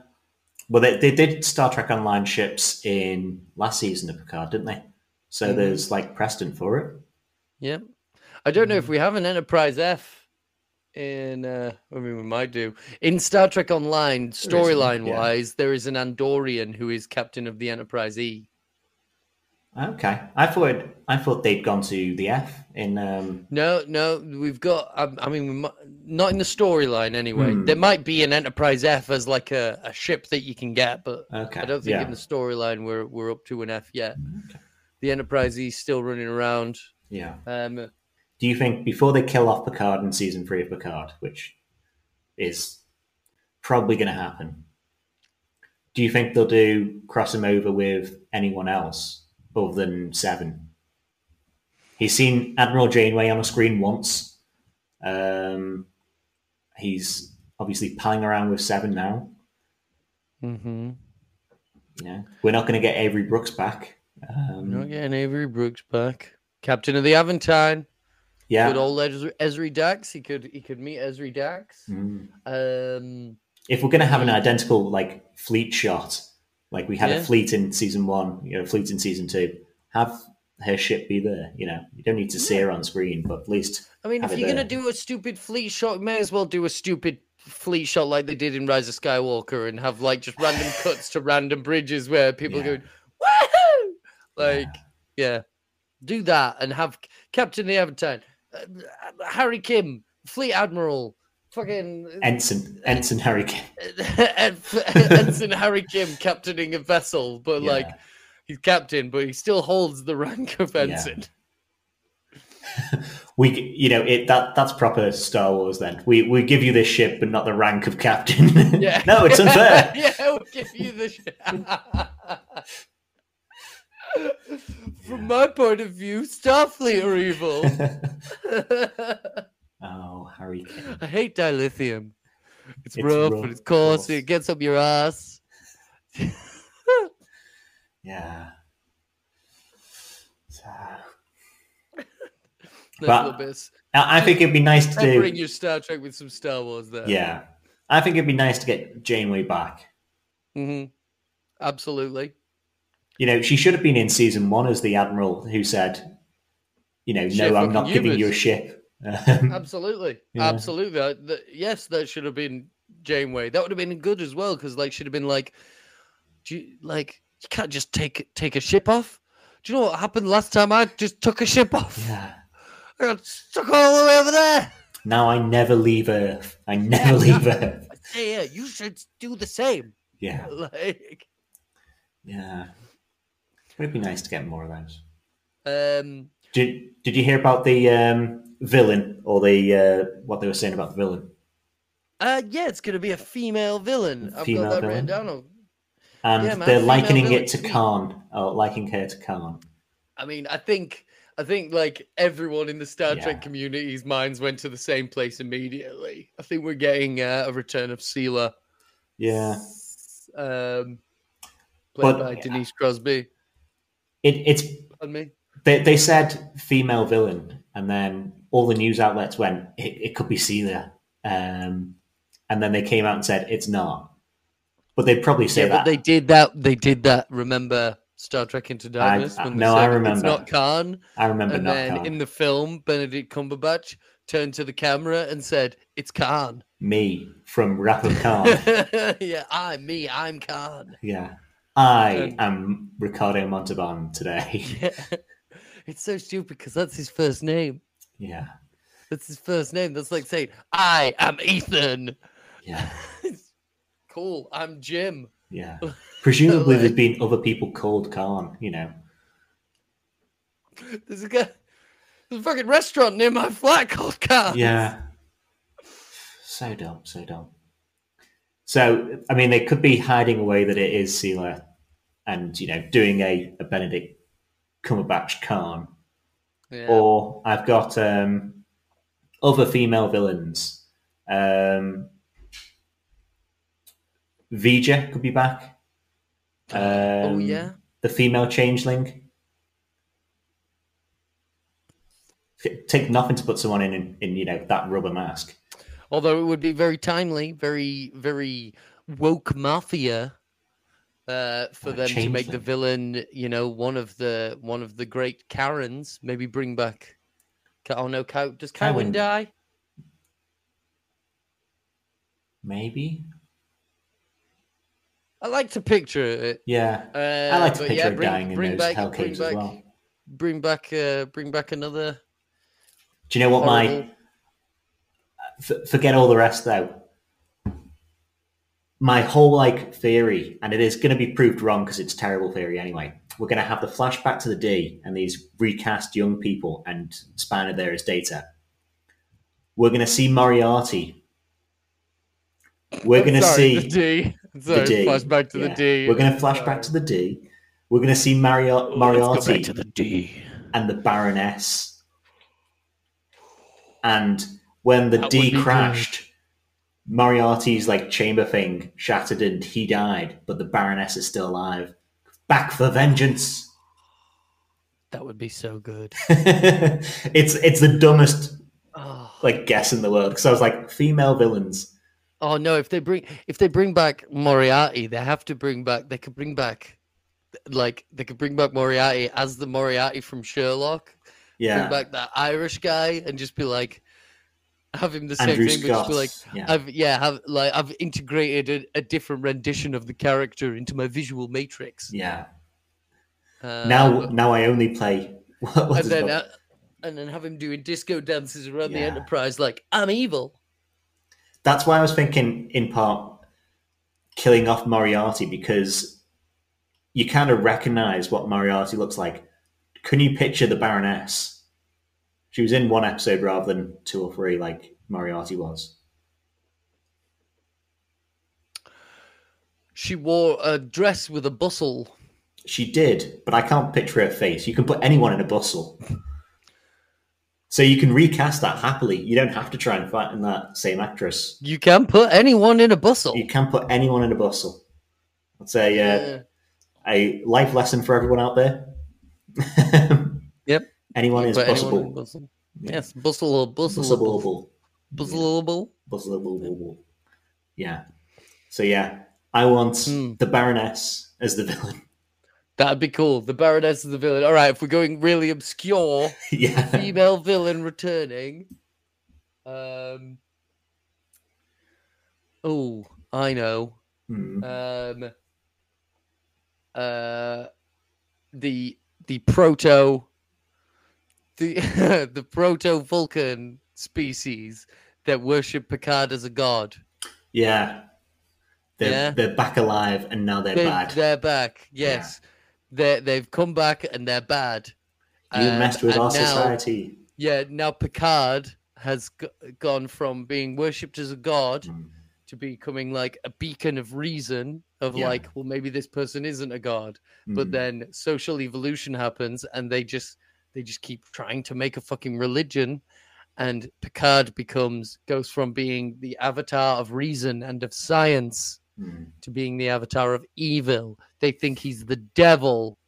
S2: Well, they, they did Star Trek Online ships in last season of Picard, didn't they? So
S1: Mhm.
S2: there's like precedent for it.
S1: Yeah. I don't know
S2: Mm-hmm.
S1: if we have an Enterprise F in. Uh, I mean, we might do in Star Trek Online storyline
S2: yeah.
S1: wise. There is an Andorian who is captain of the Enterprise E.
S2: Okay, I thought I thought they'd gone to the F in um,
S1: No, no, we've got. I, I mean, we mi- not in the storyline anyway.
S2: Hmm.
S1: There might be an Enterprise F as like a, a ship that you can get, but
S2: Okay.
S1: I don't think in the storyline we're we're up to an F yet.
S2: Mm-hmm, Okay.
S1: The Enterprise E's still running around.
S2: Yeah.
S1: Um,
S2: Do you think before they kill off Picard in season three of Picard, which is probably going to happen, do you think they'll do cross him over with anyone else other than Seven? He's seen Admiral Janeway on a screen once. Um, he's obviously palling around with Seven now. Mm-hmm.
S1: mhm.
S2: Yeah, we're not going to get Avery Brooks back. Um,
S1: Not getting Avery Brooks back. Captain of the Aventine.
S2: yeah.
S1: Good old Ezri, Ezri Dax. He could he could meet Ezri Dax.
S2: Mm.
S1: Um,
S2: if we're going to have an identical like fleet shot, like we had
S1: Yeah.
S2: a fleet in season one, you know, fleet in season two, have her ship be there. You know, you don't need to see her on screen, but at least
S1: I mean,
S2: Have
S1: if
S2: it
S1: you're gonna
S2: there.
S1: do a stupid fleet shot, may as well do a stupid fleet shot like they did in Rise of Skywalker and have like just
S2: [laughs]
S1: random cuts to random bridges where people
S2: Yeah.
S1: go, woohoo!
S2: Yeah.
S1: Like, yeah. do that and have C- Captain the Aventine, uh, uh, Harry Kim, Fleet Admiral, fucking [laughs]
S2: ensign ensign Harry. Kim.
S1: Ensign Harry Kim captaining a vessel, but
S2: Yeah.
S1: like he's captain, but he still holds the rank of
S2: Yeah. [laughs]
S1: ensign.
S2: we, g- you know, it that that's proper Star Wars. Then we we give you this ship, but not the rank of captain.
S1: Yeah.
S2: [laughs]
S1: [laughs]
S2: no, it's unfair.
S1: yeah, we'll give you the shit. [laughs] From my point of view, Starfleet are evil. [laughs]
S2: oh, Harry. Kim.
S1: I hate dilithium. It's,
S2: It's
S1: rough,
S2: rough,
S1: and it's coarse,
S2: coarse.
S1: and it gets up your ass.
S2: Yeah. So,
S1: Nice
S2: But-
S1: little bit. of
S2: I I think it'd be nice to do.
S1: Peppering your Star Trek with some Star Wars there.
S2: Yeah, I think it'd be nice to get Janeway back.
S1: hmm Absolutely.
S2: You know, she should have been in season one as the admiral who said, "You know,
S1: Ship
S2: no, I'm not
S1: fucking
S2: giving
S1: humans."
S2: you a ship." Um,
S1: Absolutely.
S2: Yeah.
S1: Absolutely. I- th- yes, that should have been Janeway. That would have been good as well because, like, she'd have been like, Do you, like, you can't just take take a ship off. Do you know what happened last time I just took a ship off?
S2: yeah.
S1: I got stuck all the way over there.
S2: Now I never leave Earth. I never leave Earth.
S1: I say, yeah, you should do the same. [laughs]
S2: Yeah,
S1: Like,
S2: yeah. Would it be nice to get more of those?
S1: um,
S2: Did Did you hear about the um, villain or the uh, what they were saying about the villain?
S1: uh, yeah, it's gonna be a female villain. I've
S2: Female
S1: got that written
S2: villain?
S1: down. on-
S2: And
S1: Yeah, man,
S2: they're
S1: female
S2: likening
S1: villain
S2: it to
S1: to me.
S2: Khan, or liking her to Khan.
S1: I mean, I think, I think like everyone in the Star
S2: Yeah.
S1: Trek community's minds went to the same place immediately. I think we're getting uh, a return of Sela,
S2: Yeah.
S1: um, played
S2: But-
S1: by Denise Crosby.
S2: It, it's
S1: Pardon me.
S2: They, they said female villain, and then all the news outlets went, it, it could be Celia. Um, and then they came out and said, it's not. But they'd probably say
S1: Yeah, but
S2: that.
S1: they did that. They did that. Remember Star Trek Into Darkness?
S2: I-
S1: when they
S2: no, I
S1: said It's
S2: remember.
S1: not Khan.
S2: I remember
S1: And
S2: not.
S1: then
S2: Khan.
S1: in the film, Benedict Cumberbatch turned to the camera and said, "It's Khan." [laughs]
S2: Me from Rap of Khan.
S1: yeah, I'm me. I'm Khan.
S2: yeah. I
S1: Um,
S2: am Ricardo Montalban today. [laughs]
S1: Yeah. [laughs] It's so stupid because that's his first name.
S2: yeah.
S1: That's his first name. That's like saying, I am Ethan. [laughs]
S2: Yeah.
S1: cool. I'm Jim. [laughs]
S2: Yeah. Presumably,
S1: Like-
S2: there's been other people called Khan, you know.
S1: There's a guy. There's a fucking restaurant near my flat called Car.
S2: Yeah. So dumb, so dumb. So, I mean, they could be hiding away that it is Seela and, you know, doing a, a Benedict Cumberbatch Khan.
S1: Yeah.
S2: Or I've got um, other female villains. Um, Vija could be back. Um,
S1: oh yeah,
S2: the female changeling. Take nothing to put someone in, in, in you know that rubber mask.
S1: Although it would be very timely, very very woke mafia uh, for
S2: Like
S1: them to make the
S2: Changeling.
S1: villain, you know, one of the one of the great Karens. Maybe bring back. Ca- Oh no, Cow does Cowan
S2: Cowan.
S1: die?
S2: Maybe.
S1: I like to picture it.
S2: Yeah.
S1: Uh,
S2: I like to
S1: but
S2: picture
S1: yeah,
S2: it
S1: bring,
S2: dying in
S1: bring
S2: those
S1: back,
S2: hell
S1: bring
S2: caves
S1: back,
S2: as well.
S1: bring back, uh, bring back another.
S2: Do you know what my
S1: horrible-
S2: f- forget all the rest though. My whole like theory, and it is going to be proved wrong because it's terrible theory anyway. We're going to have the flashback to the D and these recast young people and Spanner there as Data. We're going to see Moriarty. We're going to
S1: Sorry,
S2: see
S1: the D. Sorry,
S2: D.
S1: flashback to the
S2: yeah.
S1: D.
S2: We're going to flash back to the D. We're going to see
S1: Let's
S2: Mario-
S1: go
S2: Moriarty
S1: back to the D.
S2: and the Baroness. And when the
S1: That would
S2: D
S1: be good.
S2: crashed, Moriarty's like chamber thing shattered and he died, but the Baroness is still alive. Back for vengeance. [laughs]
S1: That would be so good.
S2: it's it's the dumbest
S1: Oh.
S2: like guess in the world because I was like female villains.
S1: Oh no! If they bring if they bring back Moriarty, they have to bring back. They could bring back, like they could bring back Moriarty as the Moriarty from Sherlock. Bring
S2: Yeah,
S1: back that Irish guy and just be like, have him the same
S2: Andrew
S1: thing, but
S2: Scott.
S1: just be like,
S2: yeah.
S1: I've yeah, have like I've integrated a, a different rendition of the character into my visual matrix.
S2: yeah.
S1: Uh,
S2: Now now I only play. [laughs] What, what
S1: and
S2: is
S1: then
S2: it?
S1: uh, and then have him doing disco dances around the
S2: Yeah.
S1: Enterprise, like I'm evil.
S2: That's why I was thinking, in part, killing off Moriarty because you kind of recognize what Moriarty looks like. Can you picture the Baroness? She was in one episode rather than two or three, like Moriarty was.
S1: She wore a dress with a bustle.
S2: She did, but I can't picture her face. You can put anyone in a bustle. So you can recast that happily. You don't have to try and find that same actress.
S1: You can put anyone in a bustle.
S2: You can put anyone in a bustle. That's a uh, a life lesson for everyone out there. [laughs]
S1: Yep.
S2: Anyone is
S1: But anyone in
S2: possible.
S1: bustle. Yes, bustle or bustle,
S2: Buzzable.
S1: buzzleable.
S2: Buzzable. Yeah. So yeah, I want
S1: Hmm.
S2: the Baroness as the villain. [laughs]
S1: That'd be cool. The Baroness of the villain. All right, if we're going really obscure,
S2: yeah.
S1: female villain returning. Um. Oh, I know.
S2: Hmm.
S1: Um. Uh, the the proto. The [laughs] the proto Vulcan species that worship Picard as a god.
S2: Yeah. They're,
S1: Yeah.
S2: they're back alive and now they're
S1: They-
S2: bad.
S1: They're back.
S2: Yeah.
S1: Yes, they they've come back and they're bad.
S2: you
S1: Um,
S2: messed with
S1: and
S2: our
S1: now-
S2: society.
S1: Yeah, now Picard has g- gone from being worshipped as a god
S2: Hmm.
S1: to becoming like a beacon of reason of
S2: Yeah.
S1: like, well, maybe this person isn't a god. But
S2: Hmm.
S1: then social evolution happens, and they just they just keep trying to make a fucking religion. And Picard becomes goes from being the avatar of reason and of science
S2: Hmm.
S1: to being the avatar of evil. They think he's the devil.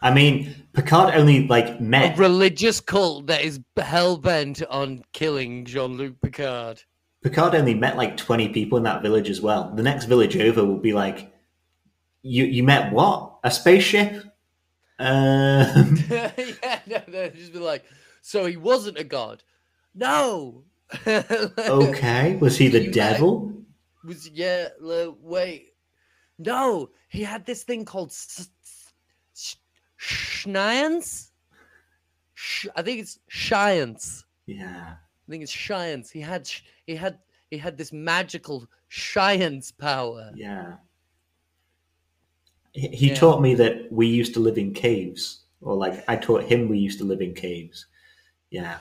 S2: I mean, Picard only like
S1: A
S2: met
S1: religious cult that is hell bent on killing Jean Luc Picard.
S2: Picard only met like 20 people in that village as well. The next village over will be like, you, you met what? A spaceship? Um,
S1: [laughs] yeah, no, no, just be like, so he wasn't a god. No.
S2: [laughs]
S1: [laughs]
S2: okay. Was he the
S1: You met-
S2: devil?
S1: Was yeah. le- wait. No, he had this thing called s- s- sh- Schneins. Sh- I think it's Shiance.
S2: Yeah.
S1: I think it's science. He had sh- he had he had this magical science power.
S2: Yeah. He, he
S1: Yeah.
S2: taught me that we used to live in caves, or like I taught him we used to live in caves. Yeah.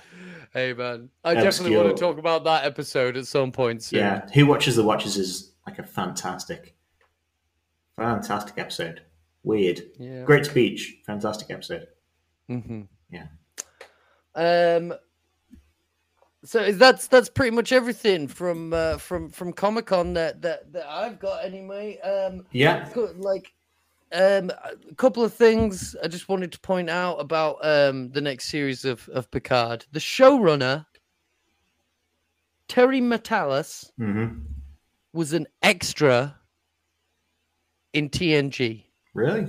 S1: Hey man, I definitely want to
S2: Obscure.
S1: talk about that episode at some point soon.
S2: Yeah. Who Watches the Watches is like a fantastic, fantastic episode. Weird.
S1: yeah.
S2: Great speech. Fantastic episode.
S1: Mm-hmm.
S2: Yeah.
S1: Um, so is that's that's pretty much everything from uh, from from Comic Con that, that that I've got anyway. Um,
S2: Yeah.
S1: co- like um, a couple of things I just wanted to point out about um, the next series of of Picard. The showrunner Terry Metalis
S2: Mm-hmm.
S1: was an extra in TNG.
S2: Really?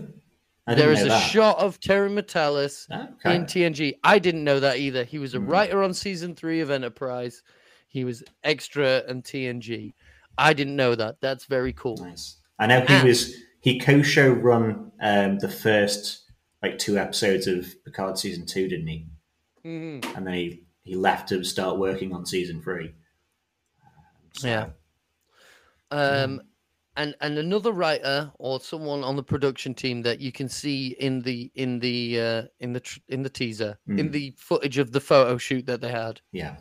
S2: I
S1: There is
S2: didn't know
S1: a
S2: that. Oh,
S1: shot of Terry Metalis
S2: Okay.
S1: in TNG. I didn't know that either. He was a
S2: Hmm.
S1: writer on season three of Enterprise. He was extra and TNG. I didn't know that. That's very cool.
S2: Nice. I know he
S1: And-
S2: was he co-show run um, the first like two episodes of Picard season two, didn't he?
S1: Mhm.
S2: And then he he left to start working on season three. Um, so- Mm-hmm.
S1: Yeah. Um, and and another writer or someone on the production team that you can see in the in the uh, in the tr- in the teaser in
S2: Hmm.
S1: the footage of the photo shoot that they had
S2: Yeah.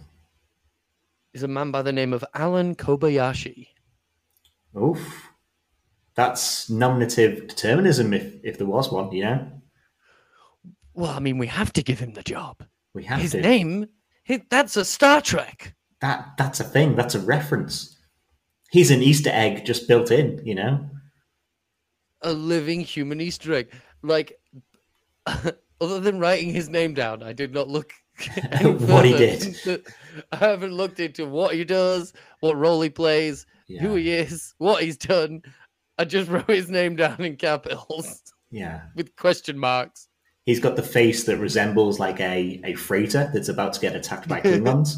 S1: is a man by the name of Alan Kobayashi.
S2: Oof. That's nominative determinism, if if there was one. You know,
S1: Well, I mean, we have to give him the job.
S2: we have
S1: His
S2: to.
S1: name, hi- that's a Star Trek.
S2: That that's a thing. That's a reference. He's an Easter egg just built in. You know.
S1: a living human Easter egg. Like, [laughs] other than writing his name down, I did not
S2: [laughs]
S1: look. any
S2: What he
S1: further
S2: did.
S1: into- I haven't looked into what he does, what role he plays,
S2: Yeah.
S1: who he is, what he's done. I just [laughs] wrote his name down in capitals [laughs]
S2: yeah.
S1: with question marks.
S2: He's got the face that resembles like a, a freighter that's about to get attacked by Klingons.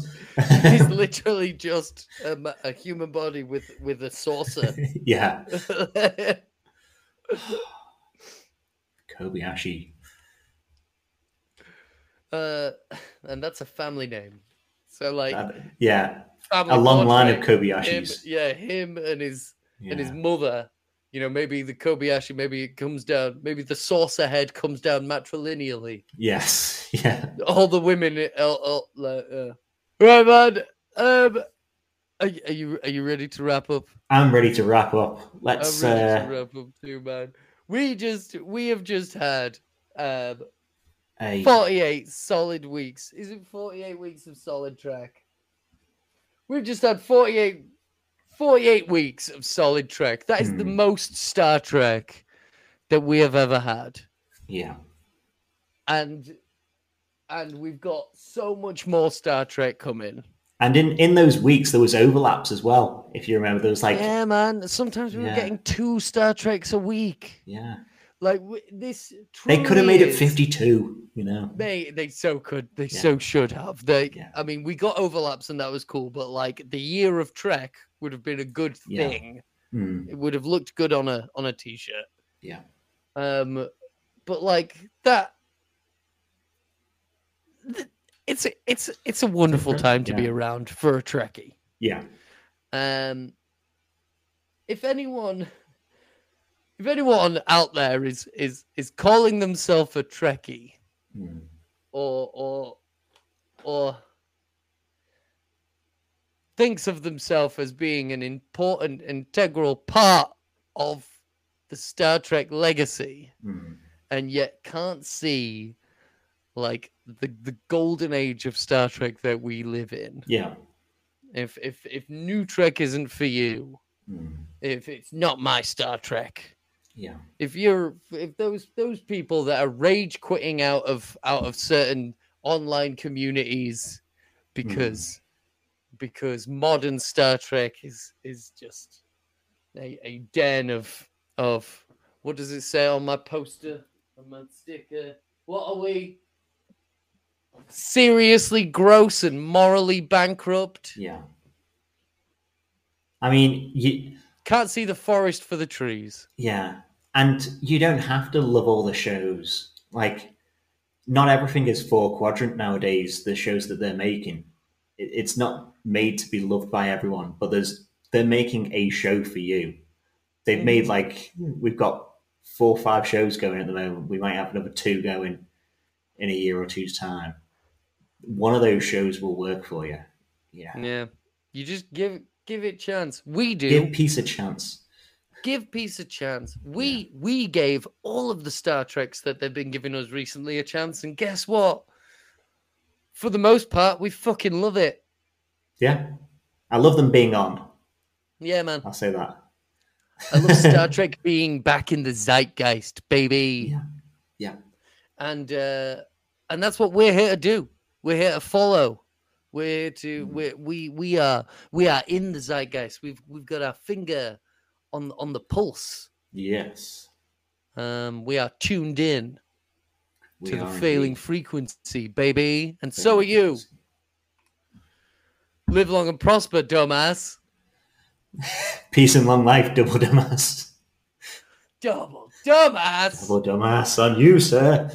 S1: He's literally just a, ma- a human body with with a saucer.
S2: [laughs]
S1: [laughs]
S2: yeah, Kobayashi.
S1: uh, and that's a family name. So like
S2: That- Uh, yeah,
S1: family
S2: a long line
S1: portrait.
S2: of
S1: him,
S2: Kobayashis.
S1: yeah, him and his and his
S2: Yeah.
S1: mother. You know, maybe the Kobayashi, maybe it comes down, maybe the saucer head comes down matrilineally.
S2: Yes, [laughs] yeah,
S1: All the women, uh, uh, uh, uh, right, man. Um, are, y- are you are you ready to wrap up?
S2: I'm ready to wrap up.
S1: I'm
S2: Let's.
S1: ready
S2: Uh,
S1: to wrap up too, man. We just we have just had um
S2: a-
S1: 48 solid weeks. Is it 48 weeks of solid track? We've just had 48, 48 weeks of solid track. That is the
S2: Hmm.
S1: most Star Trek that we have ever had.
S2: yeah,
S1: And and we've got so much more Star Trek coming.
S2: and in in those weeks there was overlaps as well. If you remember, there was like yeah,
S1: yeah, man. Sometimes we were
S2: Yeah.
S1: getting two Star Treks a week. Like w- this
S2: they could have made it
S1: truly is-
S2: 52. You know,
S1: They they so could they
S2: Yeah.
S1: so should have they.
S2: Yeah.
S1: I mean, we got overlaps and that was cool, but like the year of Trek would have been a good
S2: Yeah.
S1: thing.
S2: Mm,
S1: It would have looked good on a on a t shirt.
S2: Yeah.
S1: Um, but like that, th- it's a, it's a- it's a wonderful
S2: Trek,
S1: time to be
S2: yeah.
S1: around for a Trekkie.
S2: yeah,
S1: Um, if anyone, if anyone out there is is is calling themselves a Trekkie
S2: mm,
S1: or or or thinks of themselves as being an important integral part of the Star Trek legacy
S2: mm.
S1: and yet can't see like the the golden age of Star Trek that we live in.
S2: yeah.
S1: If if if new Trek isn't for you,
S2: Mm,
S1: if it's not my Star Trek,
S2: yeah,
S1: if you're if those those people that are rage quitting out of out of certain online communities because because modern Star Trek is is just a, a den of of what does it say on my poster on my sticker what are we seriously gross and morally bankrupt
S2: yeah. I mean, you,
S1: can't see the forest for the trees
S2: Yeah. And you don't have to love all the shows. Like, not everything is four quadrant nowadays, the shows that they're making. It, it's not made to be loved by everyone, but there's they're making a show for you. They've
S1: Mhm.
S2: made like we've got four or five shows going at the moment. We might have another two going in a year or two's time. One of those shows will work for you. Yeah.
S1: yeah you just give give it chance we do
S2: Give peace a chance.
S1: give peace a chance. We we gave all of the Star Treks that they've been giving us recently a chance, and guess what? For the most part, we fucking love it.
S2: yeah, I love them being on.
S1: Yeah, man.
S2: I'll say that.
S1: I love Star Trek being back in the zeitgeist, baby.
S2: Yeah, yeah.
S1: And uh, and that's what we're here to do. We're here to follow. We're to we're, we we are we are in the zeitgeist. We've we've got our finger on on the pulse.
S2: Yes.
S1: Um, we are tuned in
S2: we
S1: to the
S2: are
S1: failing
S2: indeed.
S1: frequency, baby. And so are you. Live long and prosper, dumbass.
S2: Peace and long life, double dumbass.
S1: Double dumbass.
S2: Double dumbass on you, sir.